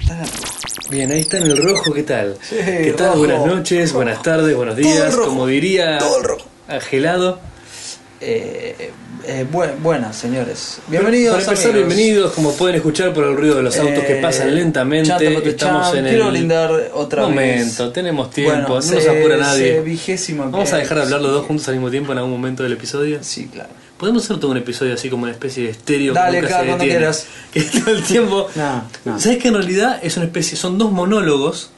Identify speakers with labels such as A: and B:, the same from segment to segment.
A: está.
B: Bien, ahí está en el rojo, ¿qué tal?
A: Sí,
B: ¿Qué tal?
A: rojo.
B: Buenas noches, buenas tardes, buenos días.
A: rojo,
B: Como diría
A: todo el rojo.
B: Angelado.
A: Eh, eh, bu- buenas, señores. Bienvenidos.
B: Para empezar,
A: amigos.
B: bienvenidos, como pueden escuchar por el ruido de los autos que
A: Eh,
B: pasan lentamente.
A: chata, pata,
B: Estamos
A: chan.
B: en
A: Quiero
B: el
A: brindar otra vez.
B: momento, tenemos tiempo,
A: Bueno,
B: no
A: se-
B: nos apura
A: se
B: nadie.
A: vigésima
B: Vamos a dejar de
A: vez.
B: hablar los dos juntos al mismo tiempo en algún momento del episodio.
A: Sí, claro.
B: Podemos hacer todo un episodio así como una especie de estéreo
A: Dale,
B: que nunca
A: Carl,
B: se
A: cuando
B: detiene.
A: quieras.
B: Que todo el tiempo.
A: No, no.
B: ¿Sabes que en realidad es una especie, son dos monólogos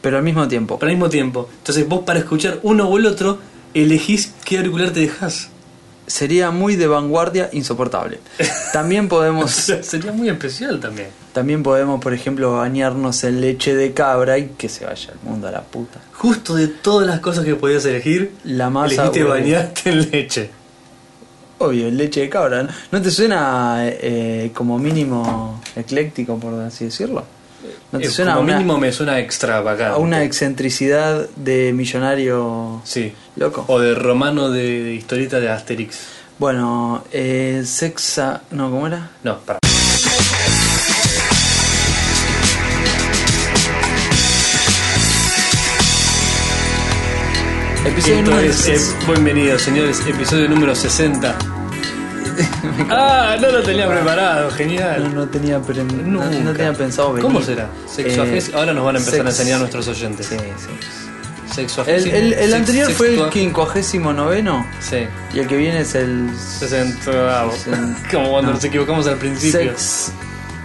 A: Pero al mismo tiempo.
B: para el mismo tiempo? Entonces vos para escuchar uno o el otro elegís qué auricular te dejás.
A: Sería muy de vanguardia insoportable. También podemos,
B: Sería muy especial también.
A: también podemos, por ejemplo, bañarnos en leche de cabra y que se vaya el mundo a la puta.
B: Justo de todas las cosas que podías elegir,
A: La más
B: elegiste
A: aburrida.
B: bañarte en leche.
A: Obvio, leche de cabra. ¿no? ¿No te suena eh, como mínimo ecléctico, por así decirlo? ¿No te
B: Eh,
A: suena a
B: como
A: una,
B: mínimo me suena extravagante.
A: a una excentricidad de millonario
B: Sí.
A: loco?
B: O de romano de, de historieta de Asterix.
A: Bueno, eh, sexa... No, ¿cómo era?
B: No, para.
A: Episodio
B: Esto
A: número
B: es,
A: seis.
B: eh, bienvenido, señores, episodio número 60. ah, no lo tenía preparado,
A: No,
B: genial.
A: no tenía, pre- no, no
B: Nunca.
A: tenía pensado venir. Eh,
B: ¿Cómo será? Sexuages- ahora nos van a empezar a enseñar nuestros oyentes.
A: Sí, sí. El,
B: Sexuagésimo-
A: el- el
B: sex-
A: anterior fue el
B: sextua-
A: quincuagésimo noveno
B: Sí,
A: y el que viene es el...
B: sesentavo.
A: Sesenta-
B: Como cuando
A: no.
B: nos equivocamos al principio.
A: Sex...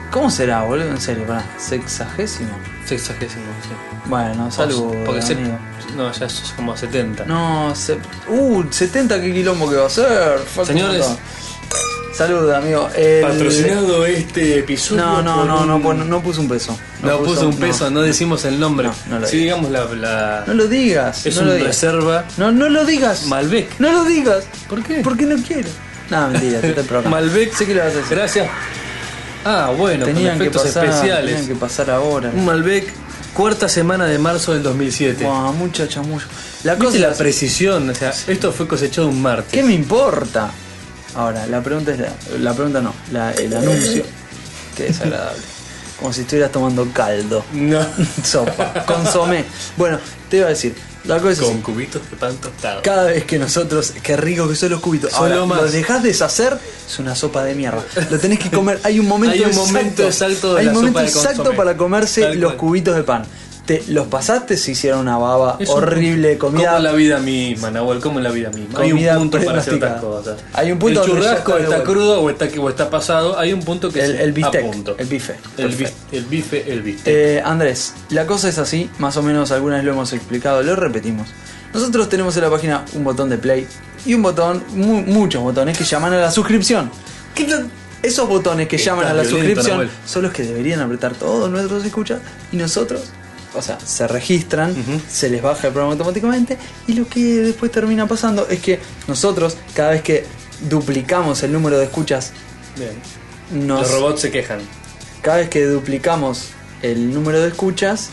A: ¿Cómo será, boludo? En serio, pará. ¿Sexagésimo?
B: Sexagésimo, sí.
A: Bueno, salud,
B: Porque se-
A: amigo.
B: No, ya es como 70.
A: No, se... Uh, 70 qué quilombo que va a ser. Falta un
B: Señores.
A: montón. Salud, amigo. El-
B: Patrocinado este episodio.
A: No, no,
B: por
A: no,
B: un-
A: no, pon- no puso un peso.
B: No puso un peso,
A: No,
B: no, decimos el nombre.
A: No, no lo
B: sí,
A: digas.
B: digamos la. la-
A: No lo digas.
B: es
A: no
B: un
A: lo digas.
B: reserva
A: No, no lo digas.
B: Malbec.
A: No lo digas.
B: ¿Por qué?
A: Porque no quiero. No, mentira, te te programa.
B: Malbec,
A: sé que lo vas a decir.
B: Gracias. Ah, bueno,
A: Tenían
B: con
A: que
B: efectos
A: pasar,
B: especiales.
A: tenían que pasar ahora.
B: Un Malbec, cuarta semana de marzo del 2007.
A: Buah, mucho chamullo. La cosa
B: ¿Viste la
A: es-
B: precisión? O sea, esto fue cosechado un martes.
A: ¿Qué me importa? Ahora, la pregunta es la, la pregunta no, la- el anuncio. Qué desagradable. Como si estuvieras tomando caldo.
B: No.
A: Sopa, consomé. Bueno, te iba a decir, la cosa es
B: Con
A: así,
B: cubitos de pan tostado.
A: cada vez que nosotros, qué rico que son los cubitos,
B: Son
A: ahora
B: lo más.
A: los dejás deshacer, es una sopa de mierda. Lo tenés que comer, hay un momento
B: Hay un
A: exacto,
B: momento exacto de
A: hay un
B: la
A: momento
B: sopa de
A: exacto
B: consomé.
A: para comerse
B: Tal
A: los
B: cual.
A: cubitos de pan. Te, los pasaste, se hicieron una baba
B: Es un-
A: horrible de comida.
B: Como la vida misma, Nahuel, como la vida misma. Hay
A: Comida
B: un punto para ciertas
A: premasticada.
B: cosas.
A: Hay un punto
B: El
A: donde ya
B: churrasco
A: está de
B: está,
A: vuelta.
B: crudo o está, o está pasado. Hay un punto que
A: El-
B: se
A: el bistec,
B: apunto.
A: el bife.
B: El, bis-
A: Perfecto.
B: el bife, el bistec.
A: Eh, Andrés, la cosa es así, más o menos algunas lo hemos explicado, lo repetimos. Nosotros tenemos en la página un botón de play y un botón, mu- muchos botones que llaman a la suscripción. ¿Qué tan- Esos botones que
B: Estás
A: llaman a la
B: violento,
A: suscripción
B: Nahuel.
A: son los que deberían apretar todos nuestros escuchas y nosotros, o sea, se registran,
B: Ujú.
A: se les baja el programa automáticamente y lo que después termina pasando es que nosotros, cada vez que duplicamos el número de escuchas,
B: Bien.
A: nos
B: Los robots se quejan.
A: cada vez que duplicamos el número de escuchas,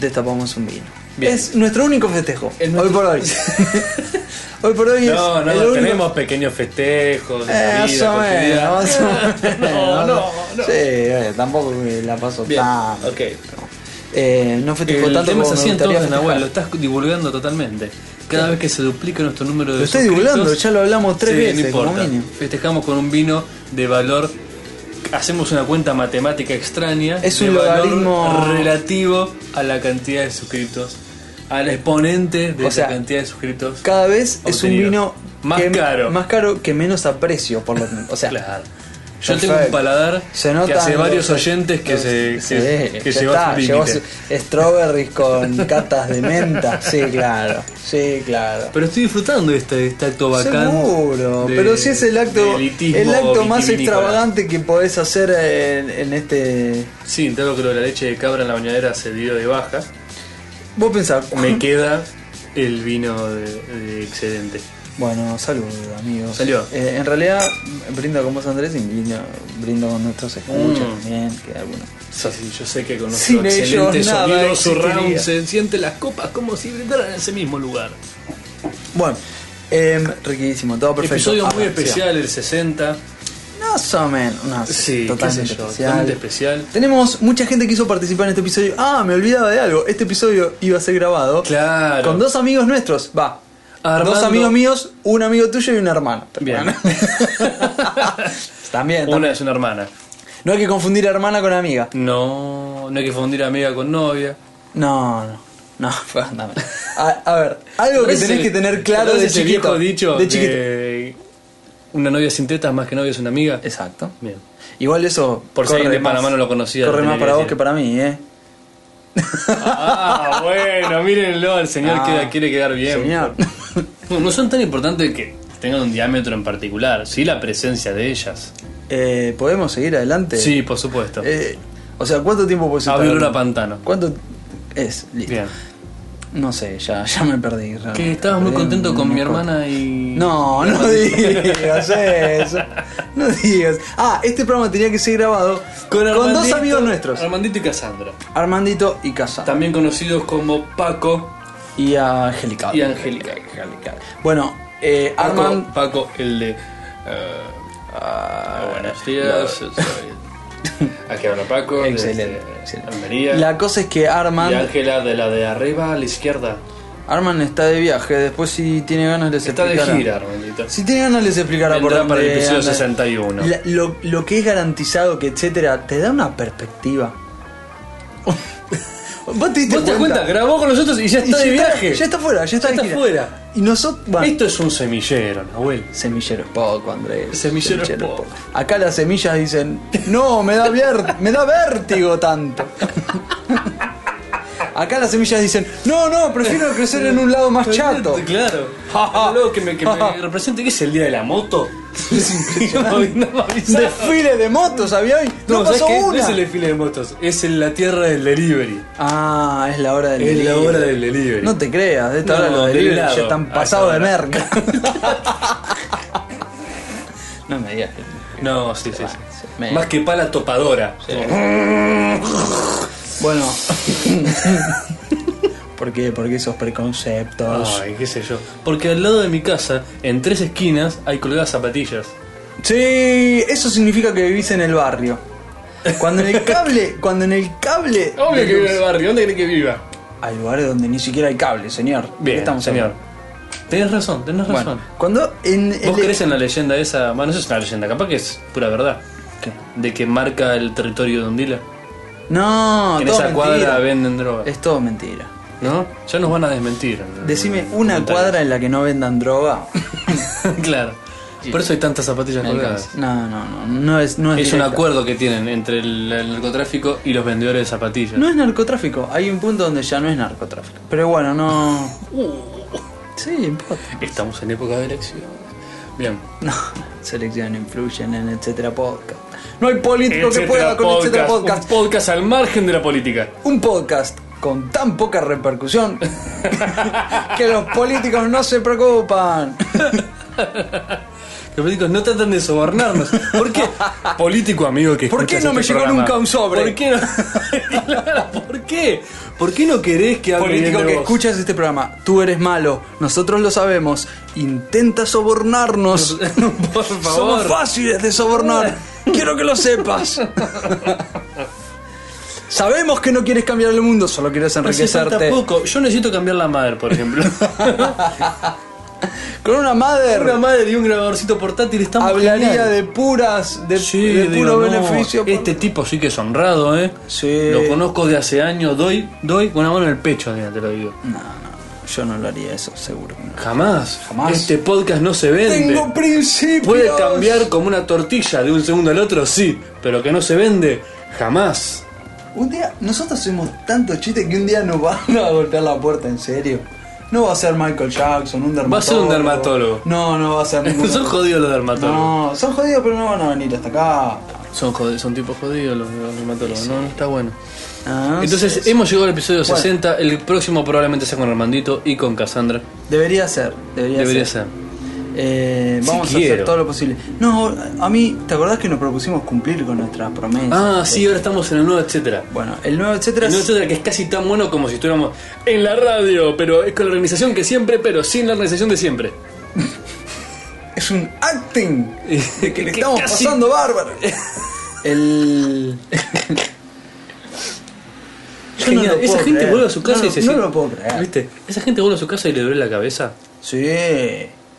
A: destapamos un vino.
B: Bien.
A: Es nuestro único festejo.
B: Es
A: Hoy
B: nuestro-
A: por hoy. hoy por hoy es.
B: No, no,
A: el único-
B: tenemos pequeños festejos. de
A: Eh,
B: la
A: más
B: vida
A: o menos,
B: cotidiana.
A: más o menos.
B: No, no, no.
A: Sí, eh, tampoco me la paso
B: Bien,
A: tan.
B: ok.
A: Eh, no festejo
B: el
A: tanto
B: tema es
A: como me
B: así
A: gustaría
B: entonces,
A: festejar.
B: Nahuel, lo estás divulgando totalmente. Cada vez que se duplica nuestro número de
A: Lo estoy
B: suscritos,
A: divulgando, ya lo hablamos tres
B: sí, no
A: veces, como
B: importa.
A: mínimo.
B: Festejamos con un vino de valor. Hacemos una cuenta matemática extraña.
A: Es
B: de
A: un
B: valor
A: logaritmo-
B: relativo a la cantidad de suscritos. Al exponente de
A: O
B: la
A: sea,
B: cantidad de suscritos.
A: Cada vez es un
B: Obtenido.
A: vino
B: Más
A: que-
B: caro.
A: más caro que menos aprecio, por lo menos. O sea,
B: Claro. Yo
A: Perfecto.
B: tengo un paladar
A: Se
B: que
A: notan
B: hace varios
A: los-
B: oyentes que se
A: Sí,
B: que, que
A: ya
B: lleva
A: está,
B: su
A: llevó
B: límite.
A: su- strawberries con catas de menta. Sí, claro. Sí, claro.
B: Pero estoy disfrutando este, este acto bacán.
A: Seguro,
B: de-
A: pero si es el
B: de
A: acto
B: elitismo
A: el acto más
B: vitivinícola.
A: extravagante que podés hacer en, en este
B: Sí, entiendo que lo de la leche de cabra en la bañadera se dio de baja.
A: vos pensás
B: Me queda el vino de, de excedente.
A: bueno, salud amigos.
B: Salud.
A: Eh, en realidad brindo con vos Andrés y brindo, brindo con nuestros escuchas
B: Mm.
A: también, que algunos.
B: Sí, sí, yo sé que con
A: Sin
B: nuestro excelente
A: ellos nada
B: sonido
A: existiría.
B: surround se sienten las copas como si brindaran en ese mismo lugar.
A: Bueno, em, riquísimo, todo perfecto.
B: Episodio muy
A: Ahora,
B: especial, el 60.
A: No, más o menos. No,
B: Sí,
A: Ah, totalmente
B: qué sé yo,
A: especial.
B: totalmente especial.
A: Tenemos mucha gente que quiso participar en este episodio. Ah, me olvidaba de algo. Este episodio iba a ser grabado
B: Claro.
A: con dos amigos nuestros. Va.
B: Armando-
A: Dos amigos míos, un amigo tuyo y una hermana.
B: Bien.
A: también, también.
B: Una es una hermana.
A: No hay que confundir hermana con amiga.
B: No, no hay que fundir amiga con novia.
A: No, no. No, andame. A, a ver, algo que
B: ¿Conoces
A: tenés
B: el-
A: que tener claro
B: conoces
A: de
B: el
A: chiquito.
B: viejo dicho
A: de chiquito.
B: que una novia sin tetas más que novia es una amiga.
A: Exacto.
B: Bien.
A: Igual eso.
B: Por si
A: corre
B: alguien de
A: más-
B: Panamá no lo conocía, lo
A: Corre
B: tenía
A: más
B: que
A: para vos
B: decir.
A: que para mí, ¿eh?
B: Ah, bueno, mírenlo, el señor
A: Ah,
B: queda- quiere quedar bien.
A: Señor.
B: No, no son tan importantes que tengan un diámetro en particular, sí la presencia de ellas.
A: Eh, ¿Podemos seguir adelante?
B: Sí, por supuesto.
A: Eh, o sea, ¿cuánto tiempo puedes
B: A
A: estar?
B: Violeta Pantano.
A: ¿Cuánto es? Listo.
B: Bien.
A: No sé, ya, ya me perdí. realmente.
B: Que estabas muy
A: Perdí
B: contento
A: un-
B: con
A: un
B: mi
A: corte.
B: hermana y.
A: No, no digas eso. No digas. Ah, este programa tenía que ser grabado con, dos
B: Armandito-
A: amigos nuestros.
B: Armandito y Cassandra.
A: Armandito y Casa.
B: También conocidos como Paco
A: Y a Angélica.
B: y Angélica.
A: Bueno, eh,
B: Paco,
A: Armand.
B: Paco, el de. eh,
A: Ah,
B: buenos días, soy- Aquí habla Paco.
A: Excelente,
B: desde
A: excelente.
B: Almería.
A: La cosa es que
B: Y
A: Armand.
B: Ángela de la de arriba a la izquierda.
A: Armand está de viaje. Después, si tiene ganas, les
B: Está de
A: explicará.
B: gira, Armandito.
A: Si tiene ganas, les explicará por
B: Vendrá
A: dónde
B: para el episodio
A: anda.
B: 61.
A: La- lo, lo que es garantizado, que etcétera, te da una perspectiva. ¿Vos te diste
B: ¿Vos te das cuenta? Grabó con nosotros y ya
A: Y
B: está de viaje.
A: ya está fuera, ya está,
B: Ya
A: de
B: está
A: gira.
B: fuera.
A: Y nosotros. bueno,
B: Esto es un semillero, Nahuel.
A: Semillero es poco, Andrés.
B: Semillero es poco.
A: Acá las semillas dicen, no, me da, vier- me da vértigo tanto. Acá las semillas dicen, no, no, prefiero crecer en un lado más chato.
B: Claro.
A: Ja, ja.
B: Luego que me, que me
A: Ja, ja.
B: represente, ¿qué es el día de la moto?
A: Desfile de motos había hoy. No,
B: ¿sabes
A: pasó
B: qué?
A: una.
B: No es el desfile de motos, es en la tierra del delivery.
A: Ah, es la hora del
B: Es la
A: delivery.
B: hora del delivery.
A: No te creas, de esta
B: No,
A: hora los
B: del
A: delivery ya
B: helado, a
A: están
B: esta
A: pasados de
B: hora.
A: merca. no me digas que.
B: No, sí, sí, sí.
A: Me-
B: Más que pala topadora.
A: Bueno. ¿Por qué? Porque esos preconceptos.
B: Ay, qué sé yo. Porque al lado de mi casa, en tres esquinas, hay colgadas zapatillas.
A: Sí, eso significa que vivís en el barrio. Cuando en el cable, cuando en el cable. de luz-
B: barrio, ¿dónde crees que viva?
A: Hay lugares donde ni siquiera hay cable, señor. ¿De qué
B: Bien,
A: estamos
B: señor.
A: hablando?
B: Tenés razón, tenés razón.
A: Bueno, cuando en el-
B: ¿Vos crees en la leyenda esa? Bueno, eso es una leyenda, capaz que es pura verdad.
A: ¿Qué?
B: De que marca el territorio de un dealer.
A: No,
B: en
A: todo
B: esa cuadra
A: mentira.
B: venden droga.
A: Es todo mentira.
B: ¿No? Ya nos van a desmentir.
A: Decime una cuadra en la que no vendan droga.
B: claro. Por eso hay tantas zapatillas colgadas.
A: No, no, no. No es, no es,
B: Es un
A: directa.
B: acuerdo que tienen entre el, el narcotráfico y los vendedores de zapatillas.
A: No es narcotráfico. Hay un punto donde ya no es narcotráfico. Pero bueno, no. Sí, importa.
B: Estamos en época de elecciones. Bien.
A: No, selección influyen en etcétera podcast. No hay político que
B: Etcétera
A: pueda con etcétera
B: Un
A: podcast.
B: podcast al margen de la política.
A: Un podcast con tan poca repercusión que los políticos no se preocupan.
B: Los políticos no tratan de sobornarnos. ¿Por qué? Político amigo que
A: ¿Por qué
B: escuchas
A: no me
B: este
A: llegó
B: programa.
A: nunca un sobre?
B: ¿Por qué no? Claro, ¿por qué? ¿Por qué no querés que hable bien
A: Político
B: de
A: que
B: vos?
A: escuchas este programa, tú eres malo, nosotros lo sabemos, intenta sobornarnos.
B: Por
A: Somos
B: favor.
A: fáciles de sobornar. Quiero que lo sepas. Sabemos que no quieres cambiar el mundo, solo quieres
B: Hace falta
A: enriquecerte.
B: poco. Yo necesito cambiar la madre, por ejemplo.
A: Con una madre
B: Una madre y un grabadorcito portátil estamos
A: hablaría
B: genial.
A: de puras, de,
B: Sí,
A: de
B: digo,
A: puro
B: no,
A: beneficio.
B: Este tipo sí que es honrado, ¿eh?
A: Sí.
B: Lo conozco de hace años. Doy, doy con una mano en el pecho, mira, te lo digo.
A: No, no, yo no lo haría eso, seguro. que no.
B: Jamás.
A: Jamás.
B: Este podcast no se vende.
A: Tengo principios.
B: Puede cambiar como una tortilla de un segundo al otro, sí, pero que no se vende jamás.
A: Un día, nosotros hacemos tantos chistes que un día nos van a golpear la puerta, en serio. No va a ser Michael Jackson, un dermatólogo.
B: Va a ser un dermatólogo.
A: No, no va a ser ningún
B: Son jodidos los dermatólogos.
A: No, son jodidos, pero no van a venir hasta acá.
B: Son, jod- son tipos jodidos los, los dermatólogos, no, no está bueno.
A: Ah,
B: Entonces
A: sí, sí.
B: hemos llegado al episodio
A: Bueno.
B: 60, el próximo probablemente sea con Armandito y con Cassandra.
A: debería ser, debería,
B: Debería ser.
A: Eh,
B: Si
A: vamos a
B: quiero.
A: hacer todo lo posible. No, a mí, ¿te acordás que nos propusimos cumplir con nuestras promesas?
B: Ah, sí, ahora estamos en el nuevo etcétera.
A: Bueno, el nuevo etcétera.
B: El
A: es-
B: nuevo etcétera que es casi tan bueno como si estuviéramos en la radio, pero es con la organización que siempre, pero sin la organización de siempre.
A: Es es un acting que le
B: Que
A: estamos
B: casi-
A: pasando bárbaro. El. Yo no
B: Genial,
A: lo
B: esa
A: puedo
B: gente
A: creer.
B: vuelve a su casa
A: No
B: y
A: lo-
B: se
A: No
B: siente-
A: lo puedo creer.
B: ¿Viste? Esa gente vuelve a su casa y le duele la cabeza.
A: Sí,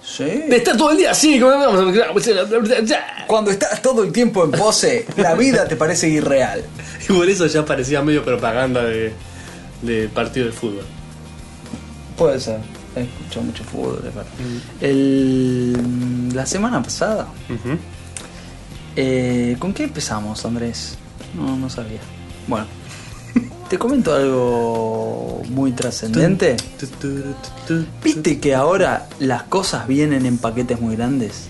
A: sí.
B: Está todo el día así, como vamos a-
A: Cuando estás todo el tiempo en pose, la vida te parece irreal.
B: Y por eso ya parecía medio propaganda de, de partido de fútbol.
A: Puede ser. He escuchado mucho fútbol, es verdad. El- La semana pasada. eh, ¿Con qué empezamos, Andrés? No, no sabía. Bueno, te comento algo muy trascendente. ¿Viste que ahora las cosas vienen en paquetes muy grandes?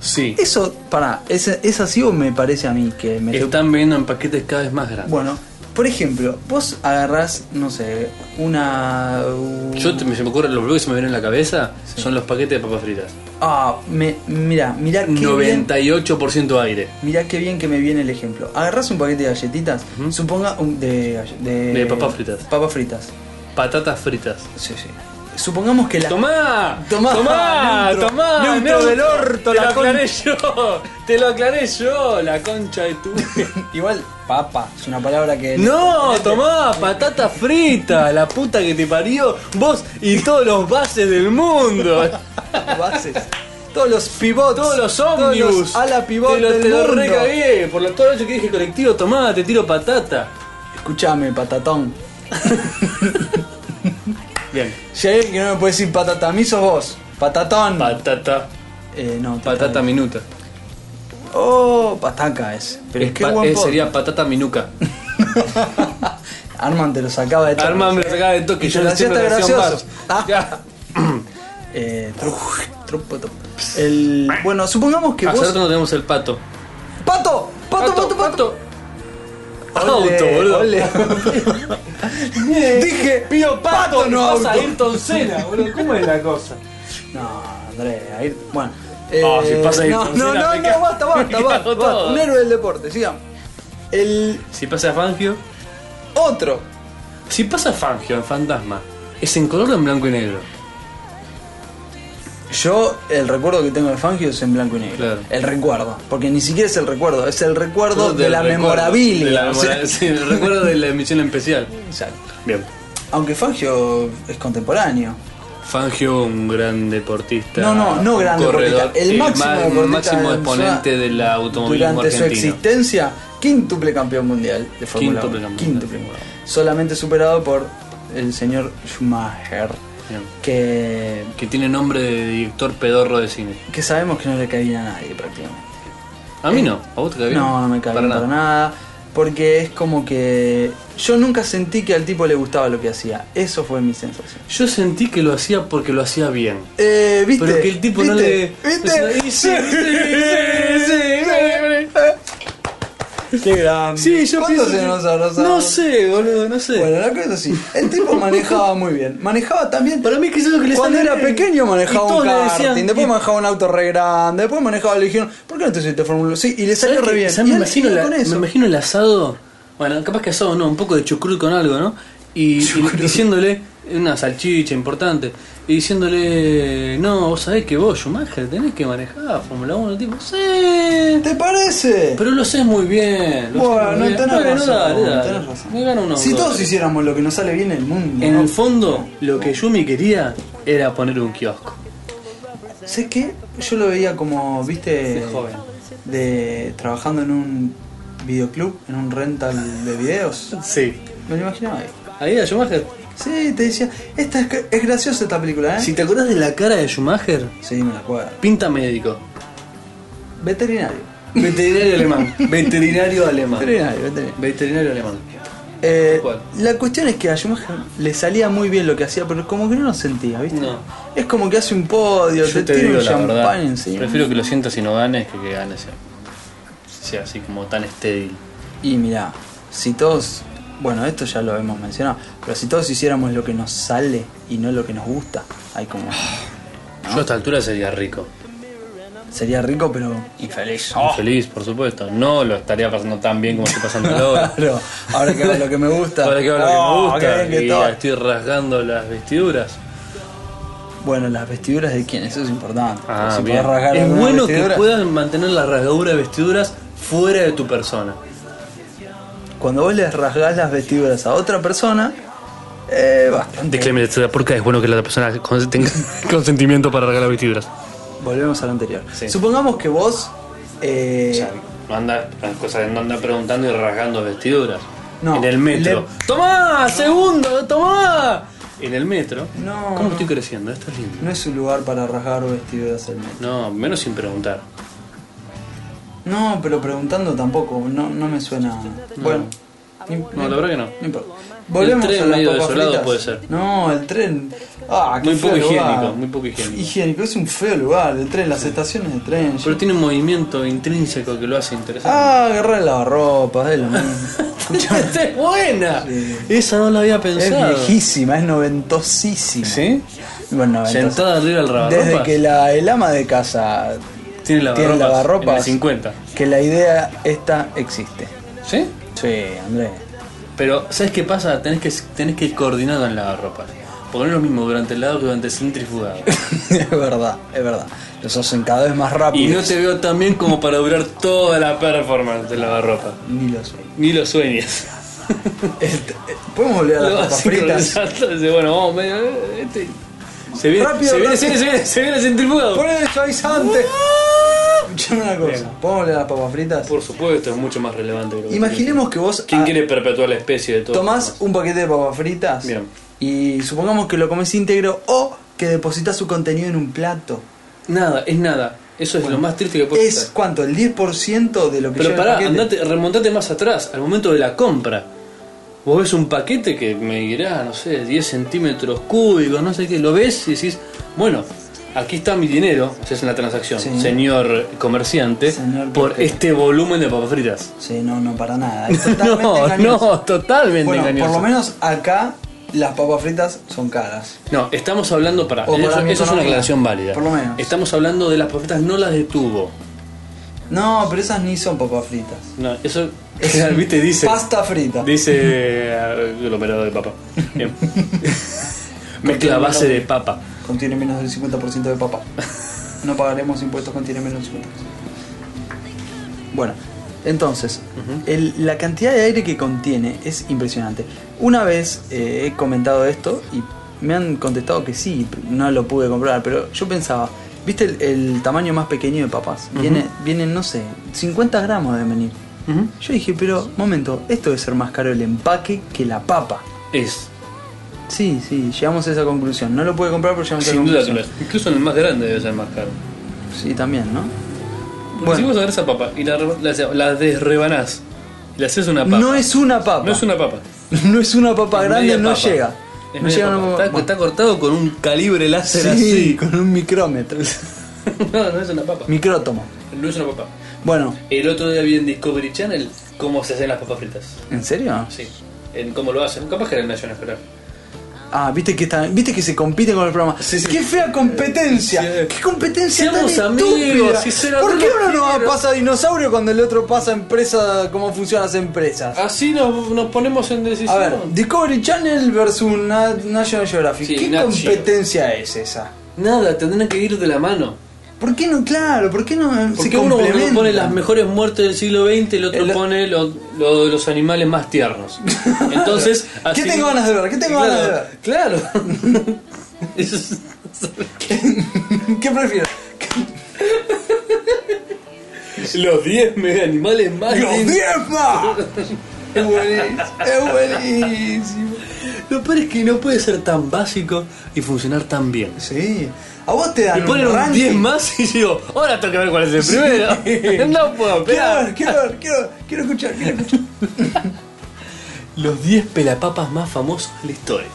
B: Sí.
A: Eso, para, ¿es, es así o me parece a mí que me estoy-
B: Están vendiendo en paquetes cada vez más grandes.
A: Bueno, por ejemplo, vos agarrás, no sé, una... uh, un-
B: Yo te- me- se me ocurre, lo primero que se me viene en la cabeza son los paquetes de papas fritas.
A: Ah, me, mira, mira qué bien...
B: 98% aire.
A: Mirá qué bien que me viene el ejemplo. Agarrás un paquete de galletitas, suponga un- de, galle- de
B: De papas fritas.
A: Papas fritas.
B: Patatas fritas.
A: Sí, sí. Supongamos que la
B: ¡Tomá!
A: Tomá,
B: ¡Tomá!
A: neutro,
B: ¡Tomá!
A: neutro del orto,
B: ¡Te
A: la
B: lo
A: con-
B: aclaré yo! ¡Te lo aclaré yo! ¡La concha de tu...
A: igual papa es una palabra que
B: ¡No! ¡Tomá! ¡Patata frita! ¡La puta que te parió! ¡Vos y todos los bases del mundo!
A: bases. Todos los pivots,
B: ¡Todos los
A: todos
B: ómnibus!
A: los a la pivot
B: ¡Te lo,
A: del
B: te lo
A: mundo.
B: recagué! Por lo, todo eso que dije colectivo, tomá, te tiro patata.
A: Escuchame, patatón.
B: Bien.
A: Si hay alguien que no me puede decir patata, a mí sos vos. Patatón.
B: Patata.
A: eh, no, te
B: Patata
A: cae.
B: minuta.
A: Oh, pataca es. Pero
B: Es
A: qué
B: pa-
A: buen
B: eh,
A: pod.
B: sería patata minuca.
A: Arman te lo sacaba de toque.
B: Arma me lo sacaba de toque.
A: Y te
B: Yo
A: lo
B: le siempre
A: hacía
B: le hacía
A: hasta
B: un
A: gracioso.
B: vaso.
A: Ah.
B: Ya.
A: Eh, trup, trup, trup. El, bueno, supongamos que
B: Hace
A: vos.
B: rato no tenemos el pato.
A: ¡Pato! ¡Pato, pato, pato! Ole,
B: Auto, boludo.
A: ole. Dije,
B: Pido pato,
A: pato, no
B: no vas a
A: auto.
B: Ayrton Senna, boludo. ¿Cómo es la cosa?
A: No, Andrés, ahí. Bueno. eh,
B: Ah, si pasa ahí,
A: no,
B: Francina,
A: no, no,
B: me ca-
A: no, basta,
B: me
A: basta,
B: cago
A: basta, basta.
B: todo.
A: Un héroe del deporte, sigamos. El
B: Si pasa Fangio.
A: otro.
B: Si pasa Fangio en Fantasma, es en color o en blanco y negro.
A: Yo, el recuerdo que tengo de Fangio es en blanco y negro.
B: Claro.
A: El recuerdo. Porque ni siquiera es el recuerdo, es el recuerdo de
B: Del
A: la
B: recuerdo,
A: memorabilia.
B: de la
A: o sea,
B: memora- sí, el recuerdo de la emisión especial.
A: exacto.
B: Bien.
A: Aunque Fangio es contemporáneo.
B: Fangio, un gran deportista.
A: No, no, no
B: un
A: gran deportista,
B: corredor,
A: el máximo
B: ma-
A: deportista
B: máximo
A: en
B: exponente
A: Venezuela
B: del automovilismo
A: Durante su
B: argentino.
A: existencia, quíntuple campeón mundial de Fórmula
B: Quíntuple
A: 1.
B: campeón
A: Quíntuple.
B: de Fórmula
A: Solamente superado por el señor Schumacher,
B: Bien.
A: que,
B: Que tiene nombre de director pedorro de cine.
A: que sabemos que no le cae bien a nadie prácticamente.
B: A mí no, a vos te cae bien?
A: Eh, No, no me cae
B: Para
A: bien para
B: nada.
A: nada. Porque es como que yo nunca sentí que al tipo le gustaba lo que hacía. Eso fue mi sensación.
B: Yo sentí que lo hacía porque lo hacía bien.
A: Eh, ¿viste?
B: Pero que el tipo no le.
A: ¿Viste? ¿Viste?
B: Sí, sí, sí,
A: Qué grande.
B: sí, sí, yo
A: ¿Cuántos
B: pienso
A: se
B: que-
A: nos abrazamos?
B: No sé, boludo, no sé.
A: Bueno, la cosa es así. El tipo manejaba muy bien. Manejaba también.
B: Para mí es que eso es lo que le
A: Cuando
B: sale
A: era
B: bien.
A: pequeño manejaba
B: Y todos
A: un
B: le
A: karting,
B: decían-
A: después
B: y-
A: manejaba un auto re grande, después manejaba, le dijeron, ¿por qué no te hiciste Fórmula 1? Sí, y le salió
B: ¿Sabes
A: re
B: qué?
A: bien.
B: ¿Sabes? Me
A: Y él
B: imagino,
A: iba
B: la-
A: con
B: me
A: eso.
B: imagino el asado. Bueno, capaz que asado no, un poco de chucrut con algo, ¿no? Y, y diciéndole una salchicha importante. Y diciéndole, no, vos sabés que vos, Schumacher, tenés que manejar Fórmula 1. Tipo, sí.
A: ¿Te parece?
B: Pero lo sé muy bien. lo sé
A: bueno,
B: muy bien.
A: tenés
B: Bueno,
A: razón,
B: dale, dale.
A: tenés razón.
B: Me gano unos
A: si
B: dólares.
A: todos hiciéramos lo que nos sale bien en el mundo,
B: En
A: ¿no?
B: el fondo, lo que Yumi quería era poner un kiosco.
A: ¿Sabes qué? Yo lo veía como, viste,
B: De joven.
A: de trabajando en un videoclub, en un rental de videos.
B: Sí.
A: Me lo imaginaba ahí.
B: Ahí era Schumacher.
A: Sí, te decía, esta es, es graciosa esta película, ¿eh?
B: Si te acordás de la cara de Schumacher,
A: Sí, me la acuerdo.
B: pinta médico.
A: Veterinario.
B: Veterinario alemán. Veterinario alemán.
A: Veterinario, veterinario.
B: Veterinario alemán.
A: Eh,
B: Tal cual.
A: la cuestión es que a Schumacher le salía muy bien lo que hacía, pero como que no lo sentía, ¿viste?
B: No.
A: Es como que hace un podio,
B: Yo
A: te,
B: te
A: tira
B: digo
A: un
B: la verdad.
A: champán encima.
B: Prefiero que lo sientas y no ganes que que ganes. sea- Sea así como tan estéril.
A: Y mirá, si todos, bueno, esto ya lo hemos mencionado, pero si todos hiciéramos lo que nos sale y no lo que nos gusta, hay como...
B: Yo a esta altura sería rico.
A: Sería rico, pero infeliz.
B: Feliz, por supuesto. No lo estaría pasando tan bien como estoy pasando ahora.
A: Claro, ahora que hago lo que me gusta.
B: Ahora que hago lo que
A: Oh,
B: me gusta
A: qué bien que
B: y
A: todo.
B: estoy rasgando las vestiduras.
A: Bueno, las vestiduras de quién, eso es importante.
B: Ah,
A: si
B: bien.
A: podés rasgar
B: es
A: alguna
B: bueno que
A: vestidura,
B: puedas mantener la rasgadura de vestiduras fuera de tu persona.
A: Cuando vos les rasgás las vestiduras a otra persona, eh, bastante.
B: Declame de porca es bueno que la persona cons- tenga consentimiento para rasgar las vestiduras.
A: Volvemos al anterior.
B: Sí.
A: Supongamos que vos. eh,
B: no anda, las cosas no anda preguntando y rasgando vestiduras.
A: No.
B: en el metro. ¡Tomá! ¡Segundo! ¡Tomá! En el metro.
A: No,
B: ¿Cómo
A: no.
B: estoy creciendo? Esto es lindo.
A: no es un lugar para rasgar vestiduras al metro.
B: No, menos sin preguntar.
A: No, pero preguntando tampoco, no, no me suena. Bueno. ni-
B: No,
A: ni-
B: la verdad que no.
A: no importa. Volvemos
B: tren
A: a las
B: medio
A: papas
B: desolado
A: fritas.
B: puede ser.
A: No, el tren. Ah, qué
B: Muy poco
A: feo lugar.
B: higiénico, muy poco higiénico.
A: Higiénico, es un feo lugar, el tren, las estaciones de tren.
B: Pero tiene un movimiento intrínseco que lo hace interesante.
A: Ah, agarrar el lavarropas, es lo mismo.
B: ¡Esta es buena!
A: Ah. Sí.
B: Esa no la había
A: es
B: pensado.
A: viejísima, es noventosísima.
B: ¿Sí?
A: Bueno, noventosa.
B: Sentada arriba del lavarropas.
A: Desde que la, el ama de casa,
B: Tiene lavarropas.
A: tiene lavarropas.
B: En el 50.
A: que la idea esta existe.
B: ¿Sí?
A: Sí, Andrés.
B: Pero, ¿sabes qué pasa? Tenés que, tenés que coordinar con el lavarropas. Porque no es lo mismo durante el lado que durante el centrifugado.
A: es verdad, es verdad. Los hacen cada vez más
B: y no
A: rápidos.
B: te veo tan bien como para durar toda la performance del lavarropas.
A: Ni los.
B: Ni lo sueñas.
A: Este, eh, Podemos volver a
B: Lo
A: las papas
B: hace con el
A: fritas.
B: salto, dice, bueno, vamos, medio, eh, este. Se viene,
A: Rápido,
B: se viene,
A: rápido.
B: se viene, se viene, se viene el centrifugado.
A: Pon el suavizante. Escuchame una cosa. ¿Podemos volver a las papas fritas?
B: ¡Ah! Por supuesto, es mucho más relevante. creo que-
A: Imaginemos que vos
B: ¿Quién
A: ah,
B: quiere perpetuar la especie de todo?
A: tomás un paquete de papas fritas
B: Bien.
A: y supongamos que lo comes íntegro o que depositas su contenido en un plato.
B: Nada, es nada. Eso es lo más triste que puede
A: ¿Es
B: ser.
A: cuánto? ¿El 10% de lo que
B: Pero
A: lleva el
B: pará,
A: paquete?
B: andate, remontate más atrás, al momento de la compra. Vos ves un paquete que medirá, no sé, 10 centímetros cúbicos, no sé qué, lo ves y decís, bueno, aquí está mi dinero, es una transacción,
A: Sí.
B: señor comerciante,
A: Señor
B: por
A: propietario.
B: este volumen de papas fritas.
A: Sí, no, no, para nada. Es totalmente
B: No,
A: engañoso.
B: no, totalmente
A: Bueno,
B: engañoso.
A: por lo menos acá las papas fritas son caras.
B: No, estamos hablando para.
A: O
B: eso
A: para mi
B: eso es una
A: economía,
B: aclaración válida.
A: por lo menos.
B: Estamos hablando de las papitas no las detuvo.
A: No, pero esas ni son papas fritas.
B: No, eso. ¿Viste? Dice.
A: Pasta frita.
B: Dice. eh, Aglomerado de papa. Bien. Mezcla a base de papa.
A: Contiene menos del 50% de papa. No pagaremos impuestos, contiene menos del 50%. Bueno, entonces, el- la cantidad de aire que contiene es impresionante. Una vez eh, he comentado esto y me han contestado que sí, no lo pude comprar, pero yo pensaba, ¿viste el, el tamaño más pequeño de papas? Viene, vienen, no sé, 50 gramos de venir. Yo dije, pero, momento, esto debe ser más caro el empaque que la papa.
B: Es.
A: Sí, sí, llegamos a esa conclusión. No lo pude comprar, pero llegamos a esa
B: Sin duda que
A: conclusión.
B: lo es. Incluso en el más grande debe ser más caro.
A: Sí, también, ¿no?
B: Porque
A: Bueno.
B: Si vos agarrás esa papa y la, re- la, la desrebanás y le haces una papa.
A: No es una papa.
B: No es una papa.
A: No es una papa
B: Es
A: grande,
B: media
A: no
B: papa.
A: llega.
B: Es
A: no
B: media
A: llega
B: papa.
A: una
B: Está,
A: papa.
B: está cortado con un calibre láser
A: Sí, con un micrómetro.
B: así. no, no es una papa.
A: Micrótomo.
B: No es una papa.
A: Bueno,
B: El otro día vi en Discovery Channel cómo se hacen las papas fritas.
A: ¿en serio?
B: Sí. En cómo lo hacen. Capaz que era en National Geographic.
A: Ah, viste que está, viste que se compite con el programa.
B: Sí, sí.
A: Qué fea competencia.
B: Sí. eh.
A: Qué competencia
B: Seamos
A: tan
B: amigos,
A: estúpida.
B: si será
A: ¿Por
B: tú
A: qué
B: lo
A: uno no
B: quiero?
A: pasa dinosaurio cuando el otro pasa empresa, cómo funcionan las empresas?
B: Así nos, nos ponemos en
A: A
B: decisión.
A: ver, Discovery Channel versus Na- National Geographic.
B: Sí,
A: ¿Qué
B: Nat Geo.
A: competencia es esa?
B: Nada, tendrán que ir de la mano.
A: ¿Por qué no, claro? ¿Por qué no
B: Porque uno
A: complementan?
B: pone las mejores muertes del siglo XX, el otro
A: El-
B: pone lo- lo de los animales más tiernos. Entonces, así-
A: ¿Qué tengo ganas de ver? ¿Qué tengo
B: claro,
A: ganas de ver?
B: Claro. Eso es-
A: ¿Qué prefieres?
B: los 10 mega animales más
A: ¡Los
B: lindos.
A: diezma! Es buenísimo, es buenísimo.
B: Lo peor es que no puede ser tan básico y funcionar tan bien.
A: Sí. A vos te dan
B: Y ponen
A: un
B: un
A: ranking.
B: 10 más y digo, ahora tengo que ver cuál es el primero. no puedo
A: Quiero
B: esperar.
A: ver, quiero ver, quiero, quiero escuchar, quiero escuchar.
B: Los 10 pelapapas más famosos de la historia.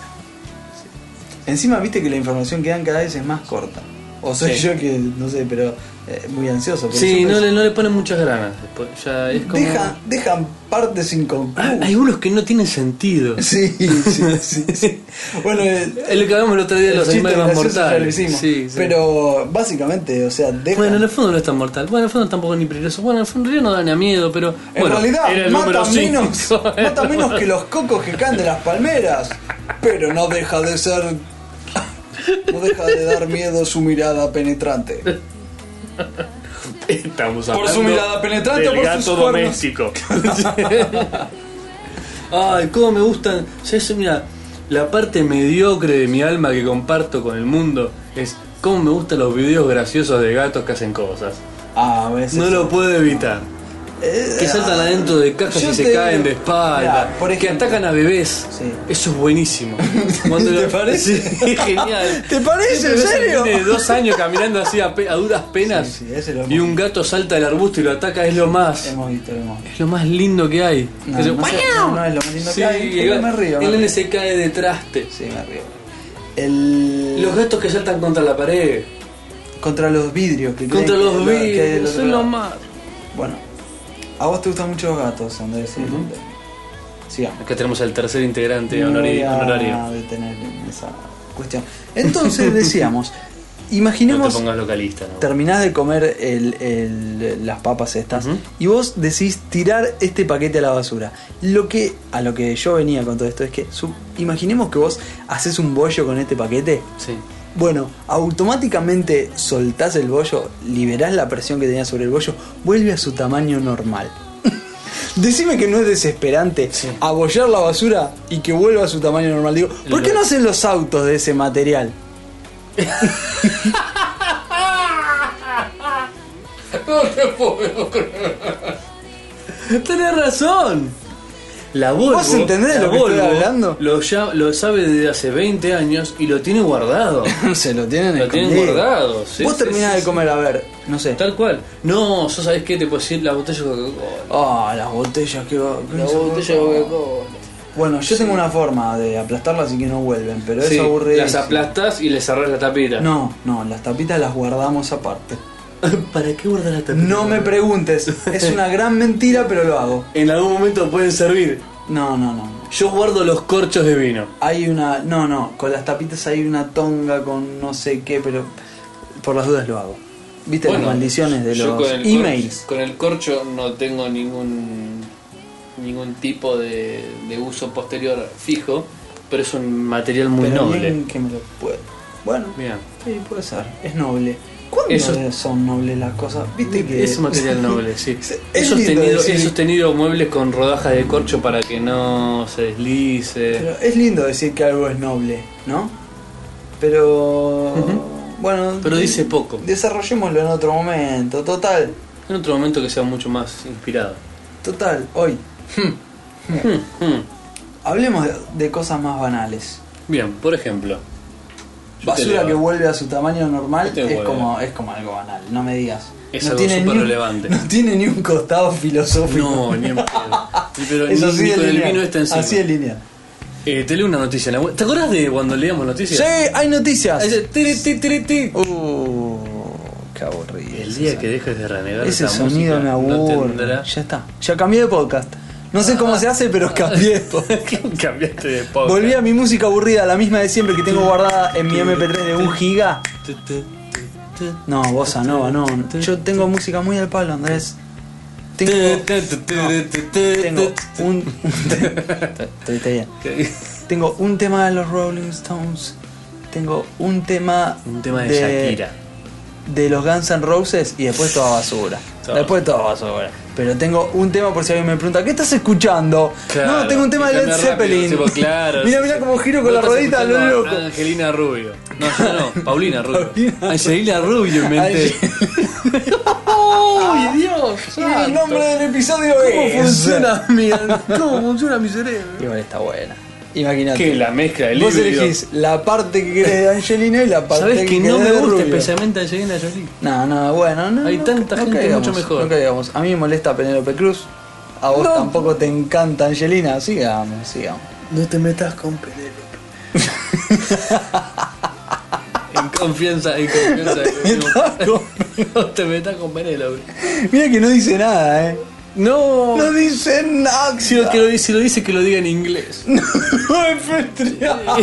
A: Encima viste que la información que dan cada vez es más corta. O soy
B: Sí.
A: yo que, no sé, pero eh, muy ansioso. por
B: Sí,
A: eso,
B: no
A: pues,
B: le, no le ponen muchas granas. Después ya es como.
A: deja- dejan partes
B: Ah,
A: inconclusas.
B: hay unos que no tienen sentido.
A: Sí, sí, sí, sí. Bueno, el,
B: Es lo que hablamos el otro día de los
A: el chiste
B: animales más
A: gracioso ya lo
B: mortales.
A: hicimos.
B: Sí, sí.
A: Pero básicamente, o sea, dejan...
B: Bueno, en el fondo no es tan mortal. Bueno, en el fondo tampoco es ni peligroso. Bueno, en el fondo en realidad no da ni a miedo, pero.
A: En
B: bueno, era
A: realidad,
B: el número
A: mata
B: cinco.
A: menos, mata menos que los cocos que caen de las palmeras. Pero no deja de ser No deja de dar miedo su mirada penetrante.
C: Estamos
A: Por su
C: hablando
A: mirada penetrante
C: del
A: o por
C: gato
A: sus cuernos.
C: doméstico.
B: Ay, cómo me gustan. ¿Sabes? Mira, la parte mediocre de mi alma que comparto con el mundo es cómo me gustan los videos graciosos de gatos que hacen cosas.
A: Ah, a veces.
B: No lo puedo evitar.
A: Eh,
B: Que saltan adentro de cajas
A: Yo
B: y se
A: te
B: caen
A: digo-
B: de espalda.
A: Mirá, por ejemplo.
B: que atacan a bebés.
A: Sí.
B: Eso es buenísimo.
A: ¿Te
B: lo-
A: parece?
B: Sí, es genial.
A: ¿Te parece? ¿En
B: Ves a un
A: serio?
B: nene de dos años caminando así a, pe- a duras penas.
A: Sí, sí, ese lo hemos
B: y un gato salta del arbusto y lo ataca. Es lo más.
A: Hemos visto, hemos visto.
B: Es lo más lindo que hay.
A: No,
B: Eso-
A: no sé, no, no es lo más lindo
B: Sí,
A: que hay,
B: el
A: pero
B: gato-
A: me río. me
B: El nene
A: río.
B: se cae de traste.
A: Sí, me río. El...
B: Los gatos que saltan contra la pared.
A: Contra los vidrios. Que
B: Contra
A: creen que
B: los
A: lo- que hay del
B: vidrios.
A: otro
B: Son
A: lado.
B: lo más.
A: Bueno, a vos te gustan mucho los gatos, Andrés. sí.
B: Ujú.
A: Sigamos.
B: Acá tenemos al tercer integrante
A: Me
B: honori-
A: voy a
B: honorario.
A: detener en esa cuestión. Entonces decíamos, imaginemos...
B: No te pongas localista, ¿no?
A: Terminás de comer el- el- las papas estas
B: Ujú.
A: y vos decís tirar este paquete a la basura. Lo que a lo que yo venía con todo esto es que su- imaginemos que vos haces un bollo con este paquete.
B: Sí.
A: Bueno, automáticamente soltás el bollo, liberás la presión que tenía sobre el bollo, vuelve a su tamaño normal. Decime que no es desesperante
B: Sí.
A: abollar la basura y que vuelva a su tamaño normal. Digo, ¿por qué no hacen los autos de ese material?
B: No te puedo creer. Tenés razón. La Volvo.
A: ¿Vos entendés
B: la
A: lo que estoy
B: Volvo
A: hablando?
B: Lo, ya, lo sabe desde hace 20 años y lo tiene guardado.
A: Se lo tienen
B: Lo tienen
A: escondido.
B: guardado, sí,
A: Vos
B: sí,
A: terminás
B: sí,
A: de
B: sí.
A: comer, a ver, no sé.
B: Tal cual. No, ¿so sabés qué? Te puedo decir la botella de Coca-Cola.
A: Ah, las botellas que va.
B: La botella de Coca-Cola.
A: Bueno, yo tengo una forma de aplastarlas y que no vuelven, pero
B: Sí,
A: es aburrido.
B: Las aplastás y le cerrás la tapita.
A: No, no, las tapitas las guardamos aparte.
B: ¿Para qué guardar la tapita?
A: No me preguntes, es una gran mentira, pero lo hago.
B: En algún momento pueden servir.
A: No, no, no. no.
B: Yo guardo los corchos de vino.
A: Hay una. No, no, con las tapitas hay una tonga con no sé qué, pero. Por las dudas lo hago. ¿Viste
B: Bueno,
A: las maldiciones de
D: Yo
A: los
D: con el cor-
A: emails?
D: con el corcho no tengo ningún ningún tipo de, de uso posterior fijo.
B: Pero es un material muy
A: Pero
B: noble.
A: bien que me lo puedo. Bueno,
B: Bien.
A: Sí, puede ser, es noble. ¿Cuándo
B: Eso-
A: son nobles las cosas? ¿Viste que
B: Es un material noble, sí.
A: Es
B: He
A: lindo
B: sostenido,
A: decir-
B: he sostenido muebles con rodajas de corcho para que no se deslice.
A: Pero es lindo decir que algo es noble, ¿no? Pero. Bueno.
B: Pero dice poco.
A: Desarrollémoslo en otro momento. Total.
B: En otro momento que sea mucho más inspirado.
A: Total. Hoy.
B: Hmm, hmm.
A: Hablemos de, de cosas más banales.
B: Bien, por ejemplo. Yo te
A: Basura
B: leo.
A: que vuelve a su tamaño normal
B: Yo te
A: es
B: vuelvo.
A: como, es como algo banal, no me digas.
B: Es
A: no
B: algo
A: ni
B: súper
A: un-
B: relevante.
A: No tiene ni un costado filosófico.
B: No, ni en pedo. Ni- Pero
A: Eso
B: ni-
A: sí
B: ni
A: es
B: con el
A: lineal.
B: vino está encima.
A: Así es lineal.
B: Eh, te leo una noticia. en la web. ¿Te acordás de cuando leíamos
A: Sí,
B: noticias?
A: hay noticias.
B: Ahí dice, "Tiri, ti, tiri, ti".
A: Uh, qué aburrido.
B: El
A: ese
B: día
A: son-
B: que dejes de renegar
A: ese
B: esa
A: sonido
B: música,
A: me
B: no
A: aburre.
B: tendrá-
A: ya está. Ya cambié de podcast. No sé cómo se hace, pero cambié de podcast.
B: Cambiaste de podcast.
A: Volví a mi música aburrida, la misma de siempre que tengo guardada en mi MP3 de 1 giga. No, bossa nova, no. Yo tengo música muy al palo, Andrés. Tengo, tengo un, Estoy- estoy bien. Tengo un tema de los Rolling Stones. Tengo un tema.
B: Un tema de Shakira.
A: De los Guns N' Roses y después toda basura.
B: Todo.
A: Después toda basura. Pero tengo un tema por si alguien me pregunta, ¿qué estás escuchando?
B: Claro,
A: no, tengo un tema
B: y
A: de Led
B: cambia rápido,
A: Zeppelin.
B: tipo, claro,
A: mira,
B: sí,
A: mira
B: sí.
A: cómo giro con
B: No
A: la
B: estás
A: rodita, lo
B: escuchando a
A: loco.
B: Angelina Rubio. No, yo no, Paulina Rubio.
A: Paulina.
B: Angelina Rubio inventé.
A: ¡Uy, Dios! el nombre del episodio es.
B: mi, ¿Cómo funciona mi cerebro?
A: Igual está buena. Imagínate.
B: Que la mezcla del
A: Vos
B: híbrido.
A: elegís la parte que querés de Angelina y la parte
B: Sabés
A: que
B: que no
A: querés
B: me
A: de
B: gusta
A: Rubio.
B: especialmente Angelina Jolie.
A: No, no, bueno, no.
B: Hay
A: no,
B: tanta
A: no
B: gente
A: caigamos,
B: mucho mejor.
A: No caigamos. A mí me molesta Penélope Cruz. A vos
B: No.
A: tampoco te encanta Angelina. Sigamos, sigamos.
B: No te metas con Penélope. en confianza, en confianza. No te metas con Penélope.
A: Mira que no dice nada, eh.
B: No.
A: No dice nada.
B: Si lo, que lo, si lo dice, que lo diga en inglés.
A: No, es festreado.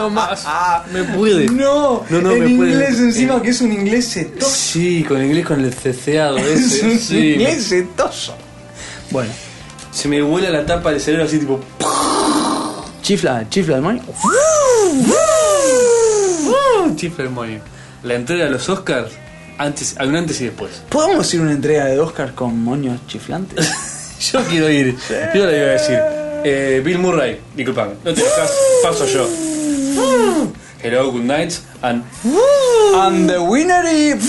B: no más. Me puede.
A: No,
B: No, no,
A: en
B: me puede-
A: inglés encima
B: eh.
A: que es un inglés setoso.
B: Sí, con inglés con el ceceado
A: Es un
B: ese. sí.
A: inglés setoso. Bueno,
B: Se me vuela la tapa del cerebro así tipo.
A: chifla, chifla el moño.
B: un chifle del moño. La entrega de los Oscars, antes, hay un antes y después.
A: ¿Podemos ir a una entrega de Oscar con moños chiflantes?
B: Yo quiero ir. Yo le iba a decir. Eh, Bill Murray, disculpame, no te dejas, paso yo. Hello, good night, and.
A: Uh. And the winner is...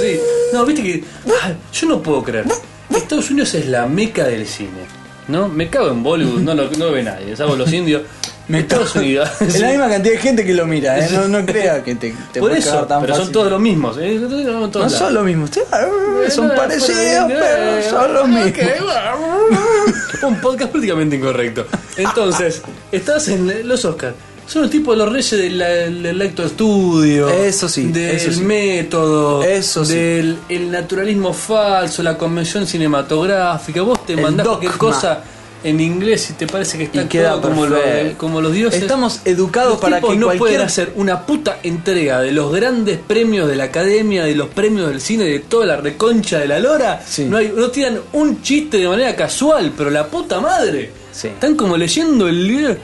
B: Sí. No, viste que. ah, yo no puedo creer. Estados Unidos es la meca del cine. ¿No? Me cago en Bollywood, no lo no lo ve nadie, salvo los indios.
A: Me
B: Estados
A: cago-
B: Unidos.
A: Es la misma cantidad de gente que lo mira, ¿eh? No, no crea que te, te
B: Por
A: puede
B: eso,
A: cagar tan
B: pero son
A: fácil.
B: todos los mismos. eh, todos- todos
A: No
B: lados.
A: son los mismos, sí, ah, son
B: Eh,
A: parecidos, pero
B: eh,
A: son los
B: ok,
A: mismos.
B: bueno. Un podcast prácticamente incorrecto. Entonces, estás en los Oscars. Son los tipos de los reyes del, del acto de estudio.
A: Eso sí,
B: Del
A: eso sí.
B: método.
A: Eso sí.
B: Del el naturalismo falso, la convención cinematográfica. Vos te
A: El
B: mandás cualquier
A: dogma.
B: cosa en inglés y te parece que está
A: Y queda
B: actuado como, lo-
A: perfecto.
B: como los dioses.
A: Estamos educados
B: Los
A: para
B: tipos
A: que
B: no
A: cualquier
B: pueden hacer una puta entrega de los grandes premios de la academia, de los premios del cine, de toda la reconcha de la lora.
A: Sí.
B: No, hay, no tiran un chiste de manera casual, pero la puta madre.
A: Sí.
B: Están como leyendo el libro.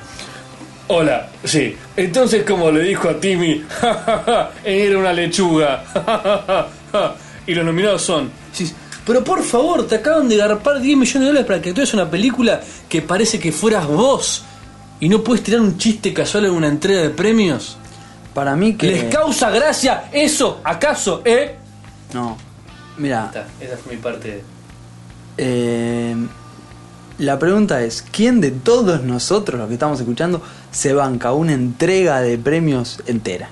B: Hola, sí. Entonces, como le dijo a Timmy, era una lechuga. y los nominados son. Sí, Pero por favor, te acaban de garpar 10 millones de dólares para que actúes una película que parece que fueras vos. Y no puedes tirar un chiste casual en una entrega de premios.
A: Para mí que...
B: ¿Les causa gracia eso? ¿Acaso? ¿Eh?
A: No. Mira,
B: Esa es mi parte.
A: eh, la pregunta es, ¿quién de todos nosotros, los que estamos escuchando, se banca una entrega de premios entera?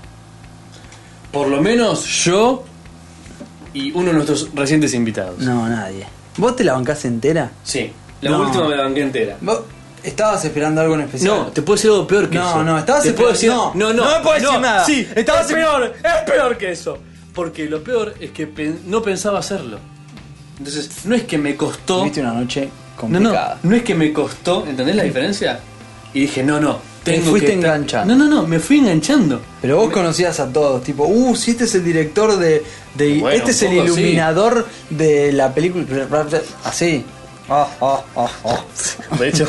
B: Por lo menos yo y uno de nuestros recientes invitados.
A: No, nadie. ¿Vos te la bancás entera?
B: Sí, la
A: No.
B: última me la banqué entera.
A: ¿Vos estabas esperando algo en
B: No, te puedo decir algo peor que
A: No,
B: eso.
A: no, estabas
B: Te puedo decir,
A: esperando-
B: no,
A: no,
B: no,
A: no me puedes decir nada.
B: Sí,
A: Estabas
B: es peor, es peor que eso. Porque lo peor es que pen- no pensaba hacerlo. Entonces, no es que me costó.
A: Viste una noche
B: No, no,
A: complicada.
B: no es que me costó, ¿entendés la diferencia? Y dije, no, no, tengo
A: fuiste
B: que estar-
A: enganchando.
B: No, no, no, me fui enganchando.
A: Pero vos conocías a todos, tipo, uh, si este es el director de. de-
B: Bueno,
A: este es el
B: un poco, sí.
A: iluminador de la película. Así. Ah, ah, ah, ah.
B: De hecho,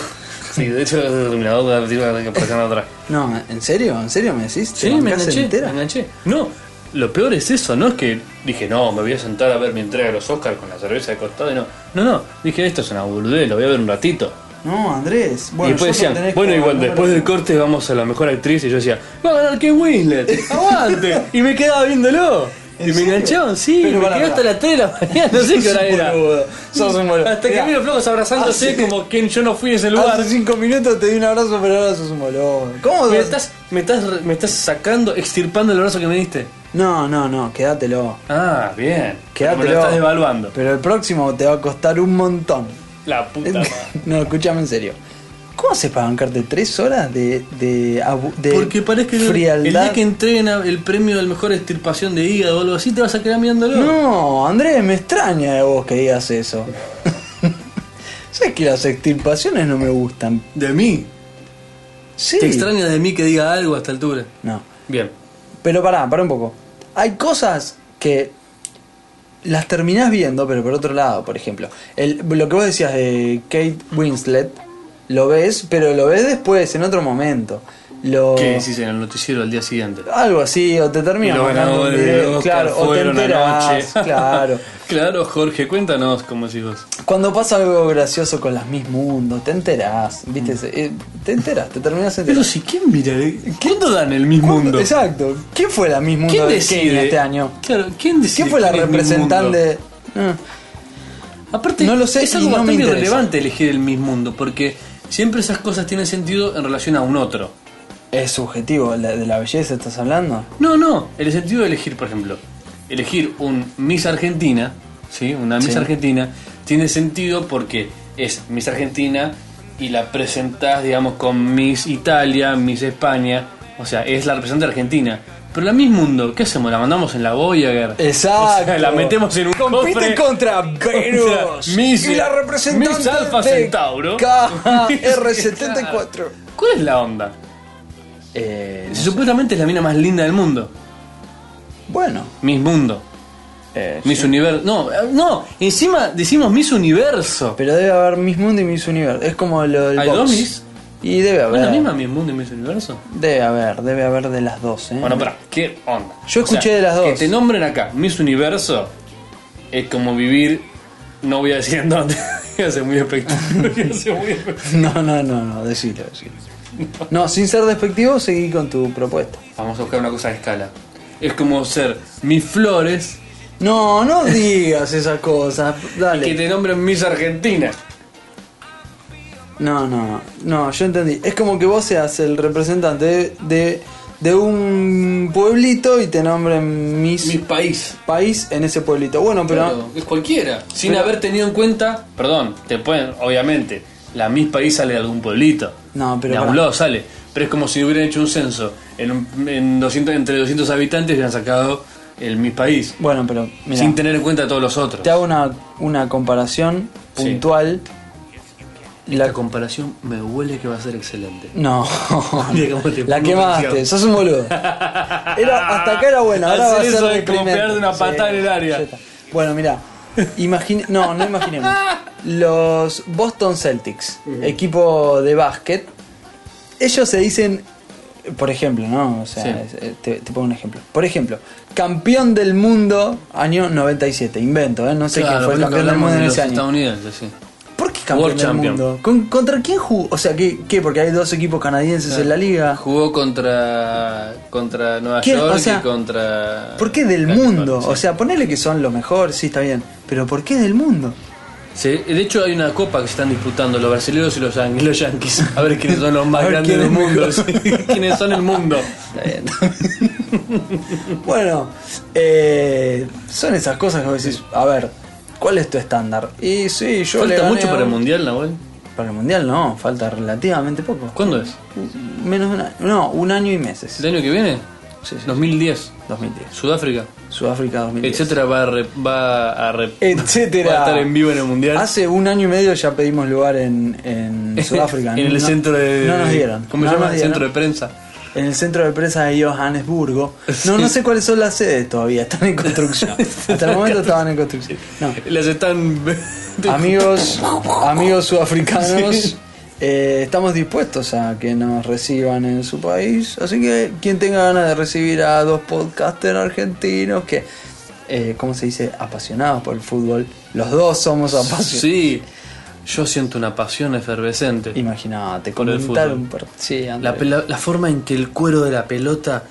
B: sí, de hecho, terminado con la que atrás.
A: No, ¿en serio? ¿En serio me decís? ¿Te
B: Sí, me
A: bancás
B: enganché,
A: entera?
B: me enganché. No, lo peor es eso, no es que dije, no, me voy a sentar a ver mi entrega de los Oscars con la cerveza de costado y no. No, no, dije, esto es una boludez, lo voy a ver un ratito.
A: No, Andrés. Bueno,
B: y después
A: yo no
B: decían,
A: tenés
B: bueno,
A: como
B: igual,
A: número-
B: después del corte vamos a la mejor actriz y yo decía, va a ganar Ken Winslet, aguante. y me quedaba viéndolo.
A: ¿En
B: Y me
A: serio?
B: engancharon, sí,
A: Pero
B: me
A: pará,
B: quedé hasta
A: pará.
B: las 3 de la mañana, no sé qué hora era.
A: Sos un boludo, sos un boludo.
B: Hasta que
A: Mirá, Ah,
B: vi los flojos abrazándose
A: hace-
B: como quien yo no fui a ese lugar.
A: Hace cinco minutos te di un abrazo, pero ahora sos un boludo. ¿Cómo
B: Me
A: sos-
B: estás, me, estás, re- me estás sacando, extirpando el abrazo que me diste.
A: No, no, no, quédatelo.
B: Ah, bien.
A: Quédatelo.
B: Me lo estás devaluando.
A: Pero el próximo te va a costar un montón.
B: La puta madre.
A: No, escúchame en serio. ¿Cómo haces para bancarte tres horas de, de, abu- de
B: Porque parece que el
A: frialdad?
B: día que entreguen a- el premio al mejor extirpación de hígado o algo así, te vas a quedar mirándolo.
A: No, Andrés, me extraña de vos que digas eso. ¿Sabes que las extirpaciones no me gustan?
B: De mí.
A: Sí.
B: Te extrañas de mí que diga algo a esta altura.
A: No.
B: Bien.
A: Pero pará, pará un poco. Hay cosas que las terminás viendo, pero por otro lado, por ejemplo. El, lo que vos decías de Kate Winslet, lo ves, pero lo ves después, en otro momento. Lo...
B: ¿Qué decís en el noticiero al día siguiente?
A: Algo así, o te termina
B: Y los
A: mandando un
B: ganadores de
A: video,
B: Oscar
A: claro, o te
B: fueron
A: enterás,
B: anoche.
A: claro.
B: Claro, Jorge, cuéntanos cómo decís vos.
A: Cuando pasa algo gracioso con las Miss Mundo, te enterás, viste, eh, te enterás, te terminás
B: Mm. Pero
A: enterando.
B: si, ¿quién mira? ¿Cuándo dan el mismo mundo?
A: Exacto. ¿Quién fue la Miss Mundo
B: ¿Quién
A: de
B: decide?
A: Kenia este año?
B: Claro, ¿quién decide?
A: ¿Quién fue la
B: quién es Miss Mundo?
A: representante? Ah,
B: Aparte,
A: No lo sé
B: es
A: y
B: algo
A: no me
B: bastante
A: interesa.
B: irrelevante elegir el mismo mundo, porque siempre esas cosas tienen sentido en relación a un otro.
A: Es subjetivo, la- de la belleza estás hablando.
B: No, no, en el sentido de elegir, por ejemplo, elegir un Miss Argentina, ¿sí? Una Miss
A: Sí.
B: Argentina, tiene sentido porque es Miss Argentina y la presentás, digamos, con Miss Italia, Miss España, o sea, es la representante argentina. Pero la Miss Mundo, ¿qué hacemos? ¿La mandamos en la Voyager?
A: Exacto.
B: O sea, la metemos en un
A: Compite
B: cofre.
A: contra Venus.
B: Miss-
A: y la representante
B: Miss Alpha
A: de
B: Centauro.
A: KR74.
B: ¿Cuál es la onda?
A: Eh, no sé.
B: Supuestamente es la mina más linda del mundo.
A: Bueno.
B: Miss Mundo.
A: eh,
B: Miss Universo. No, eh, no, encima decimos Miss Universo.
A: Pero debe haber Miss Mundo y Miss Universo. Es como lo del
B: Hay
A: box.
B: dos Miss
A: Y debe
B: ¿No ¿Es la
A: haber.
B: misma mi mundo y mis universo?
A: Debe haber, debe haber de las dos, ¿eh?
D: Bueno, pará, ¿qué onda?
A: Yo escuché de las dos.
D: Que te nombren acá Miss Universo es como vivir, no voy a decir en dónde, iba a ser muy espectacular. iba a ser muy espectacular.
A: No, no, no, no, decilo, decilo. No, sin ser despectivo, seguí con tu propuesta.
D: Vamos a buscar una cosa de escala. Es como ser Mis Flores
A: No, no digas esas cosas,
D: que
A: dale.
D: te nombren Miss Argentina.
A: No, no, no, no, yo entendí. Es como que vos seas el representante de, de, de un pueblito y te nombren Miss
D: Miss País.
A: País en ese pueblito. Bueno, pero...
D: Claro, es cualquiera. Sin
A: Pero-
D: haber tenido en cuenta, perdón, te pueden, obviamente, la Miss País sale de algún pueblito.
A: No, pero
D: De
A: pará.
D: algún lado sale. Pero es como si hubieran hecho un censo en, un- en 200, entre 200 habitantes y han sacado el Miss País.
A: Bueno, pero... Mira.
D: Sin tener en cuenta a todos los otros.
A: Te hago una, una comparación
D: Sí.
A: puntual.
B: La
A: La,
B: comparación me huele que va a ser excelente.
A: no,
B: Mira cómo te
A: la
B: pongo
A: quemaste,
B: presión.
A: sos un boludo. Era, hasta acá era bueno, ahora va a
D: Hacer
A: ser
D: eso es como
A: deprimente.
D: pegar de una patada en el área.
A: ya está. Bueno, mirá, imagine, no, no imaginemos. Los Boston Celtics, equipo de básquet, ellos se dicen, por ejemplo, ¿no? O sea,
D: Sí.
A: es- eh, te, te pongo un ejemplo. Por ejemplo, campeón del mundo año 97, invento, ¿eh? No sé quién
D: Claro,
A: fue el
D: porque
A: campeón del
D: hablamos
A: mundo
D: de
A: en
D: los
A: ese año.
D: estadounidenses, sí.
A: ¿Por qué campeón
D: World
A: del
D: champion.
A: mundo? ¿Con- ¿Contra quién jugó? O sea, ¿qué, qué? Porque hay dos equipos canadienses en la liga.
D: Jugó contra, contra Nueva
A: ¿Qué?
D: York
A: O sea,
D: y contra.
A: ¿Por qué del
D: California,
A: mundo?
D: sí.
A: O sea, ponele que son los mejores, sí, está bien. Pero ¿por qué del mundo?
B: Sí, de hecho hay una copa que se están disputando los brasileños y los yanquis, los yanquis. A ver quiénes son los
A: A
B: más
A: ver
B: grandes
A: quién
B: del
A: es
B: mundo.
A: mejor.
B: sí, quiénes son el mundo.
A: Bueno, eh, son esas cosas que vos decís, a ver, ¿cuál es tu estándar? Y sí, yo le
B: Falta
A: gané
B: mucho
A: a
B: para el
A: un-
B: mundial, Nahuel.
A: Para el mundial no, falta relativamente poco.
B: ¿Cuándo es?
A: Menos de un año. No, un año y meses.
B: ¿El año que viene?
A: Sí, sí.
B: 2010.
A: 2010.
B: Sudáfrica.
A: Sudáfrica 2010.
B: Etcétera va a, re- va a re-
A: Etcétera.
B: va a estar en vivo en el mundial.
A: Hace un año y medio ya pedimos lugar en, en Sudáfrica.
B: en el
A: No-
B: centro de.
A: No nos dieron.
B: ¿Cómo
A: No
B: se llama?
A: nos
B: El
A: dieron.
B: centro de prensa.
A: En el centro de prensa de Johannesburgo. No,
B: Sí.
A: no sé cuáles son las sedes todavía. Están en construcción. Hasta el momento estaban en construcción. No.
B: Las están.
A: Amigos, amigos sudafricanos, eh, estamos dispuestos a que nos reciban en su país. Así que quien tenga ganas de recibir a dos podcasters argentinos que, eh, ¿cómo se dice? Apasionados por el fútbol. Los dos somos apasionados.
B: Sí. Yo siento una pasión efervescente.
A: Imagínate,
B: Por el
A: comentar
B: fútbol.
A: un par- Sí,
B: La,
A: Andrés.
B: pela- la forma en que el cuero de la pelota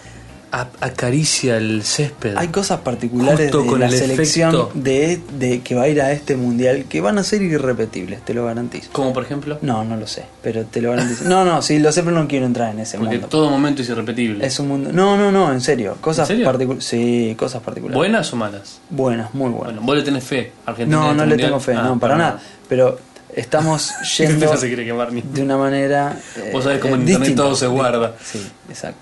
B: a- acaricia el césped.
A: Hay cosas particulares
B: Justo
A: de
B: con
A: la
B: el
A: selección
B: efecto.
A: de, de que va a ir a este mundial que van a ser irrepetibles, te lo garantizo.
B: Como por ejemplo.
A: No, no lo sé, pero te lo garantizo. No, no, sí, lo sé, pero no quiero entrar en ese
D: Porque
A: mundo.
D: todo momento es irrepetible.
A: Es un mundo. No, no, no, en serio. Cosas
B: ¿En serio?
A: particulares. Sí, cosas particulares.
B: ¿Buenas o malas?
A: Buenas, muy buenas.
B: Bueno, vos le tenés fe a Argentina. en
A: no,
B: este
A: no le
B: mundial?
A: tengo fe,
B: Ah, Este
A: no, para nada. Pero estamos yendo
B: se quiere quemar, ni-
A: de una manera.
B: ah. Vos
A: Eh,
B: sabés cómo en internet todo se guarda.
A: Sí, exacto.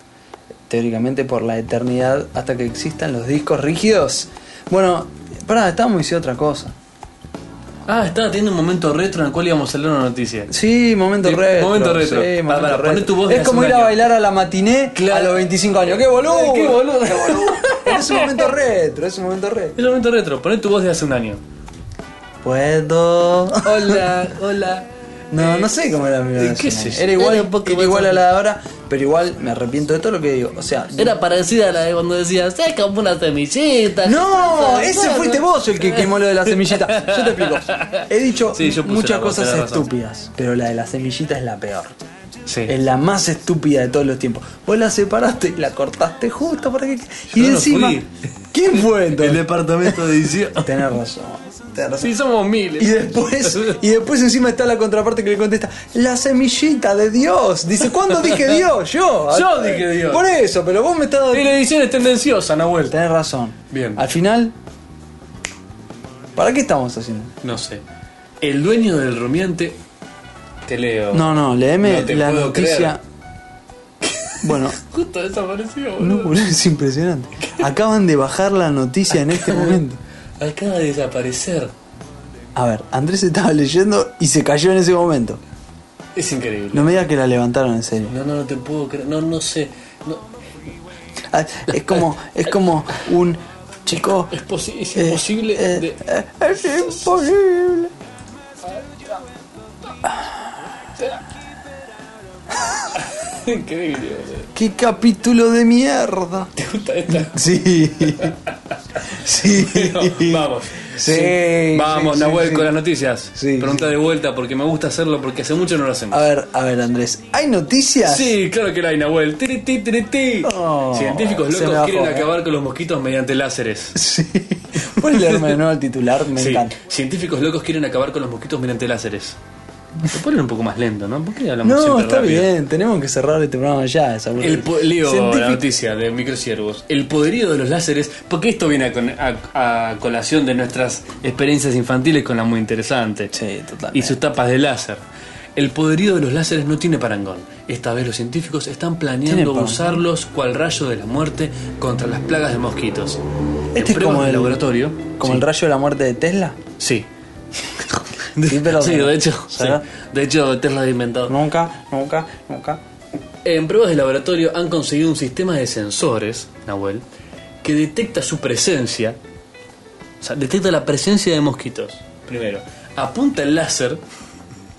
A: Teóricamente por la eternidad hasta que existan los discos rígidos. Bueno, pará, estábamos diciendo otra cosa.
B: Ah, estaba teniendo un momento retro en el cual íbamos a leer una noticia.
A: Sí, momento
B: Sí,
A: retro.
B: momento retro.
A: sí,
B: Pará,
A: momento
B: pará,
A: retro.
B: poné tu voz de
A: es
B: hace
A: como
B: un
A: ir a
B: año.
A: bailar a la matiné a
B: Claro.
A: los 25 años. ¡Qué boludo!
B: ¡Qué boludo!
A: ¡Qué boludo! es un momento retro, es un momento retro.
B: El momento retro, poné tu voz de hace un año.
A: Puedo.
B: Hola, hola.
A: No, no sé cómo era mi
B: ¿Qué
A: versión.
B: sé yo?
A: Era igual,
B: Era un poco
A: era
B: más
A: igual a
B: o
A: la de ahora, pero igual me arrepiento de todo lo que digo. O sea, de-
C: Era parecida a la de cuando decías, es como una semillita.
A: No, ese fuiste vos el que quemó lo de la semillita. Yo te explico. He dicho
B: Sí, yo puse
A: muchas
B: la voz,
A: cosas
B: tenés razón.
A: estúpidas, pero la de la semillita es la peor.
B: Sí.
A: Es la más estúpida de todos los tiempos. Vos la separaste y la cortaste justo para que. y
B: no
A: encima.
B: fui.
A: ¿Quién fue
B: El
A: entonces?
B: departamento de edición.
A: Tenés razón. tenés razón.
B: sí, somos miles.
A: Y después, y después encima está la contraparte que le contesta, la semillita de Dios. Dice, ¿cuándo dije Dios? Yo.
B: Yo dije Dios.
A: Por eso, pero vos me estás dando...
B: Y la edición es tendenciosa, Nahuel.
A: Tenés razón.
B: Bien.
A: Al final, ¿para qué estamos haciendo?
B: No sé. El dueño del rumiante.
D: Te leo.
A: No, no, leeme
D: No te
A: la
D: puedo
A: noticia. Bueno,
D: Justo desapareció,
A: no,
D: boludo.
A: boludo, es impresionante. Acaban de bajar la noticia en este momento.
B: Acaba de desaparecer.
A: A ver, Andrés estaba leyendo y se cayó en ese momento.
D: Es increíble.
A: No me digas que la levantaron en serio.
B: No, no, no te puedo creer. No, no sé. No,
A: Ah, Es como, es como un chico.
B: es, posi- es
A: eh,
B: imposible.
A: eh,
B: de-
A: eh, es imposible.
B: Increíble, boludo.
A: ¡Qué capítulo de mierda!
B: ¿Te gusta esta?
A: Sí. Sí.
B: No, vamos.
A: Sí,
B: Vamos,
A: sí, sí,
B: Nahuel,
A: sí.
B: con las noticias.
A: Sí,
B: Pregunta de vuelta porque me gusta hacerlo porque hace mucho no lo hacemos.
A: A ver, a ver, Andrés. ¿Hay noticias?
B: Sí, claro que la hay, Nahuel. Tiri, ti, tiri, ti.
A: Oh,
B: Científicos
A: se me bajó. ¿eh?
B: locos quieren acabar con los mosquitos mediante láseres.
A: Sí. ¿Puedes leerme de nuevo el titular? Me
B: Sí,
A: encanta.
B: científicos locos quieren acabar con los mosquitos mediante láseres. Te ponen un poco más lento, ¿no? ¿Por qué hablamos
A: No,
B: siempre
A: está
B: rápido?
A: bien. Tenemos que cerrar este programa ya. esa
B: El po- leo la
A: Científic-
B: noticia de microciervos. El poderío de los láseres, porque esto viene a, con- a- a colación de nuestras experiencias infantiles con la muy interesante.
A: Sí, totalmente.
B: Y sus tapas de láser. El poderío de los láseres no tiene parangón. Esta vez los científicos están
A: Tiene
B: planeando
A: parangón.
B: usarlos cual rayo de la muerte contra las plagas de mosquitos. En
A: Este es
B: pruebas
A: como
B: de
A: el-
B: laboratorio.
A: Como el
B: Sí.
A: rayo de la muerte de Tesla.
B: Sí.
A: Sí, pero-
B: Sí, de hecho. sí.
A: ¿Será?
B: De hecho, Tesla lo inventó.
A: Nunca, nunca, nunca.
B: En pruebas de laboratorio han conseguido un sistema de sensores, Nahuel, que detecta su presencia. O sea, detecta la presencia de mosquitos, primero. Apunta el láser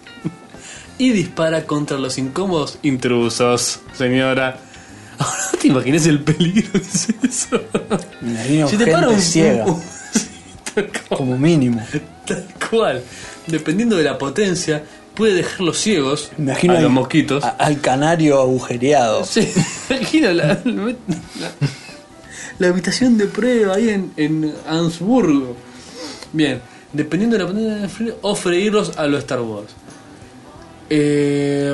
B: y dispara contra los incómodos intrusos, señora. Ahora no te imaginas el peligro que es eso.
A: Me imagino
B: Si te
A: gente
B: para un
A: ciega.
B: un- sí, tal cual.
A: Como mínimo.
B: Tal cual. Dependiendo de la potencia, puede dejarlos ciegos
A: Me imagino
B: a los
A: al-
B: mosquitos.
A: a- al canario agujereado.
B: Sí, imagino la, la- la habitación de prueba ahí en, en Ansburgo. Bien, dependiendo de la pandemia de frío, o freírlos a los Star Wars. Eh,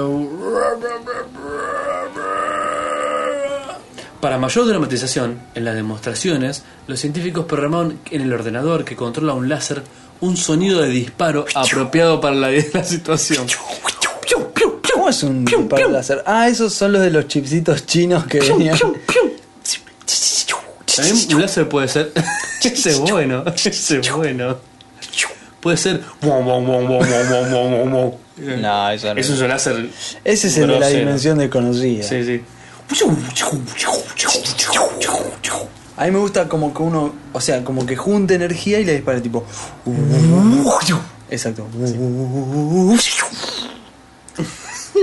B: Para mayor dramatización, en las demostraciones, los científicos programaron en el ordenador que controla un láser un sonido de disparo apropiado para la, la situación.
A: ¿Cómo es un disparo de láser? Ah, esos son los de los chipsitos chinos que venían. ¿Eh?
B: También un láser puede ser. ese es bueno, ese es bueno. Puede ser. wow, wow, wow, wow, wow, wow, wow, wow.
A: No, eso no.
B: Eso es un láser.
A: Ese es el de la
B: grosero.
A: dimensión desconocida.
B: Sí, sí.
A: A mí me gusta como que uno, o sea, como que junta energía y le dispara tipo. Exacto.
B: Es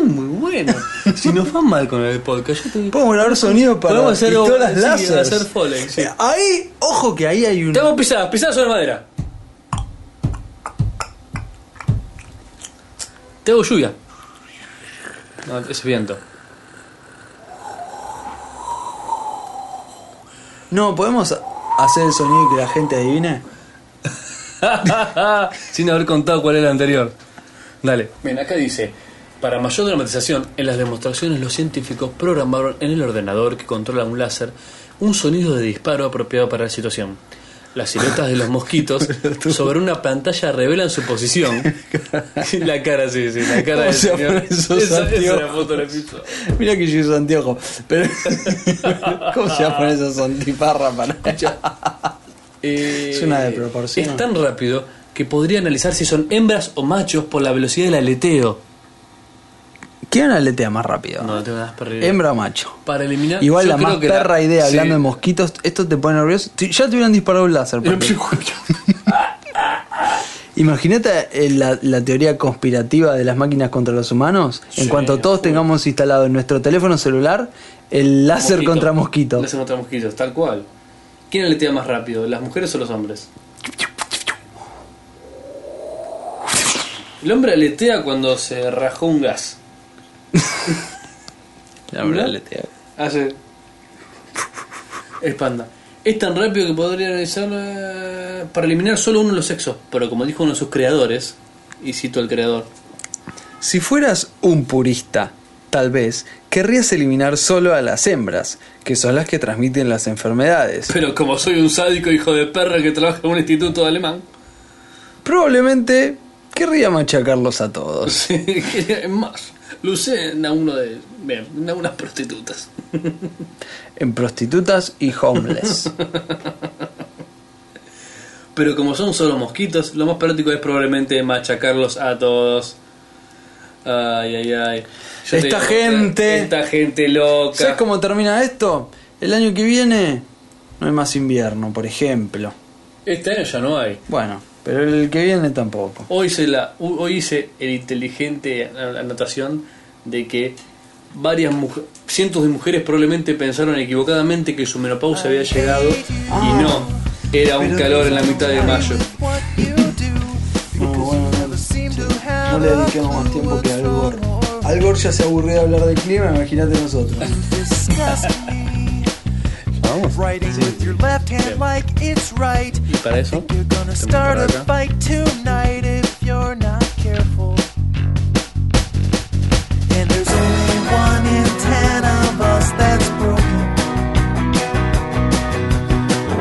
B: muy bueno. Si nos va mal con el podcast, yo te digo.
A: Podemos grabar sonido para
B: Podemos hacer
A: pistolas
B: sí,
A: láser. Eh,
B: hacer Foley, sí.
A: Ahí, ojo que ahí hay un.
B: Te hago pisadas, pisadas sobre madera. Te hago lluvia. No, es viento.
A: No, podemos hacer el sonido y que la gente adivine.
B: Sin haber contado cuál era el anterior. Dale. Bien, acá dice. Para mayor dramatización, en las demostraciones los científicos programaron en el ordenador que controla un láser un sonido de disparo apropiado para la situación. Las siluetas de los mosquitos sobre una pantalla revelan su posición. la cara, sí, sí, la cara
A: ¿Cómo
B: del
A: se llaman
B: señor.
A: esos
B: Esa- esa es la
A: anteojos?
B: foto del piso.
A: Mira que yo uso anteojos, pero ¿cómo se llaman esos antiparras para?
B: Eh,
A: Es una desproporción.
B: Es tan rápido que podría analizar si son hembras o machos por la velocidad del aleteo.
A: ¿Quién aletea más rápido?
B: No, no tengo nada más para reír.
A: Hembra o macho.
B: Para eliminar.
A: Em, Igual
B: yo
A: la
B: creo
A: más
B: que
A: perra idea,
B: sí.
A: hablando de mosquitos, esto te pone nervioso. Te- Ya te hubieran disparado un láser. Pepe. Imagínate eh, la, la teoría conspirativa de las máquinas contra los humanos. en cuanto todos tengamos instalado en nuestro teléfono celular el láser
B: Mosquito.
A: contra mosquito.
B: Láser contra mosquitos, tal cual. ¿Quién aletea más rápido, las mujeres o los hombres? El hombre aletea cuando se rajó un gas. hombre aletea. Hace. Espanda. Es tan rápido que podría analizar eh, para eliminar solo uno de los sexos. Pero como dijo uno de sus creadores, y cito al creador,
A: Si fueras un purista, tal vez querrías eliminar solo a las hembras, que son las que transmiten las enfermedades.
B: pero como soy un sádico hijo de perra que trabaja en un instituto alemán,
A: Probablemente querría machacarlos a todos.
B: Sí, es más, Lucena, uno de. Bien, una- unas prostitutas.
A: En prostitutas y homeless.
B: Pero como son solo mosquitos, lo más práctico es probablemente machacarlos a todos. Ay, ay, ay. Yo te
A: Esta
B: digo,
A: gente-
B: Esta gente loca.
A: ¿Sabes cómo termina esto? El año que viene no hay más invierno, por ejemplo.
B: Este año ya no hay.
A: Bueno, pero el que viene tampoco.
B: Hoy hice, la, hoy hice el inteligente anotación de que varias muj- cientos de mujeres probablemente pensaron equivocadamente que su menopausa había llegado y no, era un calor en la mitad de mayo.
A: No, bueno, no, no le dediquemos más tiempo que a Al Gore. Al Gore ya se aburrió de hablar de clima, imagínate nosotros.
B: Vamos.
E: Writing with your left hand like it's right.
B: Y para eso,
E: You're gonna start a fight tonight if you're not careful. And there's only one in ten of us that's broken.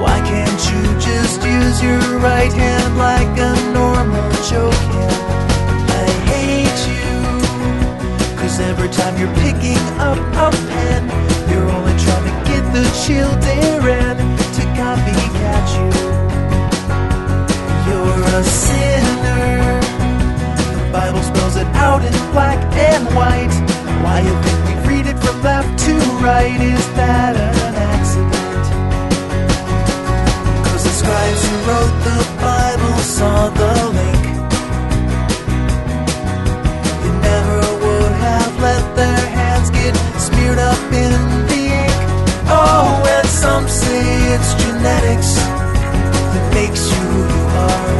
E: Why can't you just use your right hand like a normal joke? Yeah, I hate you. Cause every time you're picking up a pen, you're only trying to get the children to copycat you. You're a sinner. The Bible spells it out in black and white. Why you think we read it from left to right? Is that an accident? Cause the scribes who wrote the Bible saw the link. They never would have let their hands get smeared up in the ink. Oh, and some say it's genetics that makes you who you are.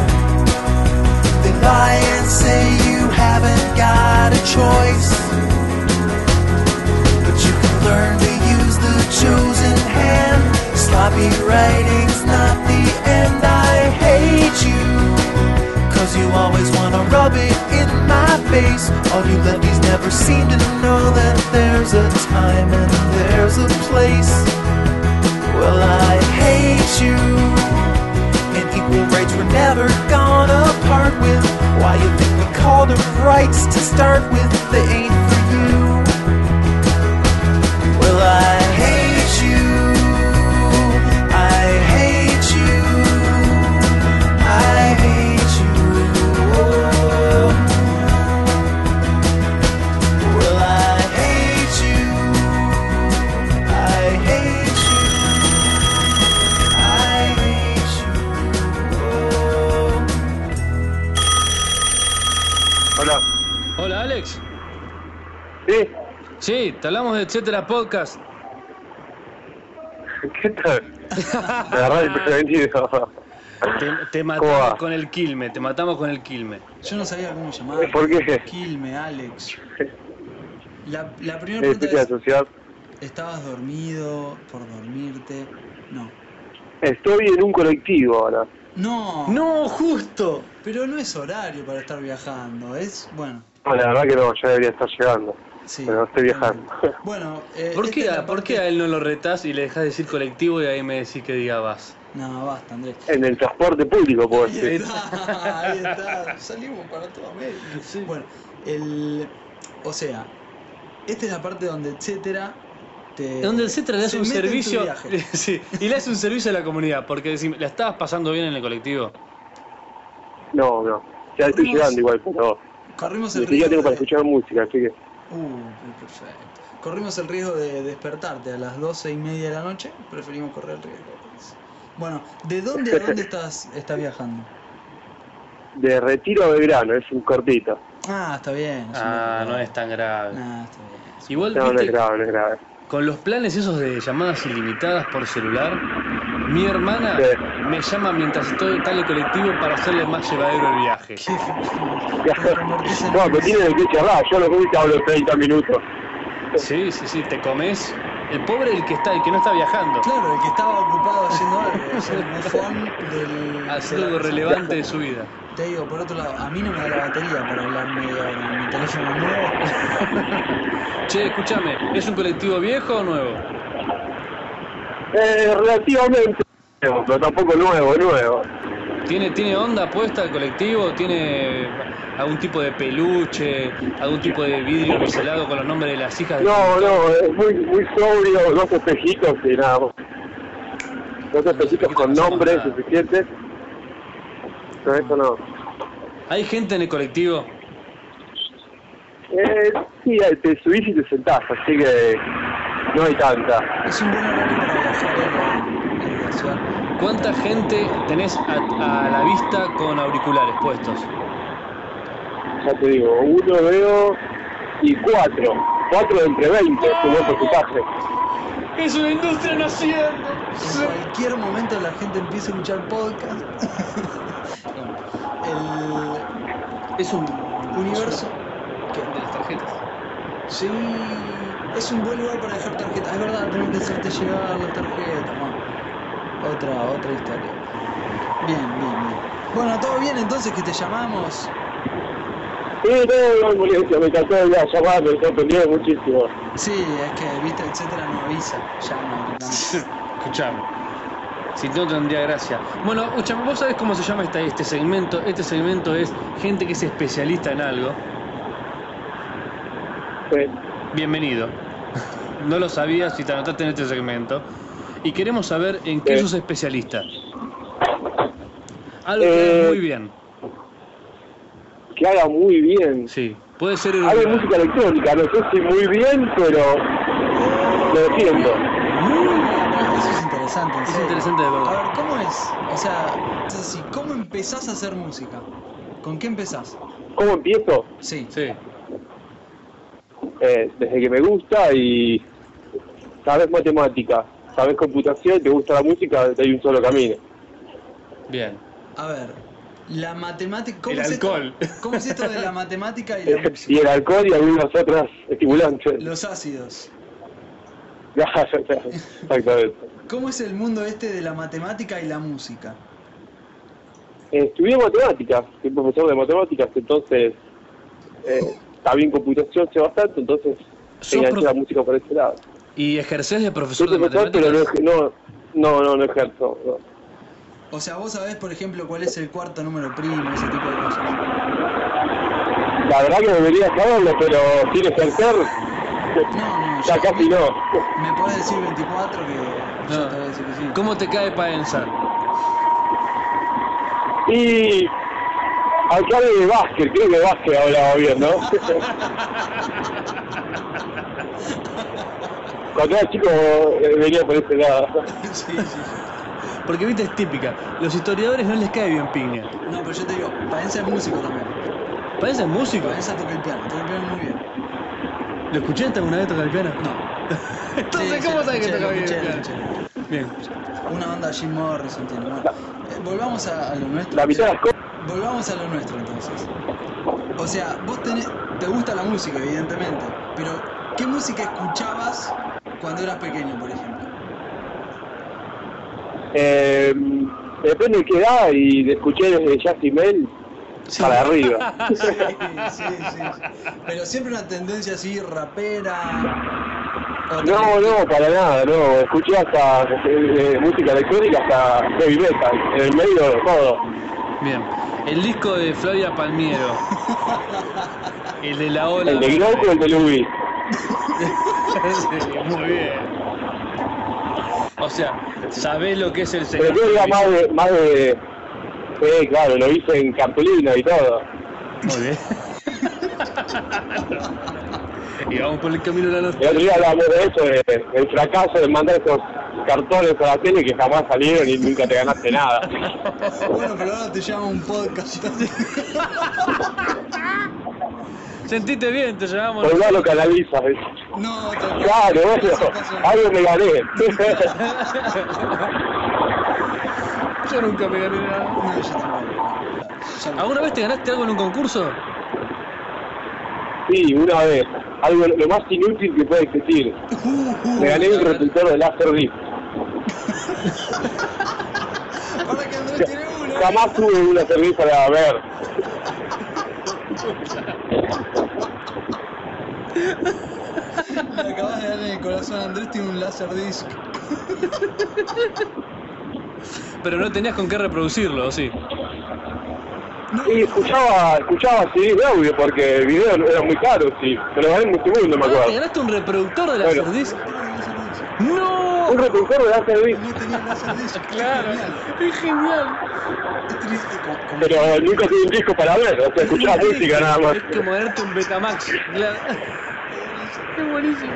E: They lie and say you haven't got a choice. But you can learn to use the chosen hand. Sloppy writing's not the end. I hate you. Cause you always wanna rub it in my face. All you lefties never seem to know that there's a time and there's a place. Well, I hate you and equal rights were never gonna part with. Why you think we called them rights to start with? They ain't for you. Well, I hate you. I hate you. I hate you. Well, I hate you. I hate you. I hate you.
F: Hola.
B: Hola Alex.
F: Sí,
B: Sí, te hablamos de Etcétera Podcast.
F: ¿qué tal? Me agarrás desprevenido.
B: Te, te
F: ¿Cómo va?
B: matamos con el quilme, te matamos con el quilme.
A: Yo no sabía cómo llamar.
F: ¿Por qué?
A: Quilme, Alex. La, la primera
F: Eh,
A: pregunta
F: Estoy
A: es,
F: asociado.
A: ¿estabas dormido por dormirte? No.
F: Estoy en un colectivo ahora.
A: No,
B: No, justo.
A: pero no es horario para estar viajando, es, bueno,
F: No, Ah, la verdad que no, ya debería estar llegando.
A: sí.
F: Pero estoy viajando.
A: Bueno, eh,
B: ¿Por
A: esta
B: qué,
A: es
B: a-
A: la
B: ¿Por
A: parte-
B: qué a él no lo retás y le dejás decir colectivo y ahí me decís que diga vas?
A: No, basta, Andrés.
F: En el transporte público, puedo
A: Ahí
F: decir.
A: está, ahí está. Salimos para toda América. Bueno, el. O sea, esta es la parte donde etcétera te.
B: Donde el Cetra le hace
A: se
B: un
A: mete en tu
B: servicio.
A: viaje.
B: Sí, y le hace un servicio a la comunidad, porque decime, la estabas pasando bien en el colectivo.
F: No, no. Ya estoy llegando igual, pero
A: Corrimos
F: ni
A: el
F: siquiera
A: riesgo.
F: tengo para
A: de-
F: escuchar música, así que
A: Uh, perfecto. Corrimos el riesgo de despertarte a las doce y media de la noche. Preferimos correr el riesgo. Bueno, ¿de dónde a dónde estás, estás viajando?
F: de retiro a Belgrano, es un cortito.
A: Ah, está bien. es un
B: Ah,
A: viaje.
B: no es tan grave.
A: Ah, está bien.
B: Igual,
F: No, no es
B: viste,
F: grave, no es grave.
B: con los planes esos de llamadas ilimitadas por celular, mi hermana
F: Sí.
B: me llama mientras estoy tal el colectivo para hacerle más llevadero el viaje.
A: Te convertís en-
F: No, pero tiene de qué charlar, yo lo comí te hablo 30 minutos.
B: Sí, sí, sí, te comes. El pobre el que está, el que no está viajando.
A: Claro, el que estaba ocupado haciendo algo, o sea, el bufón del...
B: Hacer
A: de la-
B: algo relevante de su vida.
A: Te digo, por otro lado, a mí no me da la batería para hablar media hora, mi teléfono es nuevo.
B: Che, escúchame, ¿es un colectivo viejo o nuevo?
F: Eh, relativamente, nuevo, pero tampoco nuevo, nuevo.
B: ¿Tiene, ¿Tiene onda puesta el colectivo? ¿Tiene algún tipo de peluche? ¿Algún tipo de vidrio biselado con los nombres de las hijas? de-
F: No, no, es muy, muy sobrio, dos espejitos y nada más. Dos espejitos con nombres suficientes. No, eso no.
B: ¿Hay gente en el colectivo?
F: Eh, sí, te subís y te sentás, así que no hay tanta.
A: Es un buen horario para viajar ¿eh? en la, en la ciudad.
B: ¿Cuánta gente tenés a, a la vista con auriculares puestos?
F: Ya te digo, uno, veo y cuatro. 4 entre 20 subió el porcentaje.
B: Es una industria naciente.
A: En cualquier momento la gente empieza a escuchar podcast. El
B: Es un
A: universo.
B: de las tarjetas.
A: Sí, es un buen lugar para dejar tarjetas. Es verdad, tenemos que hacerte llegar las tarjetas. Bueno, otra, otra historia. Bien, bien, bien. Bueno, todo bien entonces que te llamamos.
F: Sí, no, no hay molestia, me encantó ya llamar, me sorprendió muchísimo.
A: Sí, es que, viste, etcétera, no avisa. Ya no, no.
B: Escuchame. Si no tendría gracia. Bueno, escuchame, vos sabés cómo se llama esta- este segmento. Este segmento es gente que es especialista en algo.
F: Sí.
B: Bienvenido. No lo sabías si te anotaste en este segmento. Y queremos saber en qué
F: Sí.
B: sos especialista. Algo que hagas
F: Eh.
B: muy bien.
F: Que haga muy bien.
B: Sí. Puede ser
F: Hago
B: una-
F: música electrónica, no sé si muy bien, pero lo defiendo.
A: Eso es interesante, en
B: Es
A: serio.
B: interesante de verdad.
A: A ver, ¿cómo es? O sea, es así, ¿cómo empezás a hacer música? ¿Con qué empezás?
F: ¿Cómo empiezo?
A: Sí.
B: Sí.
F: Eh, desde que me gusta y sabes matemática, sabes computación, te gusta la música, hay un solo camino.
B: Bien.
A: A ver, la matemática. ¿cómo
B: El
A: es esto-
B: alcohol.
A: ¿Cómo es esto de la matemática y la
F: y
A: música?
F: el alcohol y algunas otras estimulantes.
A: Los ácidos.
F: Claro, claro, Exactamente.
A: ¿Cómo es el mundo este de la matemática y la música?
F: Eh, Estudié matemáticas, soy profesor de matemáticas, entonces eh, también computación sé bastante, entonces
B: Sos
F: enganché
B: prof-
F: la música por ese lado.
B: ¿Y ejercés de profesor
F: Soy
B: de
F: profesor, pero no,
B: matemáticas?
F: ej- no, no, no, no ejerzo. no.
A: O sea, vos sabés, por ejemplo, cuál es el cuarto número primo, ese tipo de cosas.
F: La verdad que debería saberlo, pero sin ejercer,
A: No, no,
F: ya casi no.
A: Me podés decir 24 que. yo
B: Ah.
A: te voy a decir que sí.
B: ¿Cómo te cae para pensar?
F: Y acá de básquet, creo que básquet hablaba bien, ¿no? Cuando era chico eh, venía por ese lado.
A: Sí, sí.
B: Porque viste, es típica. Los historiadores no les cae bien piña.
A: No, pero yo te digo, Paenza es músico también.
B: Parecen músicos.
A: Paenza toca el piano, toca el piano muy bien.
B: ¿Lo escuchaste alguna vez tocar el piano?
A: No.
B: Entonces,
A: Sí,
B: ¿cómo
A: sí,
B: sabes que
A: escuché,
B: toca bien el
A: escuché,
B: piano?
A: escuché.
B: Bien.
A: Una banda Jim Morrison tiene. Bueno, eh, volvamos a, a lo nuestro.
F: La mitad de las cosas.
A: Volvamos a lo nuestro entonces. O sea, vos tenés, te gusta la música, evidentemente, pero ¿qué música escuchabas cuando eras pequeño, por ejemplo?
F: Eh, depende de qué edad y escuché desde Jazzy Mel para arriba.
A: Sí, sí, sí. Pero siempre una tendencia así, rapera. o
F: No,
A: también-
F: no, para nada, no. Escuché hasta eh, eh, música electrónica, hasta heavy metal, en el medio de todo.
B: Bien. El disco de Flavia Palmiero. El de la ola.
F: El de Glauco y el de Luis.
B: Sí, Muy bien. O sea, sabés lo que es el
F: Pero
B: señor.
F: yo era
B: Muy
F: más de, más de... eh, claro, lo hice en Capulina y todo.
B: bien. Y vamos por el camino de la noche.
F: El otro día hablábamos de eso, de- del fracaso de mandar esos cartones a la tele que jamás salieron y nunca te ganaste nada.
A: Bueno, pero ahora te llama un podcast.
B: Sentiste bien, te llamamos.
F: Por nada lo canalizas.
A: No, te
F: Claro,
A: Eso
F: bueno,
A: pasó.
F: algo me gané.
B: Yo nunca me gané nada.
A: No, yo tampoco. Ya no.
B: ¿Alguna vez te ganaste algo en un concurso?
F: Sí, una vez. Algo lo más inútil que puede existir. Me gané un receptor de láser disc.
A: Ahora que Andrés tiene uno.
B: ¿eh?
F: Jamás tuve un láser disc para ver.
A: Le acabas de dar en el corazón a Andrés, tiene un láser disc.
B: Pero no tenías con qué reproducirlo, ¿o sí?
F: Y escuchaba, escuchaba CD de audio porque el video era muy caro, sí. Me lo gané en multimundo, me
B: Ah, ¿Te
F: acuerdo.
B: ganaste un reproductor de la
F: Bueno.
B: Cerdisc?
A: No
B: ¡No!
F: Un receptor de láser disc.
A: tenía láser disc.
B: Claro,
A: Es genial.
B: es genial.
A: Es triste como- como-
F: Pero eh, nunca tuve un disco para ver, o sea, escuchaba música nada más.
B: Es como ganarte un Betamax. Claro. Es buenísimo.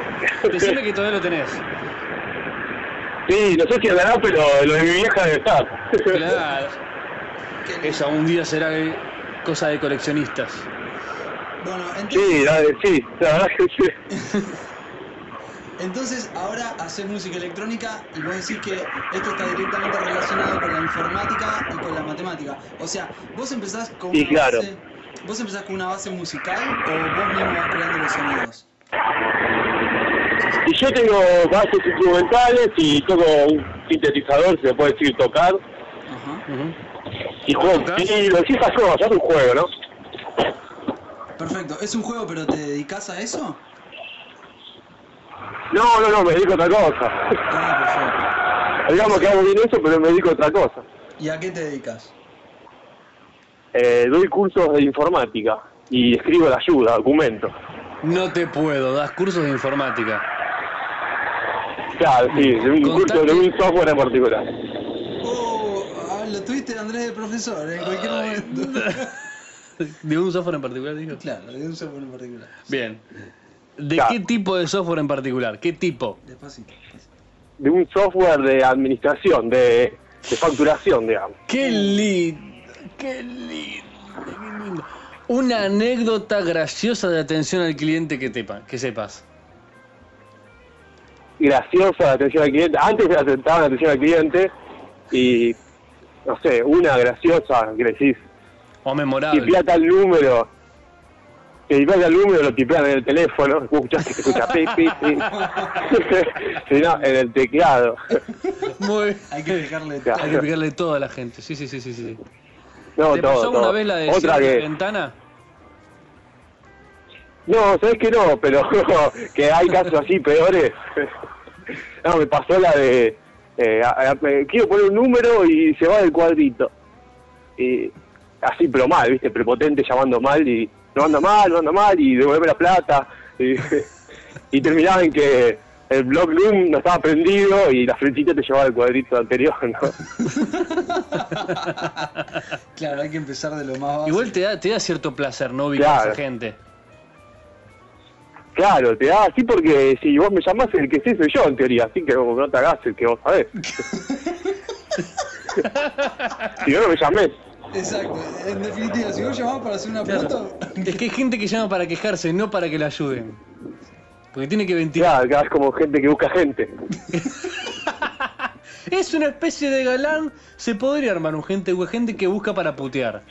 B: Decime que todavía lo tenés.
F: Sí, no sé si andará, pero lo de mi vieja debe estar.
B: Ah, Claro. Esa un día será eh, cosa de coleccionistas.
D: Bueno, ent-
F: Sí, dale, sí, la verdad que sí.
D: entonces ahora haces música electrónica y vos decís que esto está directamente relacionado con la informática y con la matemática. O sea, vos empezás con
F: Sí,
D: una
F: claro.
D: base, vos empezás con una base musical o vos mismo vas creando los sonidos.
F: Y yo tengo bases instrumentales y toco un sintetizador, se le puede decir tocar,
D: Ajá.
F: y juego
B: ¿Tocás?
F: tiros y esas cosas, es un juego, ¿no?
D: Perfecto. ¿Es un juego pero te dedicas a eso?
F: No, no, no, me dedico a otra cosa.
D: Ah, perfecto.
F: Digamos que hago bien eso, pero me dedico a otra cosa.
D: ¿Y a qué te dedicas?
F: Eh, doy cursos de informática y escribo la ayuda, documentos.
B: No te puedo, das cursos de informática.
F: Claro, sí, de un
B: Contá
F: curso de un software en particular.
D: Oh, ah, lo tuviste Andrés de profesor en cualquier momento.
B: ¿De un software en particular, dijo?
D: claro, de un software en particular.
B: Bien. ¿De
F: Ya.
B: qué tipo de software en particular? ¿Qué tipo?
D: Despacito. despacito.
F: De un software de administración, de, de facturación, digamos.
B: ¡Qué lindo! ¡Qué lindo! ¡Qué lindo! Una anécdota graciosa de atención al cliente que, tepa, que sepas.
F: graciosa la atención al cliente. Antes se atentaban la atención al cliente y, no sé, una graciosa que le decís,
B: O memorable.
F: tipea tal número, que tipea tal número, lo tipean en el teléfono, escuchas que se escucha pi, pi, pi. Sí, no, en el teclado.
B: Muy-
D: Hay que dejarle
F: Ya.
D: todo.
B: Hay que pegarle todo a la gente. Sí, sí, sí, sí. sí.
F: No,
B: ¿Te
F: todo,
B: pasó
F: todo.
B: una vez la de
F: Otra
B: cierre de
F: que...
B: ventana?
F: No, sabes que no, pero que hay casos así peores. No, me pasó la de. eh, a- a- me- quiero poner un número y se va del cuadrito. Y así, pero mal, ¿viste? Prepotente llamando mal y no anda mal, no anda mal y devolverme la plata. Y, y terminaba en que el block room no estaba prendido y la flechita te llevaba al cuadrito anterior, ¿no?
D: Claro, hay que empezar de lo más bajo.
B: Igual te da, te da cierto placer, ¿no? Ubicar a
F: Claro.
B: esa gente.
F: Claro, te da así porque si vos me llamás, el que sé soy yo en teoría, así que no, no te hagas el que vos sabés. si vos no me llamés,
D: Exacto. En definitiva, si vos llamás para hacer una foto,
B: Es que hay gente que llama para quejarse, no para que la ayuden. Porque tiene que ventilar.
F: claro, acá es como gente que busca gente.
B: Es una especie de galán. Se podría armar un gente, gente que busca para putear.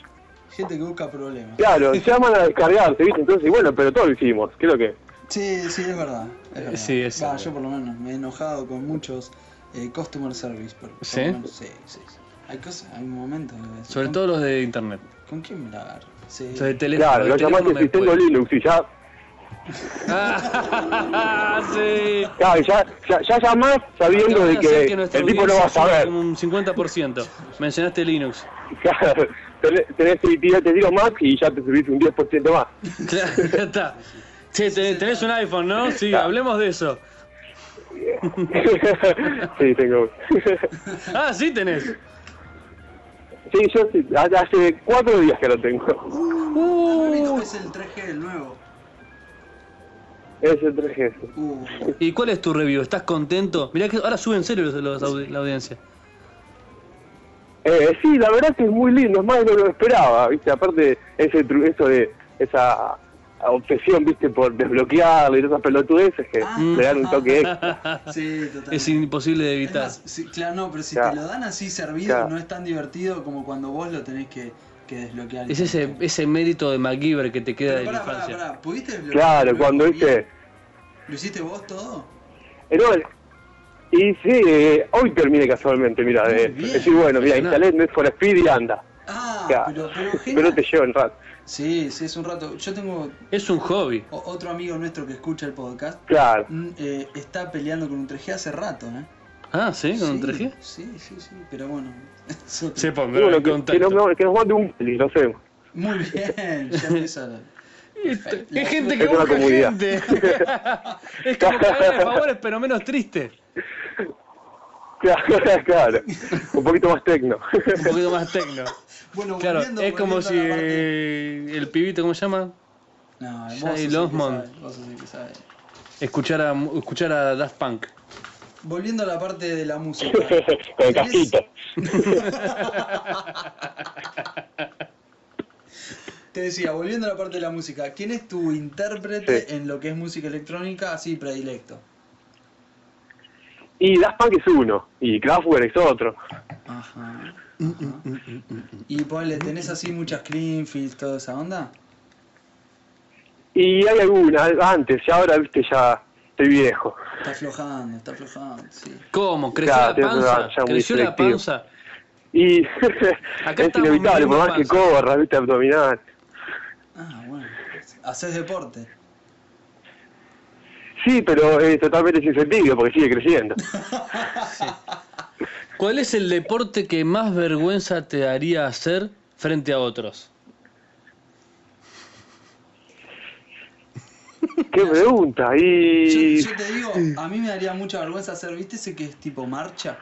D: gente que busca problemas.
F: Claro, llaman a descargarse, ¿viste? Entonces, bueno, pero todo lo hicimos, creo que.
D: Sí, sí, es verdad. es verdad.
B: Eh, sí, es
D: Va,
B: verdad.
D: yo por lo menos me he enojado con muchos eh, customer service. Por, por
B: ¿Sí?
D: lo menos. sí, sí, sí. Hay cosas, hay momentos. que decís,
B: Sobre
D: ¿con-
B: todo los de internet.
D: ¿Con quién me la agarro? Sí.
B: Los de teléfono.
F: Claro, lo
B: los de
F: llamaste
B: teléfono me
F: Sistema
B: puede.
F: Linux y ya.
B: Ah, sí.
F: Claro, ya, ya, ya llamás sabiendo
B: Acabas
F: de
B: hacer
F: que,
B: nuestra
F: el tipo no
B: audiencia
F: va a
B: suba
F: saber.
B: Como un 50%. Mencionaste Linux.
F: Claro, tenés, tenés que tirar- te tiro más y ya te subiste un 10% más.
B: Claro, ya está. Che, te- tenés un iPhone, ¿no? Sí,
F: Claro.
B: hablemos de eso.
F: sí, tengo.
B: Ah, sí tenés.
F: Sí, yo sí, ha- hace cuatro días que lo tengo.
D: Lo único que es el 3G del nuevo.
F: Es el 3G.
D: Uh,
B: ¿Y cuál es tu review? ¿Estás contento? Mirá que ahora suben en serio los- los audi- la audiencia.
F: Eh, sí, la verdad que es muy lindo, es más de lo que esperaba, ¿viste? Aparte, ese tru- eso de esa obsesión, ¿viste? Por desbloquearlo y todas esas pelotudeces que
D: Ah.
F: le dan un toque extra.
D: sí, totalmente.
B: Es imposible de
D: Es
B: evitar.
D: más, si- claro, no, pero si
F: Claro.
D: te lo dan así servido,
F: Claro.
D: no es tan divertido como cuando vos lo tenés que, que desbloquear.
B: Es ese, ese mérito de MacGyver que te queda
D: Pero
B: de la
D: pará, pará,
B: infancia.
D: pará, ¿pudiste desbloquear?
F: Claro,
D: luego
F: cuando
D: bien?
F: viste...
D: ¿Lo hiciste vos todo?
F: eh, no, el- y sí, eh, hoy terminé casualmente, mira, de
D: Muy bien.
F: decir, bueno, mira, instalé Net for Speed y anda.
D: Ah,
F: Claro.
D: pero, pero,
F: Pero
D: genial.
F: te llevo en rato.
D: Sí, sí, es un rato. Yo tengo
B: Es un hobby.
D: o- otro amigo nuestro que escucha el podcast.
F: Claro.
D: mm, eh, está peleando con un 3G hace rato, ¿eh?
B: Ah, ¿sí? ¿Con un
D: Sí,
B: 3G?
D: Sí, sí, sí, pero bueno. es otro.
B: Se pongo
F: Bueno,
B: en
F: que, que
B: contacto.
F: nos, que nos mande un peli, lo hacemos.
D: Muy bien, ya empieza. la-
B: Es gente que
F: Es una
B: busca
F: comunidad.
B: gente. es como caer de favores, pero menos triste.
F: Claro, claro. Un poquito más tecno.
B: Un poquito más tecno.
D: Bueno,
B: Claro,
D: volviendo-
B: es como
D: volviendo a
B: si
D: la parte-
B: eh, el pibito, ¿cómo se llama?
D: No, vos
B: Shai
D: sos el que
B: Losman.
D: sabe, vos sos el que sabe.
B: Escuchara, escuchara Daft Punk.
D: Volviendo a la parte de la música.
F: Con el casquito.
D: Te decía, volviendo a la parte de la música, ¿quién es tu intérprete
F: Sí.
D: en lo que es música electrónica así predilecto?
F: Y Daft Punk es uno, y Kraftwerk es otro.
D: Ajá. ajá. mm, Y ponle, ¿tenés así muchas Greenfields, toda esa onda?
F: Y hay algunas, antes, ya ahora, viste, ya estoy viejo.
D: Está aflojando, está aflojando, sí.
B: ¿Cómo? ¿Creció
F: Claro,
B: la
F: tiene una
B: panza?
F: mancha muy
B: ¿Creció la
F: selectivo.
B: panza?
F: Y es
B: estamos
F: inevitable, por
B: midiendo
F: más que
B: panza.
F: corras, viste, abdominal.
D: Ah, bueno. Haces deporte.
F: Sí, pero es totalmente sin sentido, porque sigue creciendo.
B: ¿Cuál es el deporte que más vergüenza te haría hacer frente a otros?
F: Qué pregunta,
D: Yo,
F: y...
D: yo te digo, a mí me daría mucha vergüenza hacer, ¿viste ese que es tipo marcha?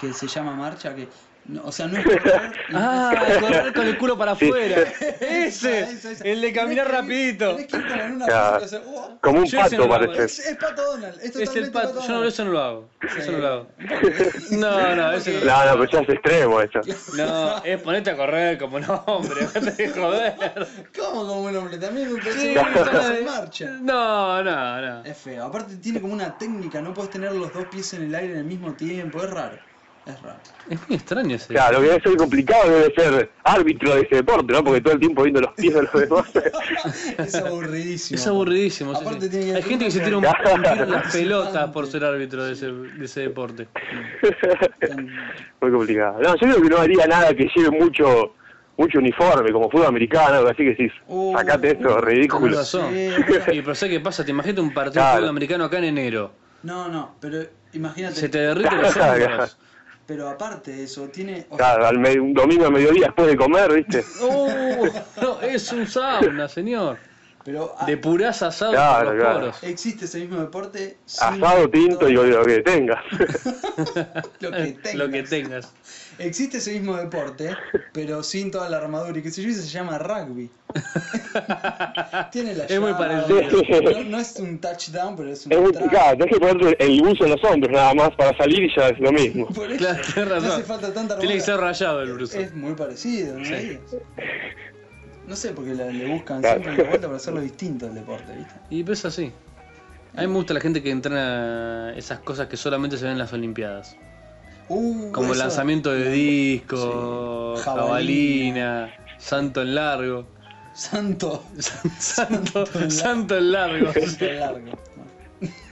D: Que se llama marcha, que... no, o sea, no es correr... no es-
B: Ah, correr con el culo para
F: Sí.
B: afuera.
D: Esa,
B: Ese,
D: esa, esa.
B: el de caminar
D: Tenés que ir-
B: rapidito.
D: tenés que ir como en una
F: Claro.
D: cosa que hace, "Oh,
F: Como un
B: Yo ese no
F: pato
B: lo hago,
F: parece.
D: es, es Pato Donald, es
B: Es
D: totalmente
B: el pato. Yo no, eso no lo hago. Eso no lo hago. No, no, ese no.
F: No, no, pero ya es extremo eso.
B: No, es ponerte a correr como un hombre, déjate de joder.
D: ¿Cómo como un hombre? También me parece
B: Sí,
D: que
B: claro.
D: en marcha.
B: No, no, no.
D: Es feo. Aparte tiene como una técnica, no puedes tener los dos pies en el aire en el mismo tiempo, es raro. Es raro.
B: Es muy extraño ese.
F: Claro, lo que debe ser complicado debe ser árbitro de ese deporte, ¿no? Porque todo el tiempo viendo los pies de los demás.
D: Es aburridísimo.
B: Es aburridísimo. sí,
D: Aparte
B: sí.
D: tiene que-
B: Hay gente que se tira un,
F: Claro.
B: un tiro en las pelotas por ser árbitro de ese, de ese deporte.
D: Tan-
F: Muy complicado. No, yo creo que no haría nada que lleve mucho mucho uniforme, como fútbol americano, algo así que sí.
D: Uh,
F: Sacate esto,
D: uh,
B: Tenés
F: ridículo.
B: razón.
D: Sí,
B: Y pero ¿sabes qué pasa? Te imaginas un partido de
F: Claro.
B: fútbol americano acá en enero.
D: No, no, pero
B: Se
D: imagínate.
B: te derriten los hombros.
D: Pero aparte de eso, tiene. o sea,
F: Claro, al me- un domingo al mediodía después de comer, ¿viste?
B: Uh, no, es un sauna, señor.
D: pero ah,
B: Depurás asado
F: Claro,
B: por los
F: claro.
B: poros.
D: existe ese mismo deporte. sin
F: Asado, tinto y
D: todo
F: lo que tengas.
D: lo que tengas.
B: Eh, Lo que tengas.
D: Existe ese mismo deporte, pero sin toda la armadura y que se yo, y se llama rugby. Tiene la
B: Es muy
D: llave,
F: parecido.
D: No, no es un touchdown, pero es un
F: es muy
D: track.
F: complicado, tenés que ponerte el buzo en los hombros nada más para salir y ya es lo mismo.
D: Por eso,
B: Claro, tenés
D: no hace
B: razón.
D: falta tanta
B: Tiene que ser
D: armadura.
B: rayado el bruso.
D: Es muy parecido, ¿no? No sé, porque la- le buscan
F: Claro.
D: siempre la vuelta para hacerlo distinto al deporte, ¿viste?
B: Y pues así. A mí me gusta la gente que entrena esas cosas que solamente se ven en las Olimpiadas.
D: Uh,
B: Como
D: eso.
B: lanzamiento de disco,
D: Sí.
B: jabalina, santo en largo.
D: Santo.
B: Santo, santo en largo.
D: Santo largo.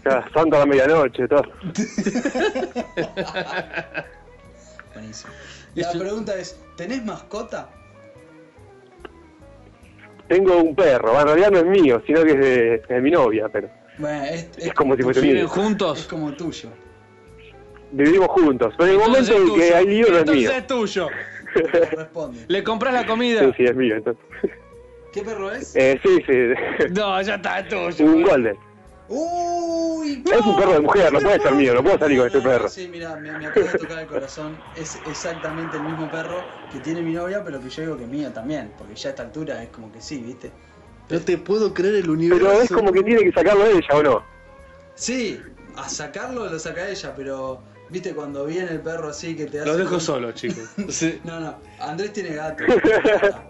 F: Ya, santo a la medianoche, todo.
D: Buenísimo. La pregunta es, ¿tenés mascota?
F: Tengo un perro, bueno, en realidad no es mío, sino que es de, de mi novia, pero
D: Bueno, es, es-
F: es como si fuese
B: ¿Viven
F: mío.
D: es
B: juntos?
D: como tuyo.
F: Vivimos juntos, pero en el
B: Entonces
F: momento
B: es
F: en que
B: tuyo.
F: hay lío no es
B: Entonces
F: mío.
B: es tuyo.
D: Responde.
B: Le compras la comida.
F: Sí, sí, es mío, entonces.
D: ¿Qué perro es?
F: Eh, sí, sí,
B: No, ya está, es tuyo.
F: un golden.
D: Uy,
F: Es un perro de mujer, no puede ser mío, no puedo salir con este
D: No, no,
F: perro.
D: Sí, mira, me, me acaba de tocar el corazón. Es exactamente el mismo perro que tiene mi novia, pero que yo digo que es mío también. Porque ya a esta altura es como que sí, ¿viste?
G: No te puedo creer el universo.
F: Pero es como que tiene que sacarlo ella, ¿o no?
D: Sí, a sacarlo lo saca ella, pero ¿viste cuando viene el perro así que te hace.
B: Los dejo solos, chicos. Sí.
D: No, no, Andrés tiene gato.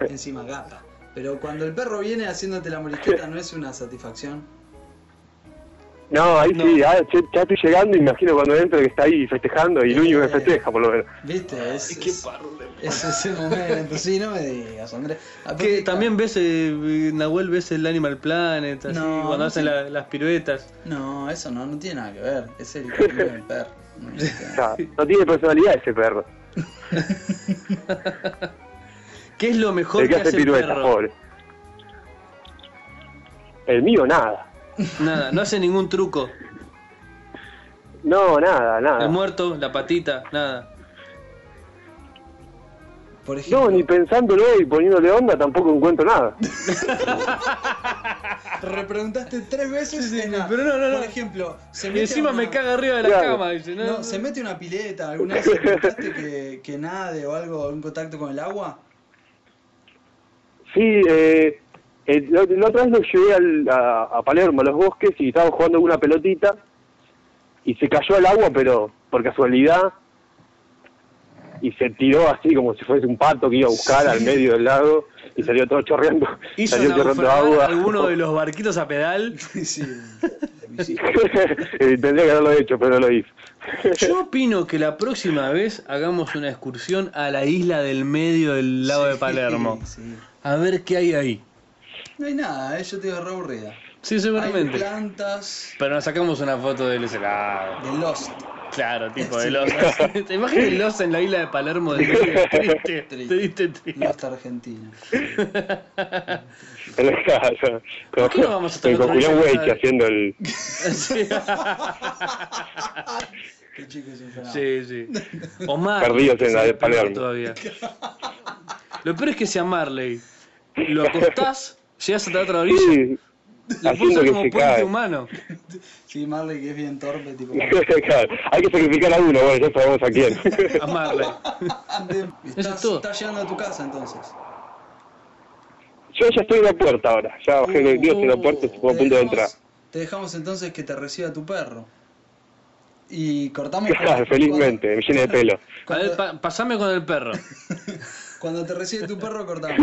D: encima gata. Pero cuando el perro viene haciéndote la morisqueta, ¿no es una satisfacción?
F: No, ahí sí, ah, che, ya estoy llegando y me imagino cuando entro que está ahí festejando y el
B: Eh.
F: único que festeja, por lo menos.
D: ¿Viste? Es, es- es ese momento. Sí, no me digas, Andrés. Aparte,
B: Que también ves, eh, Nahuel, ves el Animal Planet, así,
D: No,
B: cuando
D: no
B: hacen
D: sé.
B: la- las piruetas.
D: No, eso no, no tiene nada que ver. Es el cariño del perro. No, es
F: O
D: que-
F: sea, no tiene personalidad ese perro.
B: ¿Qué es lo mejor
F: El que hace
B: el
F: piruetas,
B: perro?
F: pobre. El mío, nada.
B: Nada, no hace ningún truco.
F: No, nada,
B: El
F: nada.
B: muerto, la patita, nada.
D: Por
F: No,
D: ejemplo,
F: ni pensándolo y poniéndole onda tampoco encuentro nada.
D: repreguntaste tres veces. en la-
B: pero no, no, no.
D: Por ejemplo, se
B: Y
D: mete
B: encima
D: una-
B: me caga arriba de la
F: Claro.
B: cama. Dice, no,
D: Este No, se mete una pileta. ¿Alguna vez preguntaste que, que nade o algo, un contacto con el agua?
F: Sí, eh, eh, la, la otra vez lo llevé al- a, a Palermo, a los bosques, y estábamos jugando con una pelotita y se cayó al agua, pero por casualidad. y se tiró así como si fuese un pato que iba a buscar al medio del lago y salió todo chorreando,
B: Hizo
F: salió chorreando
B: naufragar
F: agua.
B: alguno de los barquitos a pedal.
F: Eh, Tendría que haberlo hecho, pero no lo hizo.
B: Yo opino que la próxima vez hagamos una excursión a la isla del medio del lago de Palermo.
D: Sí.
B: A ver qué hay ahí.
D: No hay nada, eh, yo te digo re aburrida.
B: Sí,
D: Hay
B: seguramente.
D: plantas
B: Pero nos sacamos una foto del ese lado.
D: de Lost.
B: "Ah, Claro, tipo de los. ¿Te imaginas el oso en la isla de Palermo? De triste, triste, triste.
D: Lost Argentina.
F: En la casa. Con,
B: qué no vamos a tener
F: con
B: otra
F: Julián
B: vez?
F: Weich haciendo el.
B: Sí,
D: Qué chico es un fenómeno.
B: sí. sí. O más.
F: Perdidos en la de Palermo.
B: Todavía. Lo peor es que sea Marley. Lo acostás, llegas hasta la otra orilla.
F: Sí,
B: Lo pones
F: haciendo que
B: como
F: se
B: puente
F: cae.
B: humano.
D: Sí, Marley que es bien torpe, tipo.
F: Claro, Hay que sacrificar a uno, bueno, ya sabemos a quién.
B: A Marley.
D: Estás,
B: todo.
D: estás llegando a tu casa entonces.
F: Yo ya estoy en la puerta ahora, ya bajé de Dios en la puerta, estuve a punto de entrar.
D: Te dejamos entonces que te reciba tu perro. Y cortamos.
F: Claro, felizmente, me llené de pelo.
B: A ver, pa- pasame con el perro.
D: Cuando te recibe tu perro, cortamos.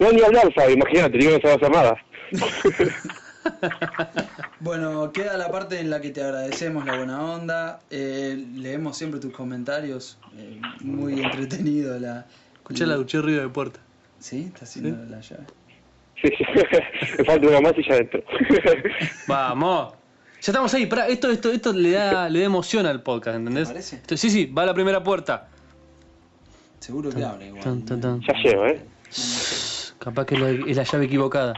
F: No, ni hablar, Fabio, imagínate, digo esas dos armadas.
D: Bueno, queda la parte en la que te agradecemos la buena onda. eh, leemos siempre tus comentarios. eh, muy entretenido la.
B: Escuché la duché ruido de puerta.
D: ¿Sí? Está haciendo la llave.
F: Sí, sí. Me falta una más y ya entro.
B: Vamos. Ya estamos ahí, pará, esto, esto, esto le da, le da emoción al podcast, ¿entendés?
D: ¿Te parece?
B: Esto- sí, sí, va a la primera puerta.
D: Seguro que habla igual.
B: Tan, tan, tan.
F: Ya llego, ¿eh?
B: Capaz que es la, es la llave equivocada.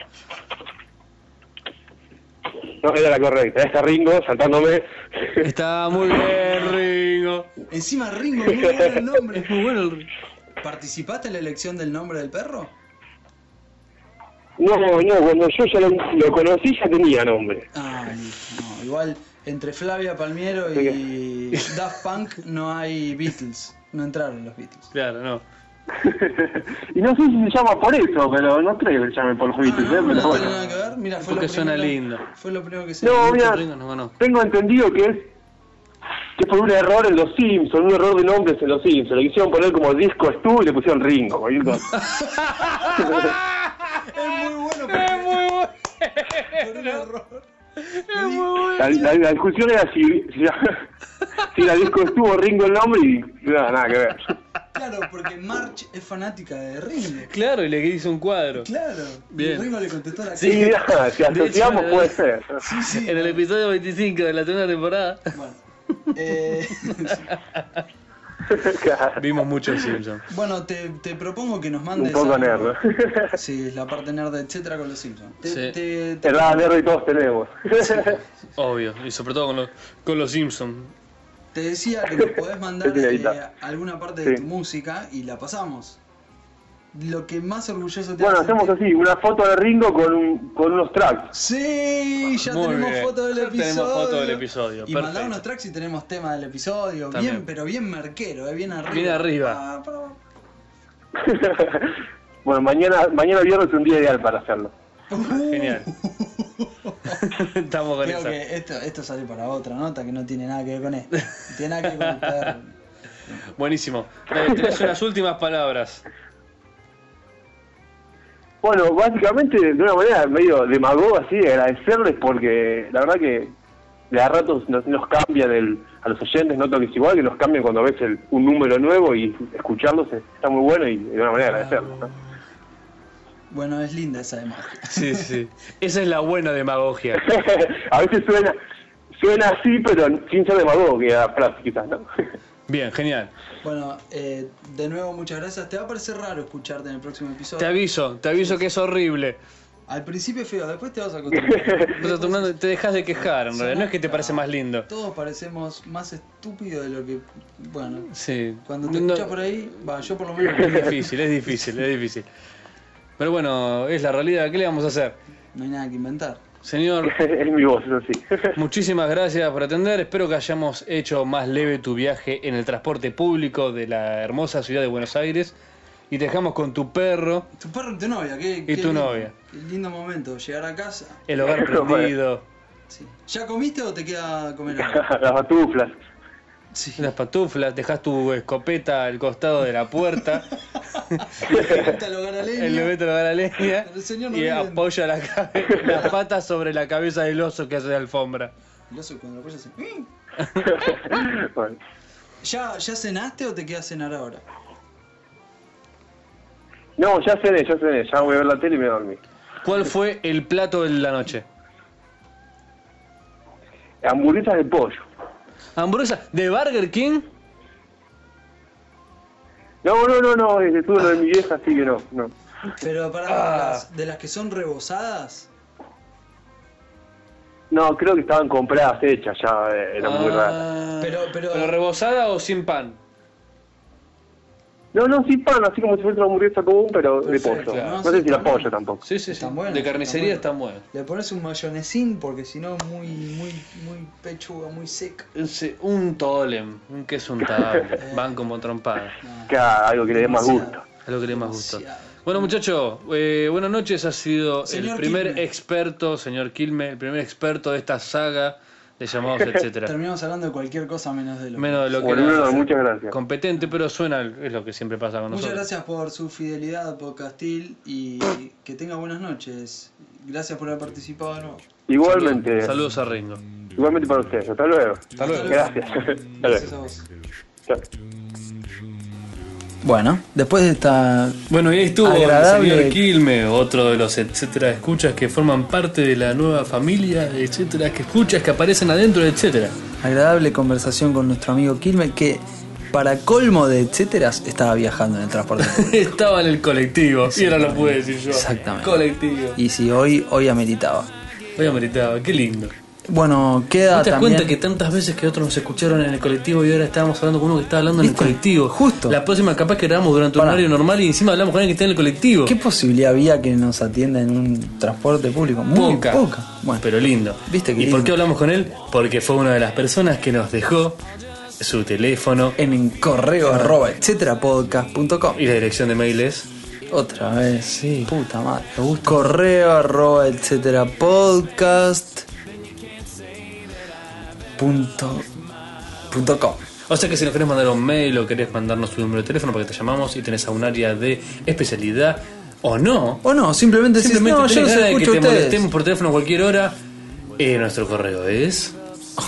F: No, era la correcta. Ahí está Ringo saltándome.
B: Está muy bien, Ringo.
D: Encima Ringo, muy bueno el nombre.
B: Es muy bueno el Ringo.
D: ¿Participaste en la elección del nombre del perro?
F: No, no, cuando yo ya lo, lo conocí ya tenía nombre.
D: Ah, listo. No, igual entre Flavia Palmiero y Daft Punk no hay Beatles. No entraron los Beatles.
B: Claro, no.
F: Y no sé si se llama por eso, pero no creo que se llame por los
D: Ah,
F: Beatles, ¿eh?
D: no, no,
F: Pero
D: no
F: bueno.
D: tiene nada que ver. Mira, fue
B: Porque
D: lo
B: suena
D: primero,
B: lindo.
D: Fue lo primero que se
F: No, mira,
B: Ringo no conozco.
F: tengo entendido que es que fue un error en los Simpsons, un error de nombres en los Simpsons. Le quisieron poner como disco Stu y le pusieron Ringo. cualquier cosa.
D: Es muy bueno, pero
B: Es muy bueno.
D: por un error.
F: La, la- la discusión era si, si, la- si la disco Stu o Ringo el nombre y nada, nada que ver.
D: Claro, porque March es fanática de Ringo.
B: Claro, y le hizo un cuadro.
D: Claro.
B: Bien.
D: Y Ringo le contestó la
F: Sí,
D: cara.
F: nada, si asociamos puede ser.
D: Sí, sí.
B: En el episodio 25 de la segunda temporada
D: Bueno. Eh,
F: Claro,
B: vimos mucho Simpson.
D: bueno, te, te propongo que nos mandes.
F: un poco
D: algo.
F: nerd.
D: Sí, la parte nerd, etcétera, con los Simpsons. Te-
B: Sí.
D: te- te-
F: El lado nerd y todos tenemos.
B: Obvio, y sobre todo con los, con los Simpsons.
D: Te decía que nos podés mandar
F: Sí, ahí
D: eh,
F: está.
D: alguna parte de
F: Sí.
D: tu música y la pasamos. Lo que más orgulloso te
F: Bueno,
D: hace
F: hacemos así, una foto de Ringo con, un, con unos tracks.
D: Sí, ya
B: Muy
D: tenemos
B: bien.
D: foto del
B: Ya
D: episodio.
B: tenemos foto del episodio,
D: Y
B: perfecto.
D: mandá unos tracks y tenemos tema del episodio.
B: También.
D: Bien, pero bien marquero, eh, bien arriba.
B: Bien arriba.
D: Ah, pero-
F: bueno, mañana, mañana viernes es un día ideal para hacerlo.
B: Genial. Estamos con
D: Creo
B: esa.
D: que esto, esto sale para otra nota que no tiene nada que ver con esto. No tiene nada que ver con el perro.
B: Buenísimo. Dale, tenés unas últimas palabras.
F: Bueno, básicamente de una manera medio demagoga, así, agradecerles porque la verdad que de a ratos nos, nos cambian el, a los oyentes, noto que es igual, que nos cambian cuando ves el- un número nuevo y escucharlos está muy bueno y de una manera agradecerles. ¿no?
D: Bueno, es linda esa imagen.
B: Sí, sí. Esa es la buena demagogia.
F: a veces suena suena así, pero sin ser demagogo, que la frase quizás, ¿no?
B: Bien, genial.
D: Bueno, eh, de nuevo, muchas gracias. Te va a parecer raro escucharte en el próximo episodio.
B: Te aviso, te aviso que es horrible.
D: Al principio es feo, después te vas a acostumbrar.
B: Vas acostumbrando- te dejas de quejar, en realidad. No es que te parece más lindo.
D: Todos parecemos más estúpidos de lo que. Bueno,
B: Sí.
D: cuando te
B: No-
D: escuchas por ahí, va, yo por lo menos.
B: Es difícil, es difícil, es difícil. Pero bueno, es la realidad. ¿Qué le vamos a hacer?
D: No hay nada que inventar.
B: Señor,
F: es mi voz, es así.
B: Muchísimas gracias por atender. Espero que hayamos hecho más leve tu viaje en el transporte público de la hermosa ciudad de Buenos Aires. Y te dejamos con tu perro,
D: Tu perro y tu novia, qué. qué
B: tu
D: lindo,
B: novia.
D: Qué lindo momento, llegar a casa.
B: el hogar prendido.
D: Sí. ¿Ya comiste o te queda comer ahora?
F: Las batuflas.
A: Sí.
B: las pantuflas, dejas tu escopeta al costado de la puerta,
A: lo gana leña.
B: el evento lo da la leña
A: El señor no
B: y
A: viene.
B: apoya la cabe- las patas sobre la cabeza del oso que hace la alfombra.
A: El oso cuando lo apoya hace, "Mm".
F: Bueno,
A: ¿Ya, ¿Ya cenaste o te quedas a cenar ahora?
F: No, ya cené, ya cené. Ya voy a ver la tele y me voy a dormir.
B: ¿Cuál fue el plato de la noche?
F: Hamburguesas de pollo.
B: ¿Hamburguesa de Burger King?
F: No, no, no, no. eh, Estuve lo de mi vieja, así que no. no.
A: Pero para
B: Ah.
A: las, de las que son rebozadas.
F: No, creo que estaban compradas, hechas ya. eh, Era muy rara.
A: Pero, pero,
B: Ah. ¿Pero rebozada o sin pan?
F: No, no, sin pan, así como si fuese una hamburguesa común, pero de
A: Perfecto,
F: pollo.
A: ¿no? Sí,
F: No, sé si
A: está
F: la pollo
A: bueno.
F: tampoco.
B: Sí, sí, sí.
A: Están buenas,
B: de carnicería
A: están
B: están buenas.
A: le pones un mayonesín porque si no, muy, muy, muy pechuga, muy seca.
B: Sí, Un tolem, un queso untable, van como trompadas.
F: Claro, algo que le dé más gusto.
B: Es lo que le más gusta.
A: Demasiado.
B: Bueno, muchachos, eh, buenas noches. Ha sido el
A: Señor
B: primer
A: Quilme.
B: experto, señor Quilme, el primer experto de esta saga de llamados, etcétera.
A: Terminamos hablando de cualquier cosa menos de lo.
B: Menos de lo que
F: Bueno,
B: nos hace
F: muchas gracias.
B: competente, pero suena, es lo que siempre pasa con
A: Muchas
B: nosotros.
A: gracias por su fidelidad, Podcastil, y que tenga buenas noches. Gracias por haber participado de nuevo.
F: Igualmente,
B: Saludos a Ringo.
F: igualmente para ustedes. Hasta luego. Hasta
A: luego.
F: Gracias. Hasta
A: Gracias
F: luego.
A: a vos.
F: Chao.
A: Bueno, después de esta
B: Bueno, y ahí estuvo
A: Agradable.
B: el señor Quilme, otro de los etcétera escuchas que forman parte de la nueva familia, etcétera, que escuchas que aparecen adentro, etcétera.
A: agradable conversación con nuestro amigo Quilme, que para colmo de etcéteras estaba viajando en el transporte. público.
B: Estaba en el colectivo, y ahora lo pude decir yo.
A: Exactamente.
B: Colectivo.
A: y si hoy, hoy ameritaba.
B: Voy a meditar, qué lindo.
A: Bueno, queda
B: ¿No te das
A: Ah, también.
B: cuenta que tantas veces que otros nos escucharon en el colectivo y ahora estábamos hablando con uno que está hablando en el
A: ¿Viste?
B: colectivo?
A: Justo.
B: La próxima capaz que grabamos durante un
A: Pará.
B: horario normal y encima hablamos con alguien que está en el colectivo.
A: ¿Qué posibilidad había que nos atienda en un transporte público? Muy
B: poca.
A: Bueno,
B: Pero lindo.
A: Viste que
B: ¿Y por
A: lindo.
B: qué hablamos con él? Porque fue una de las personas que nos dejó su teléfono
A: en correo arroba etcétera podcast.com.
B: y la dirección de mail es...
A: Otra vez, sí. Puta madre. Correo arroba etcétera podcast punto, punto com.
B: O sea que si nos querés mandar un mail o querés mandarnos tu número de teléfono para que te llamamos y tenés a un área de especialidad o no,
A: O no, simplemente, decís,
B: Simplemente
A: Pues no, yo
B: tenés
A: los
B: ganas de que
A: escucho
B: te
A: a ustedes.
B: molestemos por teléfono a cualquier hora. Eh, nuestro correo es.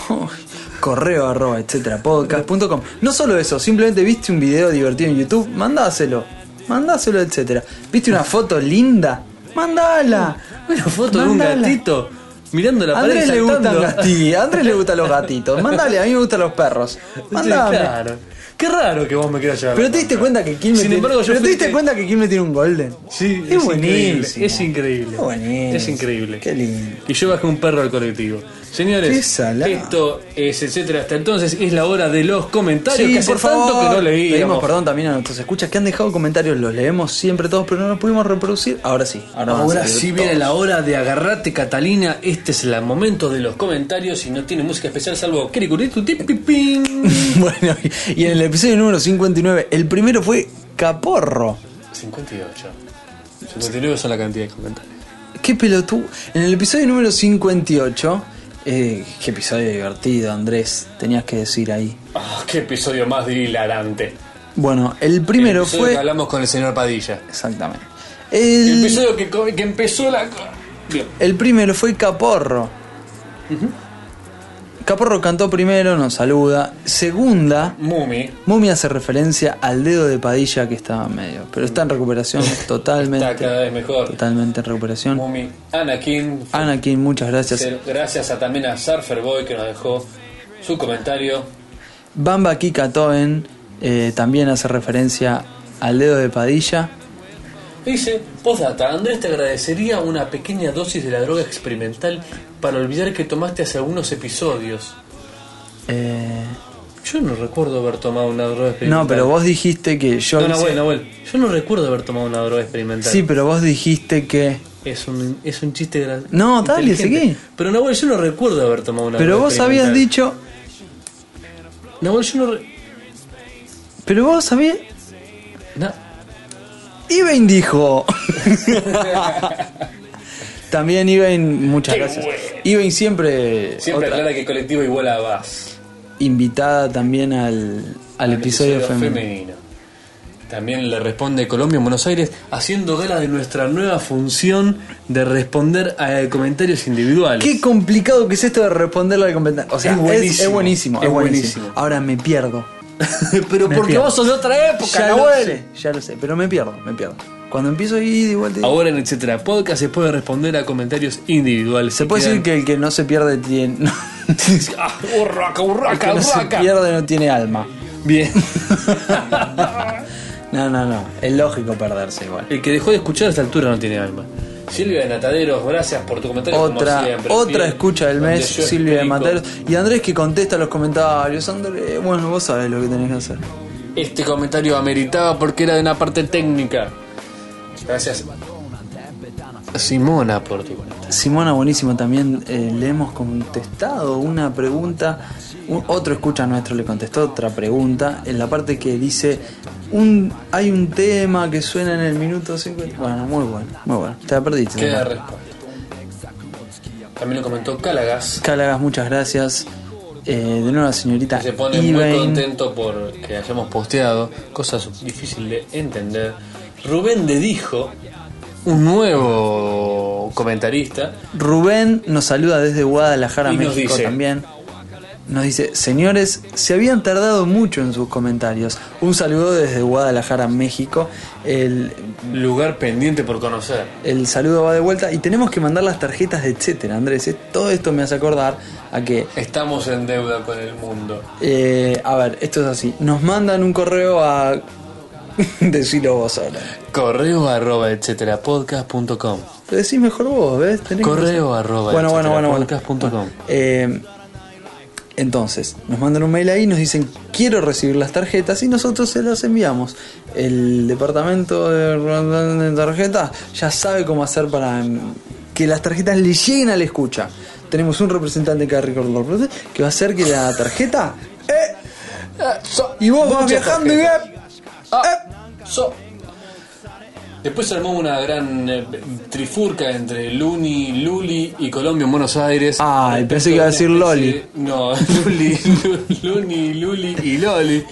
A: Correo arroba etcétera podcast.com. No solo eso, simplemente viste un video divertido en YouTube, mandáselo. Mandáselo, etcétera. ¿Viste una foto linda? Mandala.
B: Una foto de un
A: Mandala.
B: gatito mirando la
A: A
B: pared.
A: Andrés le
B: saltando.
A: gustan gati- a Andrés le gustan los gatitos. Mandale, a mí me gustan los perros.
B: Sí,
A: Mandame.
B: claro. Qué raro que vos me quieras llevar.
A: Pero
B: la
A: te diste
B: contra.
A: cuenta que Kim
B: Sin
A: tiene,
B: embargo, yo
A: pero
B: fui
A: te diste
B: que-
A: cuenta que Kim tiene un golden.
B: Sí,
A: es, buenísimo.
B: Increíble. Es increíble.
A: Es buenísimo.
B: Es increíble.
A: Qué lindo.
B: Y yo bajé un perro al colectivo. Señores,
A: Qué salado.
B: esto es etcétera. Hasta entonces es la hora de los comentarios.
A: Sí,
B: que hace
A: por favor.
B: tanto que no
A: Pedimos
B: leíamos.
A: perdón también a nuestros escuchas que han dejado comentarios, los leemos siempre todos, pero no los pudimos reproducir. Ahora sí. Ahora, vamos a
B: Ahora
A: seguir
B: sí
A: todos.
B: viene la hora de agarrarte, Catalina. Este es el momento de los comentarios y no tiene música especial salvo Kirikuritu-tipipín.
A: bueno, y- y en el episodio número 59, el primero fue Caporro.
B: 58. 59 son la cantidad de comentarios.
A: Qué pelotudo. En el episodio número 58, eh, qué episodio divertido, Andrés, tenías que decir ahí.
B: Ah, qué episodio más hilarante.
A: Bueno, el primero
B: el episodio
A: fue.
B: que hablamos con el señor Padilla.
A: Exactamente.
B: El
A: El,
B: episodio que, co- que empezó la. Bien.
A: el primero fue Caporro. Caporro cantó primero, nos saluda. Segunda,
B: Mumi.
A: Mumia hace referencia al dedo de Padilla que estaba medio. Pero está en recuperación totalmente.
B: Está cada vez mejor.
A: Totalmente en recuperación.
B: Mumi. Anakin.
A: Anakin, muchas gracias.
B: Cero. Gracias a también a Surfer Boy que nos dejó su comentario.
A: Bamba Kika Toen eh, también hace referencia al dedo de Padilla.
B: Dice, postdata, Andrés te agradecería una pequeña dosis de la droga experimental para olvidar que tomaste hace algunos episodios.
A: Eh,
B: Yo no recuerdo haber tomado una droga experimental.
A: no, pero vos dijiste que yo.
B: No, Nahuel, Nahuel. Yo no recuerdo haber tomado una droga experimental.
A: sí, pero vos dijiste que.
B: Es un, es un chiste gracioso.
A: No, dale, seguí.
B: Pero Nahuel, yo no recuerdo haber tomado una
A: Pero
B: droga
A: vos habías
B: experimental.
A: dicho.
B: Nahuel, yo no... re-
A: Pero vos habías.
B: Na-
A: Ibain dijo. También Ibain, muchas
B: Qué
A: gracias.
B: bueno.
A: Ibain siempre.
B: Siempre
A: otra-
B: aclara que colectivo igual a VAS.
A: invitada también al, al episodio femenino.
B: También le responde Colombia en Buenos Aires, haciendo gala de nuestra nueva función de responder a comentarios individuales.
A: Qué complicado que es esto de responderle al comentario. O sea,
B: Es
A: es es buenísimo.
B: buenísimo,
A: Es buenísimo,
B: es buenísimo.
A: Ahora me pierdo.
B: Pero
A: Me
B: porque
A: pierdo.
B: vos sos de otra época,
A: Ya lo
B: Nahuel.
A: sé, ya lo sé, pero me pierdo, me pierdo. Cuando empiezo a ir, igual te digo.
B: Ahora en etcétera podcast se puede responder a comentarios individuales.
A: Se puede decir que el que no se pierde tiene. no,
B: Ah, urraca,
A: el que
B: urraca,
A: no se
B: urraca.
A: pierde no tiene alma.
B: Bien.
A: No, no, no. Es lógico perderse igual.
B: El que dejó de escuchar a esta altura no tiene alma. Silvia de Nataderos, gracias por tu comentario.
A: Otra, otra escucha del mes, Silvia de Materos. Y Andrés que contesta los comentarios. Andrés, bueno, vos sabés lo que tenés que hacer.
B: Este comentario ameritaba porque era de una parte técnica. Gracias. Simona por tu comentario.
A: Simona, buenísimo también. eh, le hemos contestado una pregunta. Un- otro escucha nuestro le contestó otra pregunta. En la parte que dice: un, Hay un tema que suena en el minuto 50. Bueno, muy bueno, muy bueno. Te la perdiste.
B: Queda
A: Simona.
B: respuesta. También lo comentó Cálagas.
A: Cálagas, muchas gracias. Eh, de nuevo, la señorita.
B: que Se pone
A: Ibain.
B: muy contento por que hayamos posteado cosas difíciles de entender. Rubén de Dijo, un nuevo comentarista,
A: Rubén nos saluda desde Guadalajara,
B: Y nos
A: México
B: dice-
A: también. Nos dice, señores, se habían tardado mucho en sus comentarios. Un saludo desde Guadalajara, México. El,
B: lugar pendiente por conocer.
A: el saludo va de vuelta y tenemos que mandar las tarjetas de etcétera, Andrés. eh. Todo esto me hace acordar a que
B: Estamos en deuda con el mundo.
A: eh, a ver, esto es así. Nos mandan un correo a decilo vos ahora.
B: Correo arroba etcétera podcast.com.
A: Lo decís mejor vos, ¿ves? Tenés que-
B: Correo arroba
A: Bueno, bueno, bueno, bueno.
B: etcéterapodcast.com.
A: Bueno, eh, entonces, nos mandan un mail ahí, nos dicen quiero recibir las tarjetas y nosotros se las enviamos. El departamento de tarjetas ya sabe cómo hacer para mm, que las tarjetas le lleguen a la escucha. Tenemos un representante que va a recordar, que va a hacer que la tarjeta. eh,
B: Ah,
A: y vos vas viajando y eh, ves.
B: So- Después se armó una gran eh, trifurca entre Luni, Luli y Colombia en Buenos Aires.
A: Ay, pensé que iba a decir
B: Respecto
A: Loli.
B: de- No, Luli, Lu- Luni, Luli y Loli.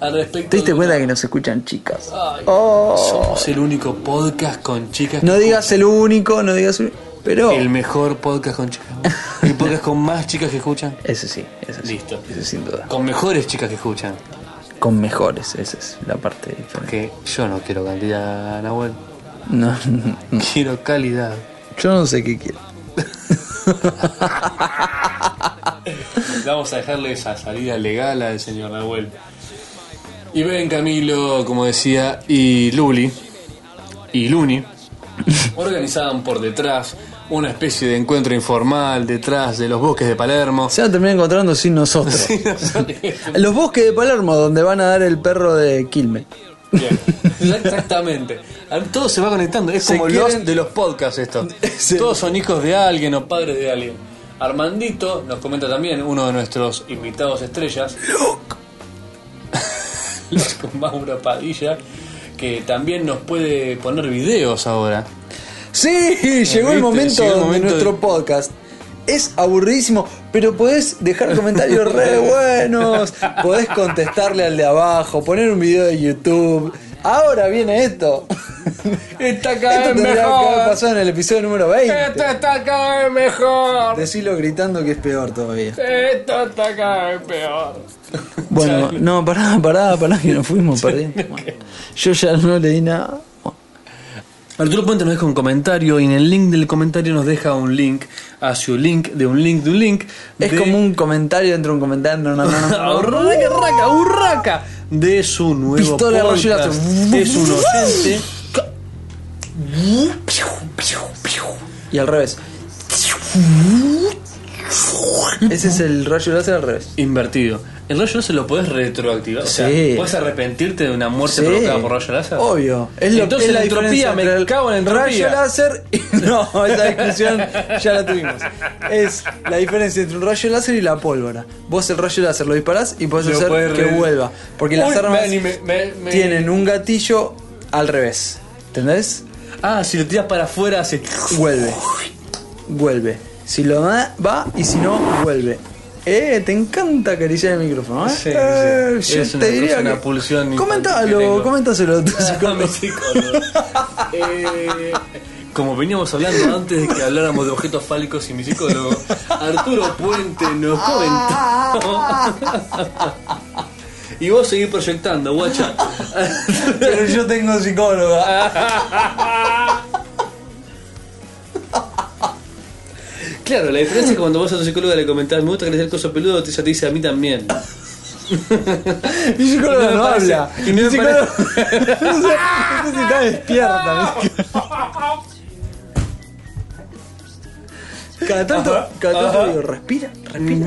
B: Al respecto.
A: ¿Te diste
B: de-
A: cuenta que nos escuchan chicas?
B: Ay,
A: Oh.
B: Somos el único podcast con chicas.
A: No digas el único, no digas el- Pero.
B: El mejor podcast con chicas. El podcast con más chicas que escuchan.
A: Ese sí, ese sí.
B: Listo.
A: Ese sin duda.
B: Con mejores chicas que escuchan.
A: Con mejores, esa es la parte diferente.
B: Que yo no quiero cantidad, Nahuel.
A: No,
B: Quiero calidad.
A: yo no sé qué quiero.
B: Vamos a dejarle esa salida legal al señor Nahuel. Y ven Camilo, como decía, y Luli, y Luni, organizaban por detrás una especie de encuentro informal detrás de los bosques de Palermo.
A: Se van a terminar encontrando sin nosotros. Los bosques de Palermo, donde van a dar el perro de Quilme.
B: Bien, Exactamente. Todo se va conectando. Es
A: Se
B: como
A: quieren-
B: los de los podcasts esto.
A: Sí.
B: Todos son hijos de alguien o padres de alguien. Armandito nos comenta también, uno de nuestros invitados estrellas. Luke con Mauro Padilla, que también nos puede poner videos ahora.
A: Sí, llegó
B: viste,
A: el momento
B: llegó el
A: de
B: momento
A: nuestro
B: de-
A: podcast. Es aburridísimo, pero podés dejar comentarios re buenos, podés contestarle al de abajo, poner un video de YouTube. Ahora viene esto.
B: Está
A: Esto tendría que haber pasado en el episodio número 20.
B: está cada vez mejor.
A: Decilo gritando que es peor todavía.
B: Esto está cada vez peor.
A: Bueno, no, pará, pará, pará, que nos fuimos perdiendo. Bueno, yo ya no leí nada. Bueno,
B: Arturo Puente nos deja un comentario y en el link del comentario nos deja un link a su link de un link de un link.
A: Es
B: de-
A: como un comentario entre un comentario. No, no, no, no.
B: Urraca, urraca, urraca, de su nuevo
A: Pistola de
B: podcast,
A: rayolazo.
B: Es un oyente.
A: Y al revés. Ese es el rayo láser al revés.
B: Invertido. El rayo láser lo podés retroactivar. O sea,
A: Sí.
B: podés arrepentirte de una muerte
A: Sí.
B: provocada por rayo láser.
A: Obvio. Es lo,
B: Entonces
A: es la,
B: la entropía,
A: diferencia
B: me
A: entre el
B: cago en entropía.
A: Rayo láser y no, esa discusión ya la tuvimos. Es la diferencia entre un rayo láser y la pólvora. Vos el rayo láser lo disparás y podés
B: Lo
A: hacer
B: podés
A: que
B: re-
A: vuelva. Porque
B: Uy,
A: las armas
B: me- me- me- me-
A: tienen un gatillo al revés. ¿Entendés?
B: Ah, si lo tiras para afuera hace.
A: Vuelve. Vuelve. Si lo da, va y si no, vuelve. Eh, te encanta acariciar el micrófono, ¿eh?
B: Sí, sí.
A: Eh, yo
B: Es una
A: te diría
B: cosa, una
A: que-
B: pulsión infantil
A: Comentalo,
B: que tengo.
A: comentáselo a tu psicólogo.
D: Mi psicólogo. Eh, como veníamos hablando antes de que habláramos de objetos fálicos y mi psicólogo, Arturo Puente nos comentó.
B: Y vos seguís proyectando, guacha.
A: Pero yo tengo
B: Ah,
A: psicóloga.
B: Claro, la diferencia es que cuando vos a tu psicóloga le comentás, me gusta crecer coso peludo, ella te dice a mí también.
A: Mi psicóloga
B: Y no me
A: no,
B: parece-
A: habla.
B: y no
A: Mi
B: me
A: psicóloga. no sé, no sé si está despierta. mi psicóloga. Cada tanto, cada tanto digo, respira, respira.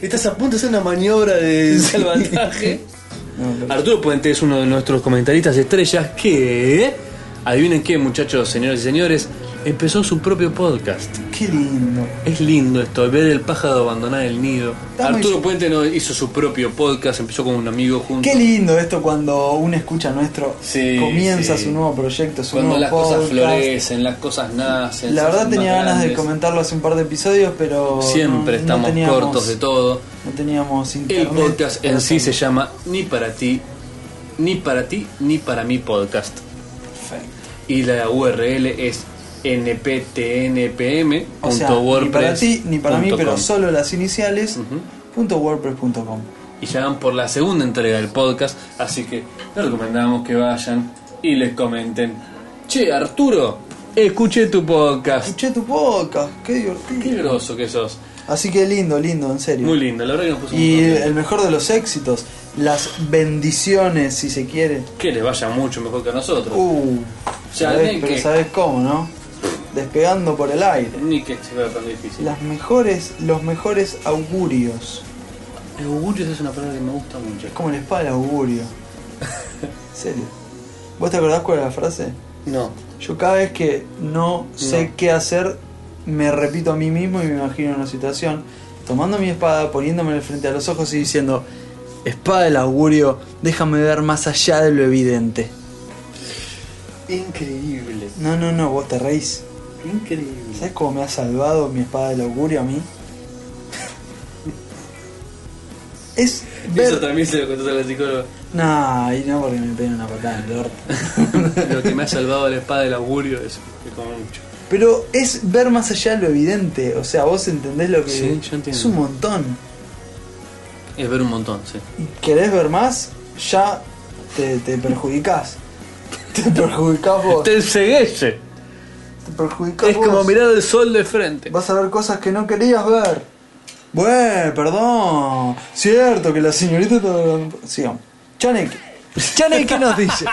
B: Estás a punto de hacer una maniobra de salvataje. Arturo Puente es uno de nuestros comentaristas estrellas que, adivinen qué muchachos, señores y señores, empezó su propio podcast.
A: Qué lindo.
B: Es lindo esto, ver el pájaro abandonar el nido.
A: Está muy
B: Arturo
A: bien.
B: Puente no, hizo su propio podcast, empezó con un amigo junto.
A: Qué lindo esto cuando uno escucha nuestro
B: Sí,
A: comienza
B: sí.
A: su nuevo proyecto, su
B: Cuando
A: nuevo
B: las cosas
A: podcast.
B: florecen, las cosas nacen.
A: La
B: se
A: verdad
B: hacen
A: tenía
B: más
A: ganas de
B: grandes.
A: comentarlo hace un par de episodios, pero no-
B: Siempre
A: no
B: estamos
A: teníamos-
B: cortos de todo.
A: No teníamos
B: El
A: internet.
B: podcast en sí se
A: Perfecto.
B: llama Ni para ti, ni para ti, ni para mi podcast. Y la URL es
A: O sea, ni para ti ni para mí, pero
B: nptnpm.wordpress.com.
A: solo las iniciales. punto .wordpress.com
B: Y ya van por la segunda entrega del podcast, así que les recomendamos que vayan y les comenten. Che, Arturo, escuché tu podcast.
A: Escuché tu podcast, qué divertido.
B: Qué groso que sos.
A: Así que lindo, lindo, en serio.
B: Muy lindo, la verdad que nos puso
A: y eh,
B: muy
A: el,
B: contentos.
A: el mejor de los éxitos, las bendiciones, si se quiere.
B: Que les vaya mucho mejor que a nosotros.
A: Uh,
B: Ya
A: sabés,
B: ven
A: pero
B: que-
A: sabes cómo, ¿no? Despegando por el aire.
B: Ni que sea tan difícil.
A: Las mejores, los mejores augurios.
B: Augurios es una palabra que me gusta mucho.
A: Es como la espada del augurio. En serio. ¿Vos te acordás cuál era la frase?
B: No.
A: Yo cada vez que no sé qué hacer, me repito a mí mismo y me imagino una situación, tomando mi espada, poniéndome frente a los ojos y diciendo, espada del augurio, déjame ver más allá de lo evidente.
B: Increíble.
A: No, no, no, vos te reís.
B: Increíble.
A: ¿Sabes cómo me ha salvado mi espada del augurio a mí? es
B: Eso
A: ver...
B: también se lo contás a la psicóloga.
A: Nah, y no porque me peguen una patada en el orto.
B: lo que me ha salvado la espada del augurio es que como mucho.
A: Pero es ver más allá de lo evidente. O sea, vos entendés lo que...
B: Sí, yo entiendo.
A: Es un montón.
B: Es ver un montón, sí.
A: y querés ver más, ya te, te perjudicás. Te perjudicás vos. Te
B: Te enseguece.
A: perjudicás
B: Es
A: vos.
B: como mirar el sol de frente.
A: Vas a ver cosas que no querías ver. Bueno, perdón. Cierto que la señorita está hablando- Sigamos. Chanek. Chanek, ¿qué nos dice?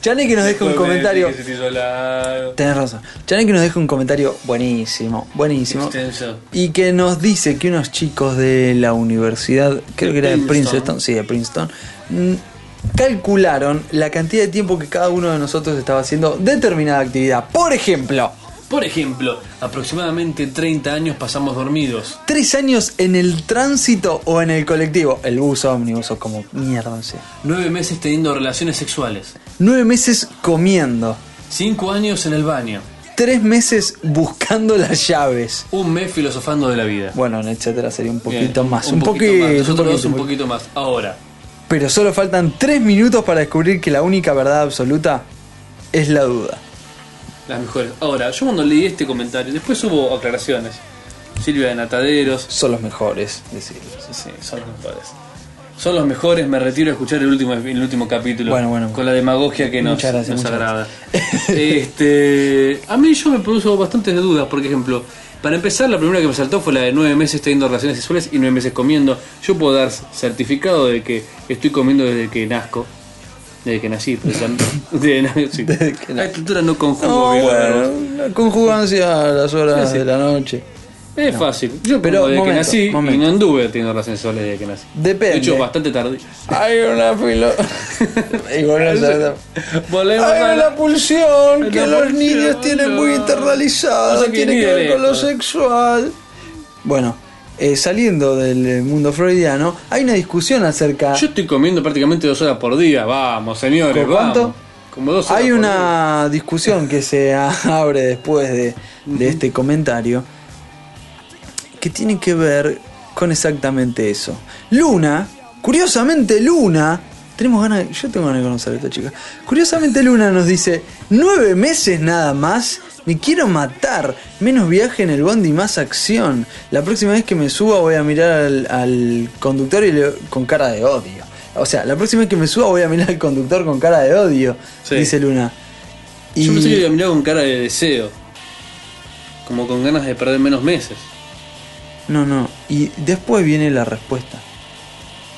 A: Chanek nos deja un comentario.
B: se te hizo largo.
A: Tenés razón. Chanek nos deja un comentario buenísimo, buenísimo.
B: Extenso.
A: Y que nos dice que unos chicos de la universidad, creo que era de Princeton, sí, de Princeton, mm, calcularon la cantidad de tiempo que cada uno de nosotros estaba haciendo determinada actividad. Por ejemplo,
B: Por ejemplo, aproximadamente 30 años pasamos dormidos.
A: tres años en el tránsito o en el colectivo, el bus ómnibus o como mierda, no sé.
B: 9 meses teniendo relaciones sexuales.
A: Nueve meses comiendo,
B: 5 años en el baño.
A: tres meses buscando las llaves.
B: Un mes filosofando de la vida.
A: Bueno, en etcétera sería un poquito
B: Bien,
A: más, un, poquito,
B: más.
A: un
B: Nosotros dos
A: poquito,
B: un poquito más. Ahora,
A: Pero solo faltan 3 minutos para descubrir que la única verdad absoluta es la duda.
B: las mejores. Ahora, yo cuando leí este comentario, después hubo aclaraciones. Silvia de Nataderos,
A: Son los mejores, decirlo.
B: sí, son los mejores. Son los mejores, me retiro a escuchar el último, el último capítulo.
A: Bueno, bueno.
B: Con la demagogia que nos,
A: Muchas gracias,
B: nos
A: muchas
B: agrada. este, a mí yo me produjo bastantes dudas, por ejemplo, para empezar, la primera que me saltó fue la de nueve meses teniendo relaciones sexuales y nueve meses comiendo. Yo puedo dar certificado de que estoy comiendo desde que nazco. Desde que nací, precisamente. Desde na- sí.
A: que
B: La estructura no conjugo
A: No,
B: bien la
A: bueno,
B: verdad.
A: la conjugancia a las horas
B: Sí, sí.
A: de la noche.
B: Es fácil. Yo
A: Pero,
B: pero desde
A: momento,
B: que nací
A: momento.
B: y no anduve teniendo relaciones sexuales desde que nací.
A: Depende.
B: De hecho, bastante tarde.
A: Hay una filo. Y bueno, ya está.
B: Volvemos a
A: Hay
B: la-
A: una pulsión
B: Hay
A: que
B: una
A: los
B: pulsión,
A: niños tienen muy
B: no.
A: internalizada.
B: No sé qué
A: tiene que ver
B: nivel
A: con
B: es,
A: lo
B: ¿no?
A: sexual. Bueno, eh, saliendo del eh, mundo freudiano, hay una discusión acerca.
B: Yo estoy comiendo prácticamente dos horas por día. Vamos, señores.
A: ¿Con cuánto?
B: vamos. Como dos horas
A: Hay
B: por día.
A: una discusión que se a- abre después de, de este comentario que tiene que ver con exactamente eso. Luna, curiosamente Luna, tenemos ganas, yo tengo ganas de conocer a esta chica. Curiosamente Luna nos dice, nueve meses nada más, me quiero matar, menos viaje en el bondi, más acción. La próxima vez que me suba voy a mirar al, al conductor y le- con cara de odio. O sea, la próxima vez que me suba voy a mirar al conductor con cara de odio,
B: Sí.
A: dice Luna. Y...
B: Yo pensé que iba a mirar con cara de deseo. Como con ganas de perder menos meses.
A: No, no. Y después viene la respuesta.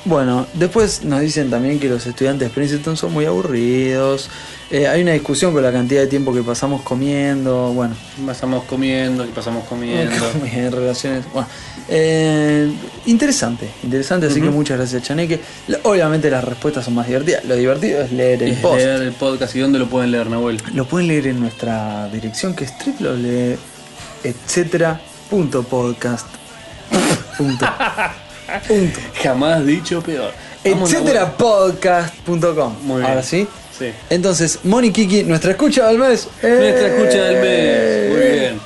A: Bueno, después nos dicen también que los estudiantes de Princeton son muy aburridos. Eh, hay una discusión con la cantidad de tiempo que pasamos comiendo. Bueno,
B: Pasamos comiendo, que pasamos comiendo.
A: en relaciones. Bueno, eh, interesante, interesante. Así que muchas gracias, Chaneque. La- Obviamente las respuestas son más divertidas. Lo divertido es leer el
B: Es
A: post.
B: leer el podcast y dónde lo pueden leer, Nahuel.
A: Lo pueden leer en nuestra dirección que es www.etcetera.podcast. Punto. Punto.
B: Jamás dicho peor. Vamos, Nahuel.
A: etcéterapodcast.com.
B: Muy bien.
A: Ahora sí.
B: Sí.
A: Entonces, Moni Kiki, nuestra escucha del mes.
B: Nuestra
A: Eh,
B: escucha del mes. Muy bien.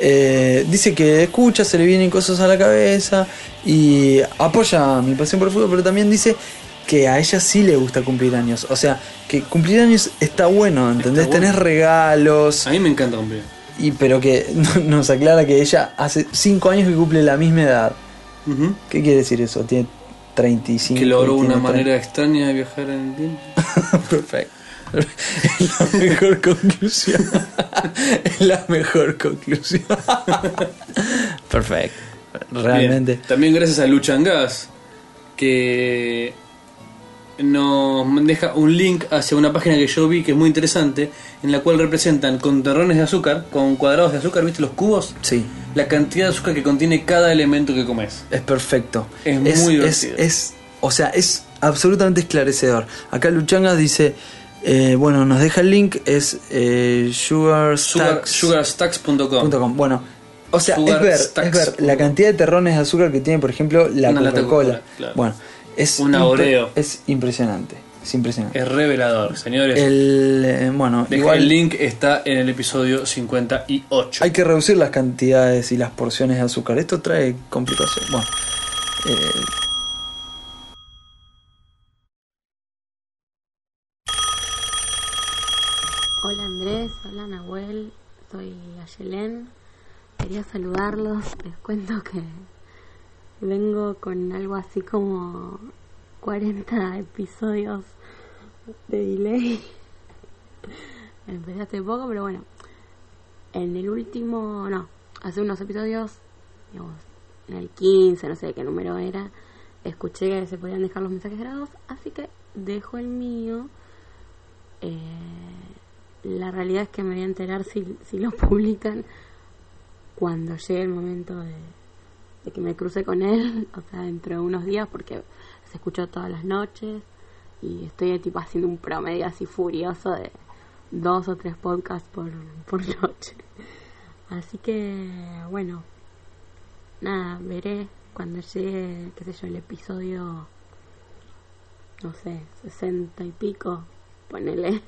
A: eh, dice que escucha, se le vienen cosas a la cabeza y apoya mi pasión por el fútbol, pero también dice que a ella sí le gusta cumplir años. O sea, que cumplir años está bueno, ¿entendés?
B: bueno. Ah.
A: Tenés regalos,
B: A mí me encanta cumplir.
A: y, pero que nos aclara que ella hace 5 años que cumple la misma edad.
B: Ujú.
A: ¿Qué quiere decir eso? Tiene 35.
B: Que logró
A: y tiene
B: una
A: 30.
B: manera extraña de viajar en el tiempo.
A: Perfecto. Es la mejor conclusión. Es la mejor conclusión. Perfecto. Realmente.
B: Bien. También gracias a Luchangás, que nos deja un link hacia una página que yo vi que es muy interesante, en la cual representan con terrones de azúcar, con cuadrados de azúcar, ¿viste los cubos?
A: Sí,
B: La cantidad de azúcar que contiene cada elemento que comes.
A: es perfecto.
B: Es muy divertido.
A: es- o sea, es absolutamente esclarecedor. Acá Luchangas dice, eh, bueno, nos deja el link, es eh,
B: Sugar-
A: sugarstacks.com.
B: Sugarstacks.com.
A: Bueno, o sea, es
B: Sugar
A: ver, es
B: stacks.
A: ver la cantidad de terrones de azúcar que tiene, por ejemplo, la
B: Una lata de
A: Coca-Cola.
B: Coca-Cola, claro.
A: Bueno, es
B: Una
A: impre-
B: Oreo.
A: Es impresionante. Es impresionante.
B: Es revelador, señores.
A: El, eh, bueno,
B: Deja
A: igual
B: el link está en el episodio 58.
A: hay que reducir las cantidades y las porciones de azúcar. Esto trae complicaciones. Bueno, eh,
H: Hola Andrés, hola Nahuel, soy Ayelén. Quería saludarlos, les cuento que vengo con algo así como 40 episodios de delay. Empecé hace poco, pero bueno, en el último, no, hace unos episodios, digamos, en el 15, no sé qué número era, escuché que se podían dejar los mensajes grabados, así que dejo el mío. Eh, la realidad es que me voy a enterar si, si lo publican cuando llegue el momento de, de que me cruce con él, o sea, dentro de unos días, porque se escuchó todas las noches y estoy tipo haciendo un promedio así furioso de dos o tres podcasts por, por noche. Así que, bueno, nada, veré cuando llegue, qué sé yo, el episodio no sé, 60 y pico, ponele,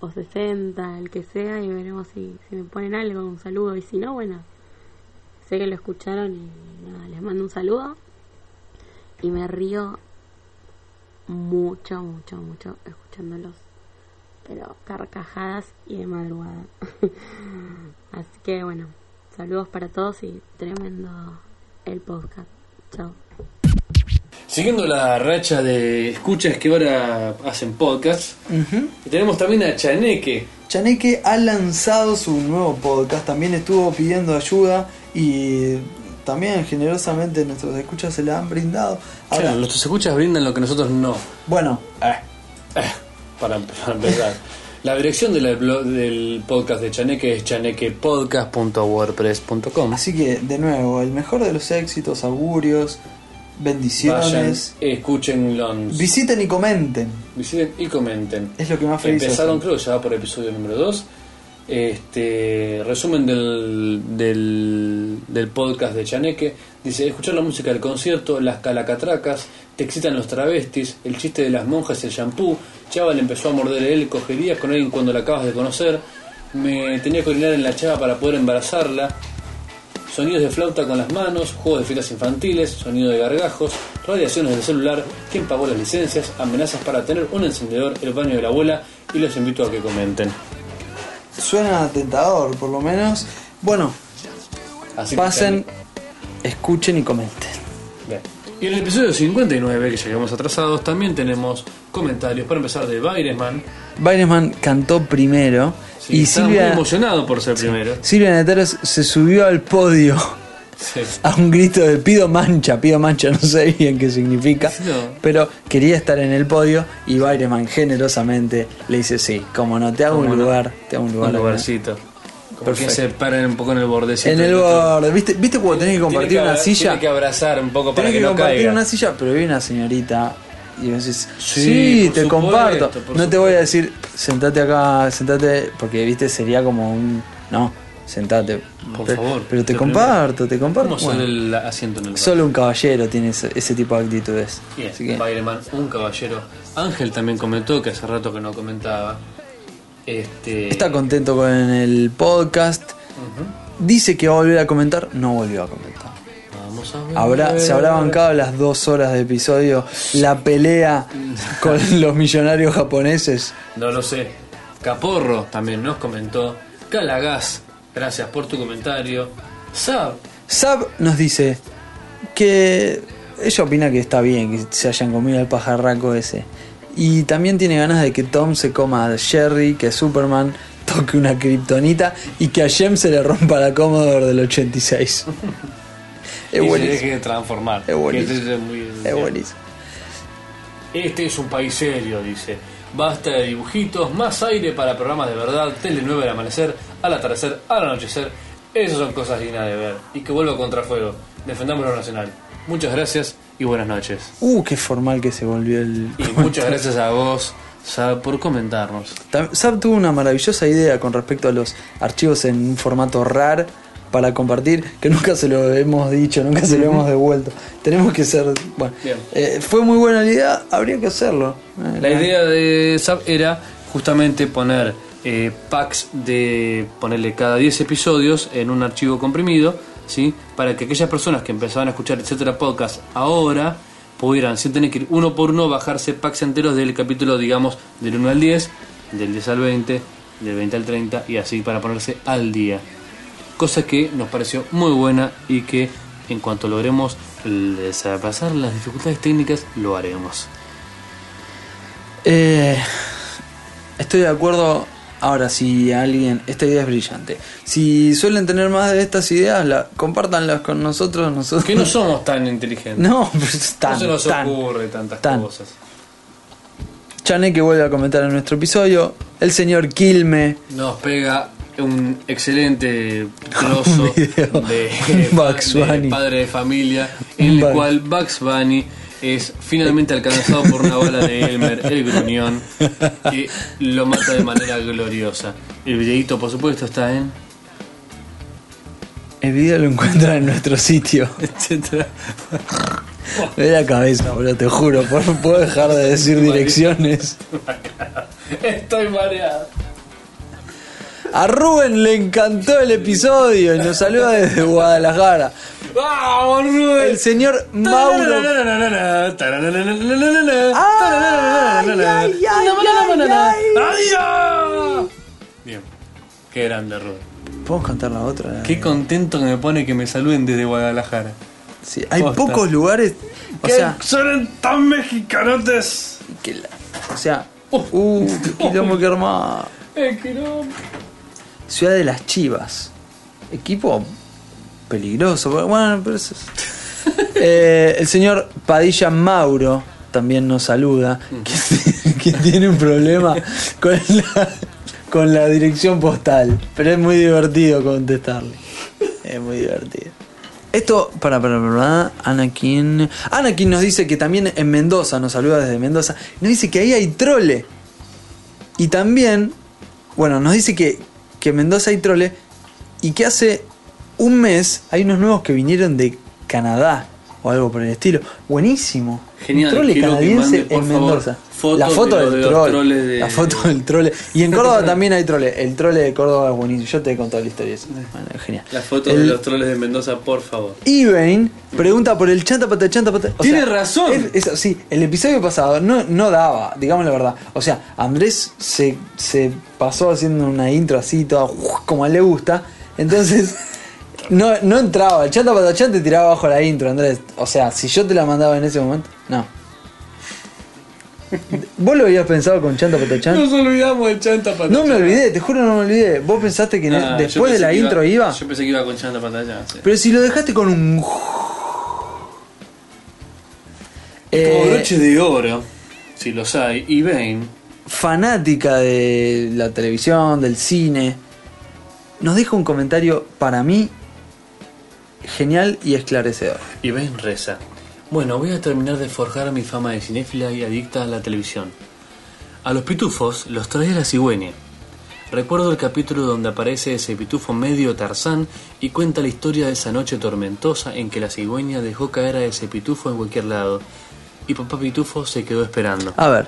H: o 60, el que sea, y veremos si, si me ponen algo, un saludo, y si no, bueno, sé que lo escucharon y nada, les mando un saludo, y me río mucho, mucho, mucho escuchándolos, pero carcajadas y de madrugada. Así que bueno, saludos para todos y tremendo el podcast. Chao.
B: Siguiendo la racha de escuchas que ahora hacen podcast, tenemos también a Chaneque.
A: Chaneque ha lanzado su nuevo podcast. También estuvo pidiendo ayuda y también generosamente nuestros escuchas se la han brindado. Ahora,
B: Claro, nuestros escuchas brindan lo que nosotros no.
A: Bueno,
B: Ah, Para, para empezar. La dirección de la blo- del podcast de Chaneque es chanequepodcast.wordpress.com.
A: así que de nuevo, el mejor de los éxitos, augurios,
B: Vayan,
A: bendiciones.
B: escúchenlo.
A: Visiten y comenten.
B: Visiten y comenten.
A: Es lo que más feliz
B: Empezaron,
A: hace.
B: creo, ya por episodio número 2. Este resumen del, del, del podcast de Chaneque dice: Escuchar la música del concierto, las calacatracas, te excitan los travestis, el chiste de las monjas, el shampoo. Chava le empezó a morder él, cogerías con alguien cuando la acabas de conocer. Me tenía que orinar en la chava para poder embarazarla. sonidos de flauta con las manos, juegos de filas infantiles, sonido de gargajos, radiaciones del celular, quién pagó las licencias, amenazas para tener un encendedor, el baño de la abuela y los invito a que comenten.
A: Suena tentador, por lo menos. Bueno,
B: Así que
A: pasen, escuchen y comenten.
B: Bien. Y en el episodio 59, que llegamos atrasados, también tenemos comentarios. Para empezar, de Bairesman.
A: Bainesman cantó primero
B: Sí,
A: y
B: estaba muy
A: Silvia,
B: emocionado por ser primero.
A: Silvia Netero se subió al podio
B: Sí.
A: a un grito de pido mancha, pido mancha, no sé bien qué significa,
B: No.
A: pero quería estar en el podio y Bainesman generosamente le dice sí, como no, te hago un lugar, te hago un lugar.
B: Un lugarcito. Como
A: Perfecto.
B: que se paran un poco en el bordecito.
A: En el borde, ¿viste, ¿viste cuando tenés que
B: Tiene
A: compartir
B: que
A: una
B: abra-
A: silla?
B: Tiene que abrazar un poco para
A: Tenés
B: que,
A: que,
B: no
A: compartir
B: caiga.
A: una silla, pero viene una señorita y vos decís, sí,
B: Sí, por
A: te
B: supuesto,
A: comparto.
B: por
A: No te voy a decir, sentate acá, sentate, porque viste, sería como un. No, sentate.
B: Por
A: Pero-
B: favor,
A: Pero te
B: lo
A: comparto, te comparto.
B: ¿Cómo se
A: Bueno,
B: ve el asiento en el
A: solo un caballero tiene ese, ese tipo de actitudes.
B: Bien,
A: Así que,
B: Spider-Man, un caballero. Ángel también comentó que hace rato que no comentaba. Este,
A: está contento con el podcast. Dice que va a volver a comentar, no volvió a comentar.
B: Vamos a ver.
A: Habrá, se habrá bancado las dos horas de episodio, la pelea con los millonarios japoneses.
B: No lo sé. Caporro también nos comentó. Calagas, gracias por tu comentario. Sab,
A: Sab nos dice que ella opina que está bien que se hayan comido el pajarraco ese. Y también tiene ganas de que Tom se coma a Jerry, que Superman toque una kriptonita y que a Jem se le rompa la Commodore del 86.
B: y
A: es
B: se
A: buenísimo.
B: deje de transformar.
A: Es buenísimo.
B: Que este es muy-
A: Es buenísimo.
B: Este es un país serio, dice. Basta de dibujitos, más aire para programas de verdad, tele 9 al amanecer, al atardecer, al anochecer. Esas son cosas dignas de ver. Y que vuelva contra fuego. Defendamos lo nacional. Muchas gracias y buenas noches.
A: Uh, qué formal que se volvió el.
B: Y muchas gracias a vos, Sab, por comentarnos.
A: Tam- Sab tuvo una maravillosa idea con respecto a los archivos en un formato RAR para compartir, que nunca se lo hemos dicho, nunca se lo hemos devuelto. Tenemos que ser... Bueno,
B: Bien.
A: eh, fue muy buena la idea, habría que hacerlo. Eh,
B: La idea de Sab era justamente poner eh, packs de ponerle cada 10 episodios en un archivo comprimido, ¿sí? Para que aquellas personas que empezaban a escuchar etcétera podcast ahora pudieran, sin tener que ir uno por uno, bajarse packs enteros del capítulo, digamos, del 1 al 10, del 10 al 20, del 20 al 30 y así para ponerse al día. Cosa que nos pareció muy buena y que en cuanto logremos eh, pasar las dificultades técnicas, lo haremos.
A: Eh, estoy de acuerdo. Ahora, si alguien. Esta idea es brillante. Si suelen tener más de estas ideas, la, compártanlas con nosotros. nosotros
B: Que no somos tan inteligentes.
A: No, pues, tan,
B: no se nos
A: tan.
B: ocurre tantas
A: tan.
B: cosas.
A: Chané que vuelve a comentar en nuestro episodio. El señor Quilme.
B: Nos pega un excelente trozo
A: video.
B: de,
A: Bugs
B: de
A: Bunny.
B: padre de familia, en
A: Bugs.
B: el cual Bugs Bunny es finalmente alcanzado por una bala de Elmer, el gruñón, que lo mata de manera gloriosa. El videíto, por supuesto, está en...
A: El video lo encuentran en nuestro sitio. Me da la cabeza, bro, te juro. Por, puedo dejar de decir direcciones.
B: Estoy mareado.
A: A Rubén le encantó el episodio y nos saluda desde Guadalajara.
B: ¡Vamos, Rubén!
A: El señor Mauro.
B: Bien. Qué grande, Rubén.
A: ¿Podemos cantar la otra? La
B: Qué
A: de-
B: contento que me pone que me saluden desde Guadalajara.
A: Sí, hay
B: posta.
A: pocos lugares. O sea,
B: son tan mexicanotes!
A: que la- o sea, uh, qué quilombo que armaba. Ciudad de las Chivas. Equipo peligroso. pero Bueno, pero eso es- Eh, el señor Padilla Mauro también nos saluda. Que, que tiene un problema con la, con la dirección postal. Pero es muy divertido contestarle. Es muy divertido. Esto, para, para, para, Anakin. Anakin nos dice que también en Mendoza, nos saluda desde Mendoza. Nos dice que ahí hay trole. Y también, bueno, nos dice que, que en Mendoza hay trole y que hace un mes hay unos nuevos que vinieron de Canadá. o algo por el estilo. Buenísimo.
I: Genial,
A: Un trole
I: quiero que
A: canadiense
I: mande, por
A: en
I: favor,
A: Mendoza.
I: fotos
A: la foto
I: de los- de
A: del
I: los
A: troll.
I: troles de-
A: La foto del trole. Y en Córdoba también hay trole. El trole de Córdoba es buenísimo. Yo te he contado la historia. esa. Bueno, es genial.
I: Las fotos de
A: El-
I: los troles de Mendoza, por favor.
A: Ibain pregunta por el chanta pata chanta pata. O
I: Tiene razón.
A: es- es así, el episodio pasado no, no daba, digamos la verdad. O sea, Andrés se, se pasó haciendo una intro así, toda uf, como a él le gusta. Entonces, no, no entraba. El chanta pata chanta te tiraba abajo la intro, Andrés. O sea, si yo te la mandaba en ese momento, no. ¿Vos lo habías pensado con chanta pata chanta?
I: Nos olvidamos del chanta pantalla.
A: No me olvidé, te juro no me olvidé. ¿Vos pensaste que
I: Ah, yo
A: después de
I: pensé
A: la
I: que
A: intro iba?
I: Yo pensé que iba con chanta pantalla. sí.
A: Pero si lo dejaste con un.
I: Como
A: Eh,
I: broche de oro, si los hay, y Bane.
A: fanática de la televisión, del cine, nos deja un comentario para mí genial y esclarecedor.
B: Y Ben reza. Bueno, voy a terminar de forjar mi fama de cinéfila y adicta a la televisión. A los pitufos los trae la cigüeña. Recuerdo el capítulo donde aparece ese pitufo medio tarzán y cuenta la historia de esa noche tormentosa en que la cigüeña dejó caer a ese pitufo en cualquier lado. Y papá pitufo se quedó esperando.
A: A ver,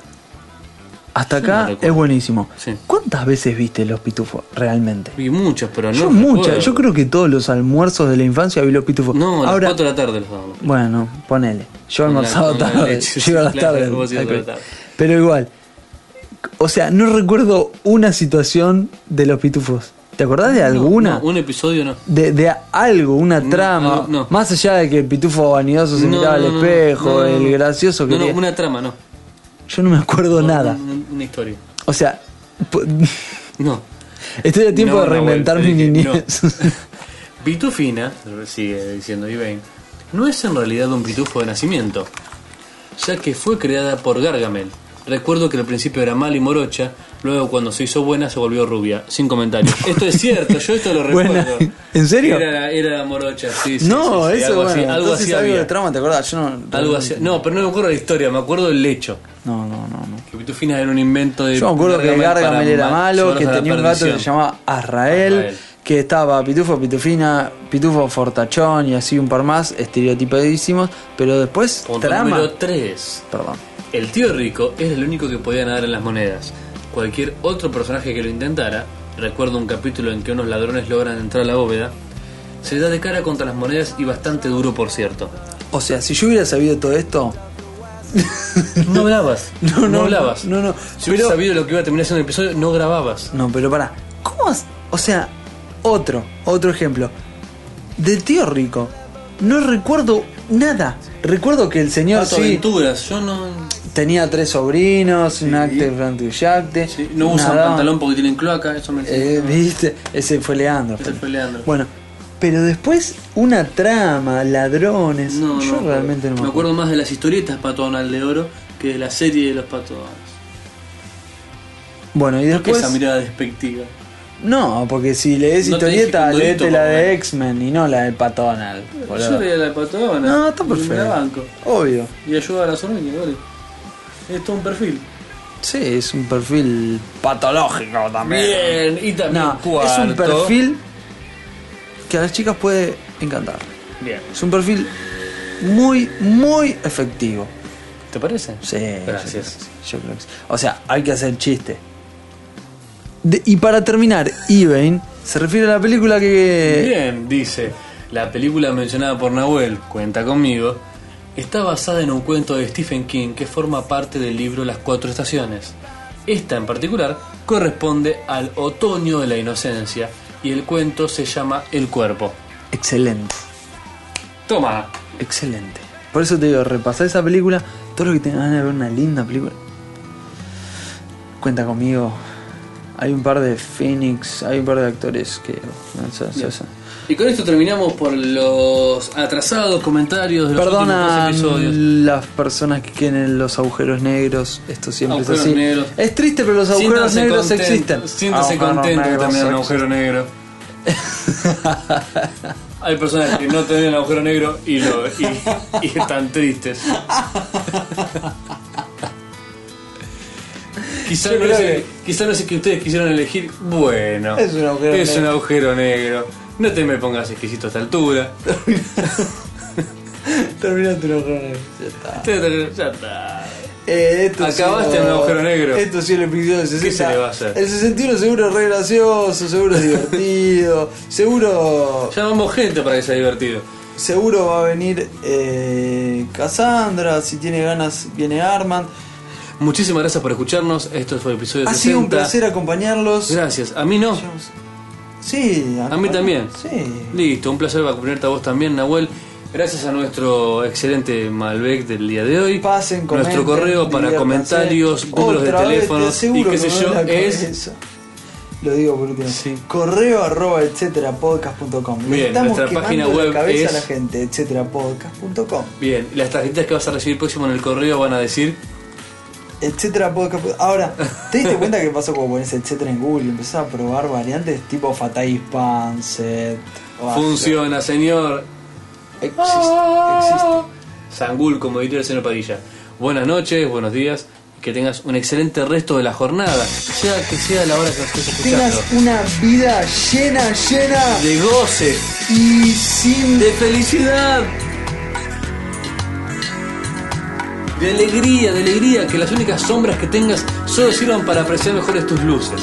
A: hasta
B: Yo
A: acá
B: no recuerdo.
A: es buenísimo.
B: Sí.
A: ¿Cuántas veces viste Los Pitufos realmente?
B: Vi muchos, pero no.
A: yo
B: los
A: muchas,
B: recuerdo.
A: yo creo que todos los almuerzos de la infancia vi Los Pitufos.
B: No, a las
A: Ahora,
B: 4 de la tarde los damos.
A: Bueno, ponele. Yo
B: Con la-
A: almorzaba
B: con la
A: tarde.
B: leche,
A: yo iba a las
B: claro,
A: tardes.
B: vos ibas a la
A: Ok.
B: tarde.
A: Pero igual. O sea, no recuerdo una situación de los pitufos. ¿Te acordás de alguna?
B: No, un episodio no.
A: de, de algo, una
B: No,
A: trama.
B: algo- no.
A: Más allá de que el pitufo vanidoso se
B: No,
A: miraba
B: no,
A: al
B: no,
A: espejo,
B: no, no, no.
A: el gracioso que.
B: No, no,
A: quería-
B: una trama, no.
A: Yo no me acuerdo nada.
B: Un- un- una historia.
A: O sea, po-
B: No.
A: estoy a tiempo
B: No,
A: de
B: Nahuel,
A: reinventar
B: te
A: mi
B: dije,
A: niñez.
B: no. Pitufina, sigue diciendo Ivain, no es en realidad un pitufo de nacimiento, ya que fue creada por Gargamel. Recuerdo que al principio era mal y morocha, luego cuando se hizo buena se volvió rubia, sin comentarios. Esto es cierto, yo esto lo recuerdo.
A: Buena. ¿En serio?
B: Era, era morocha, sí, sí.
A: No,
B: sí, sí,
A: eso
B: algo así,
A: bueno,
B: algo
A: entonces
B: así
A: algo
B: había.
A: de trama, ¿te acordás? Yo no.
B: Algo así- No, pero no me acuerdo la historia, me acuerdo del hecho.
A: No, no, no. no.
B: Que Pitufina era un invento de.
A: Yo me acuerdo que
B: para
A: Gargamel era
B: ma-
A: malo,
B: llevarlos
A: que
B: a la
A: tenía un gato que se
B: perdición.
A: llamaba Azrael,
B: Azrael.
A: que estaba Pitufo, Pitufina, Pitufo Fortachón y así un par más, estereotipadísimos, pero después
B: Punto
A: trama.
B: número 3.
A: Perdón.
B: El tío rico era el único que podía nadar en las monedas. Cualquier otro personaje que lo intentara, recuerdo un capítulo en que unos ladrones logran entrar a la bóveda, se da de cara contra las monedas y bastante duro por cierto.
A: O sea, si yo hubiera sabido todo esto,
B: No hablabas, no,
A: no,
B: hablabas.
A: no, no,
B: Si hubieras
A: pero-
B: sabido lo que iba a terminar siendo el episodio, no grababas.
A: no, pero pará, ¿cómo? as- O sea, otro, otro ejemplo. Del tío rico, no recuerdo nada. Recuerdo que el señor
I: Pato
A: Ah, sí
I: Aventuras, yo no.
A: tenía tres sobrinos, un acte, frente y yacte,
I: sí, no usan
A: nadaban.
I: pantalón porque tienen cloaca, eso me
A: Eh, ¿Viste? Ese fue Leandro.
I: Ese fue Leandro.
A: Bueno, pero después una trama, ladrones.
I: No, no,
A: yo
I: me
A: realmente
I: acuerdo.
A: no
I: me acuerdo más de las historietas Pato Donald de Oro que de la serie de los Pato Donald.
A: Bueno, y
I: ¿Por qué
A: después.
I: esa mirada despectiva?
A: No, porque si lees
I: No te dije
A: historieta,
I: que un
A: leete
I: dudito,
A: la
I: por lo
A: de
I: menos.
A: X-Men y no la del Pato Donald, boludo.
I: Yo leía la de Pato Donald.
A: No, está
I: y me
A: perfecto.
I: la banco.
A: Obvio.
I: Y ayuda a las hormigas, ¿vale? Es todo un perfil.
A: Sí, es un perfil patológico también.
B: Bien, y también
A: No, es
B: cuarto.
A: un perfil que a las chicas puede encantar.
B: Bien,
A: Es un perfil muy, muy efectivo.
B: ¿te parece?
A: Sí,
B: Gracias.
A: yo creo que sí, yo creo que sí. O sea, hay que hacer chiste. De- y para terminar, Ivain se refiere a la película que.
B: Bien, dice, la película mencionada por Nahuel, Cuenta conmigo, está basada en un cuento de Stephen King que forma parte del libro Las Cuatro Estaciones. Esta en particular corresponde al otoño de la inocencia y el cuento se llama El cuerpo.
A: Excelente,
B: Toma.
A: excelente. Por eso te digo, repasá esa película. Todo lo que tengan ganas de ver una linda película. Cuenta conmigo. Hay un par de Phoenix, hay un par de actores que. no sé, sé, sé.
I: Y con esto terminamos por los atrasados comentarios de los
A: Perdona
I: últimos dos episodios.
A: las personas que quieren los agujeros negros. Esto siempre
I: Agujeros
A: es así.
I: negros.
A: Es triste, pero los agujeros
I: Siéntanse
A: negros
I: contentos,
A: existen.
B: Siéntase
A: Agujeros
B: contento de
A: Ah, negros
B: tener un
A: existen.
B: agujero negro. Hay personas que no tienen agujero negro y, lo, y- y están tristes. Quizá no,
A: Yo creo
B: es
A: que-
B: el, quizá no es el que ustedes quisieron elegir. Bueno,
A: Es un agujero
B: es
A: negro.
B: un agujero negro. No te me pongas exquisito a esta altura.
A: Termina tu agujero negro. Ya está. Eh, esto ha
B: Acabaste
A: sido-
B: en un agujero negro.
A: Esto ha sido el episodio del 60.
B: se le va a hacer?
A: El 61 seguro es re gracioso, seguro es divertido, seguro.
B: Llamamos gente para que sea divertido.
A: Seguro va a venir eh, Cassandra, si tiene ganas viene Armand.
B: Muchísimas gracias por escucharnos. Esto fue el episodio
A: Ha
B: 60.
A: sido un placer acompañarlos.
B: Gracias. A mí no.
A: Sí,
B: A mí también.
A: Sí.
B: Listo, un placer vacunarte a vos también, Nahuel. Gracias a nuestro excelente Malbec del día de hoy.
A: Pasen, comenten,
B: Nuestro correo para
A: diviértanse.
B: comentarios, números de
A: Otra vez, te
B: teléfonos y
A: aseguro
B: qué sé
A: que me
B: yo
A: duele la
B: es.
A: cabeza. Lo digo por último.
B: Sí.
A: Correo arroba etcétera podcast.com. Le
B: Bien,
A: estamos
B: nuestra
A: quemando
B: página
A: la
B: web
A: cabeza
B: es-
A: a la gente, etcétera podcast.com.
B: Bien, y las tarjetitas que vas a recibir próximo en el correo van a decir.
A: Etcétera podcast. Ahora, ¿te diste cuenta qué pasó cuando pones etcétera en Google y empezás a probar variantes tipo Fatais Panset? o
B: Funciona, señor.
A: Existe, existe.
B: Sangul, como diría el señor Padilla. Buenas noches, buenos días. Que tengas un excelente resto de la jornada. Sea que sea la hora que nos estés escuchando.
A: Tengas una vida llena, llena
B: De goce,
A: y sin
B: de felicidad. De alegría, de alegría. Que las únicas sombras que tengas solo sirvan para apreciar mejores tus luces.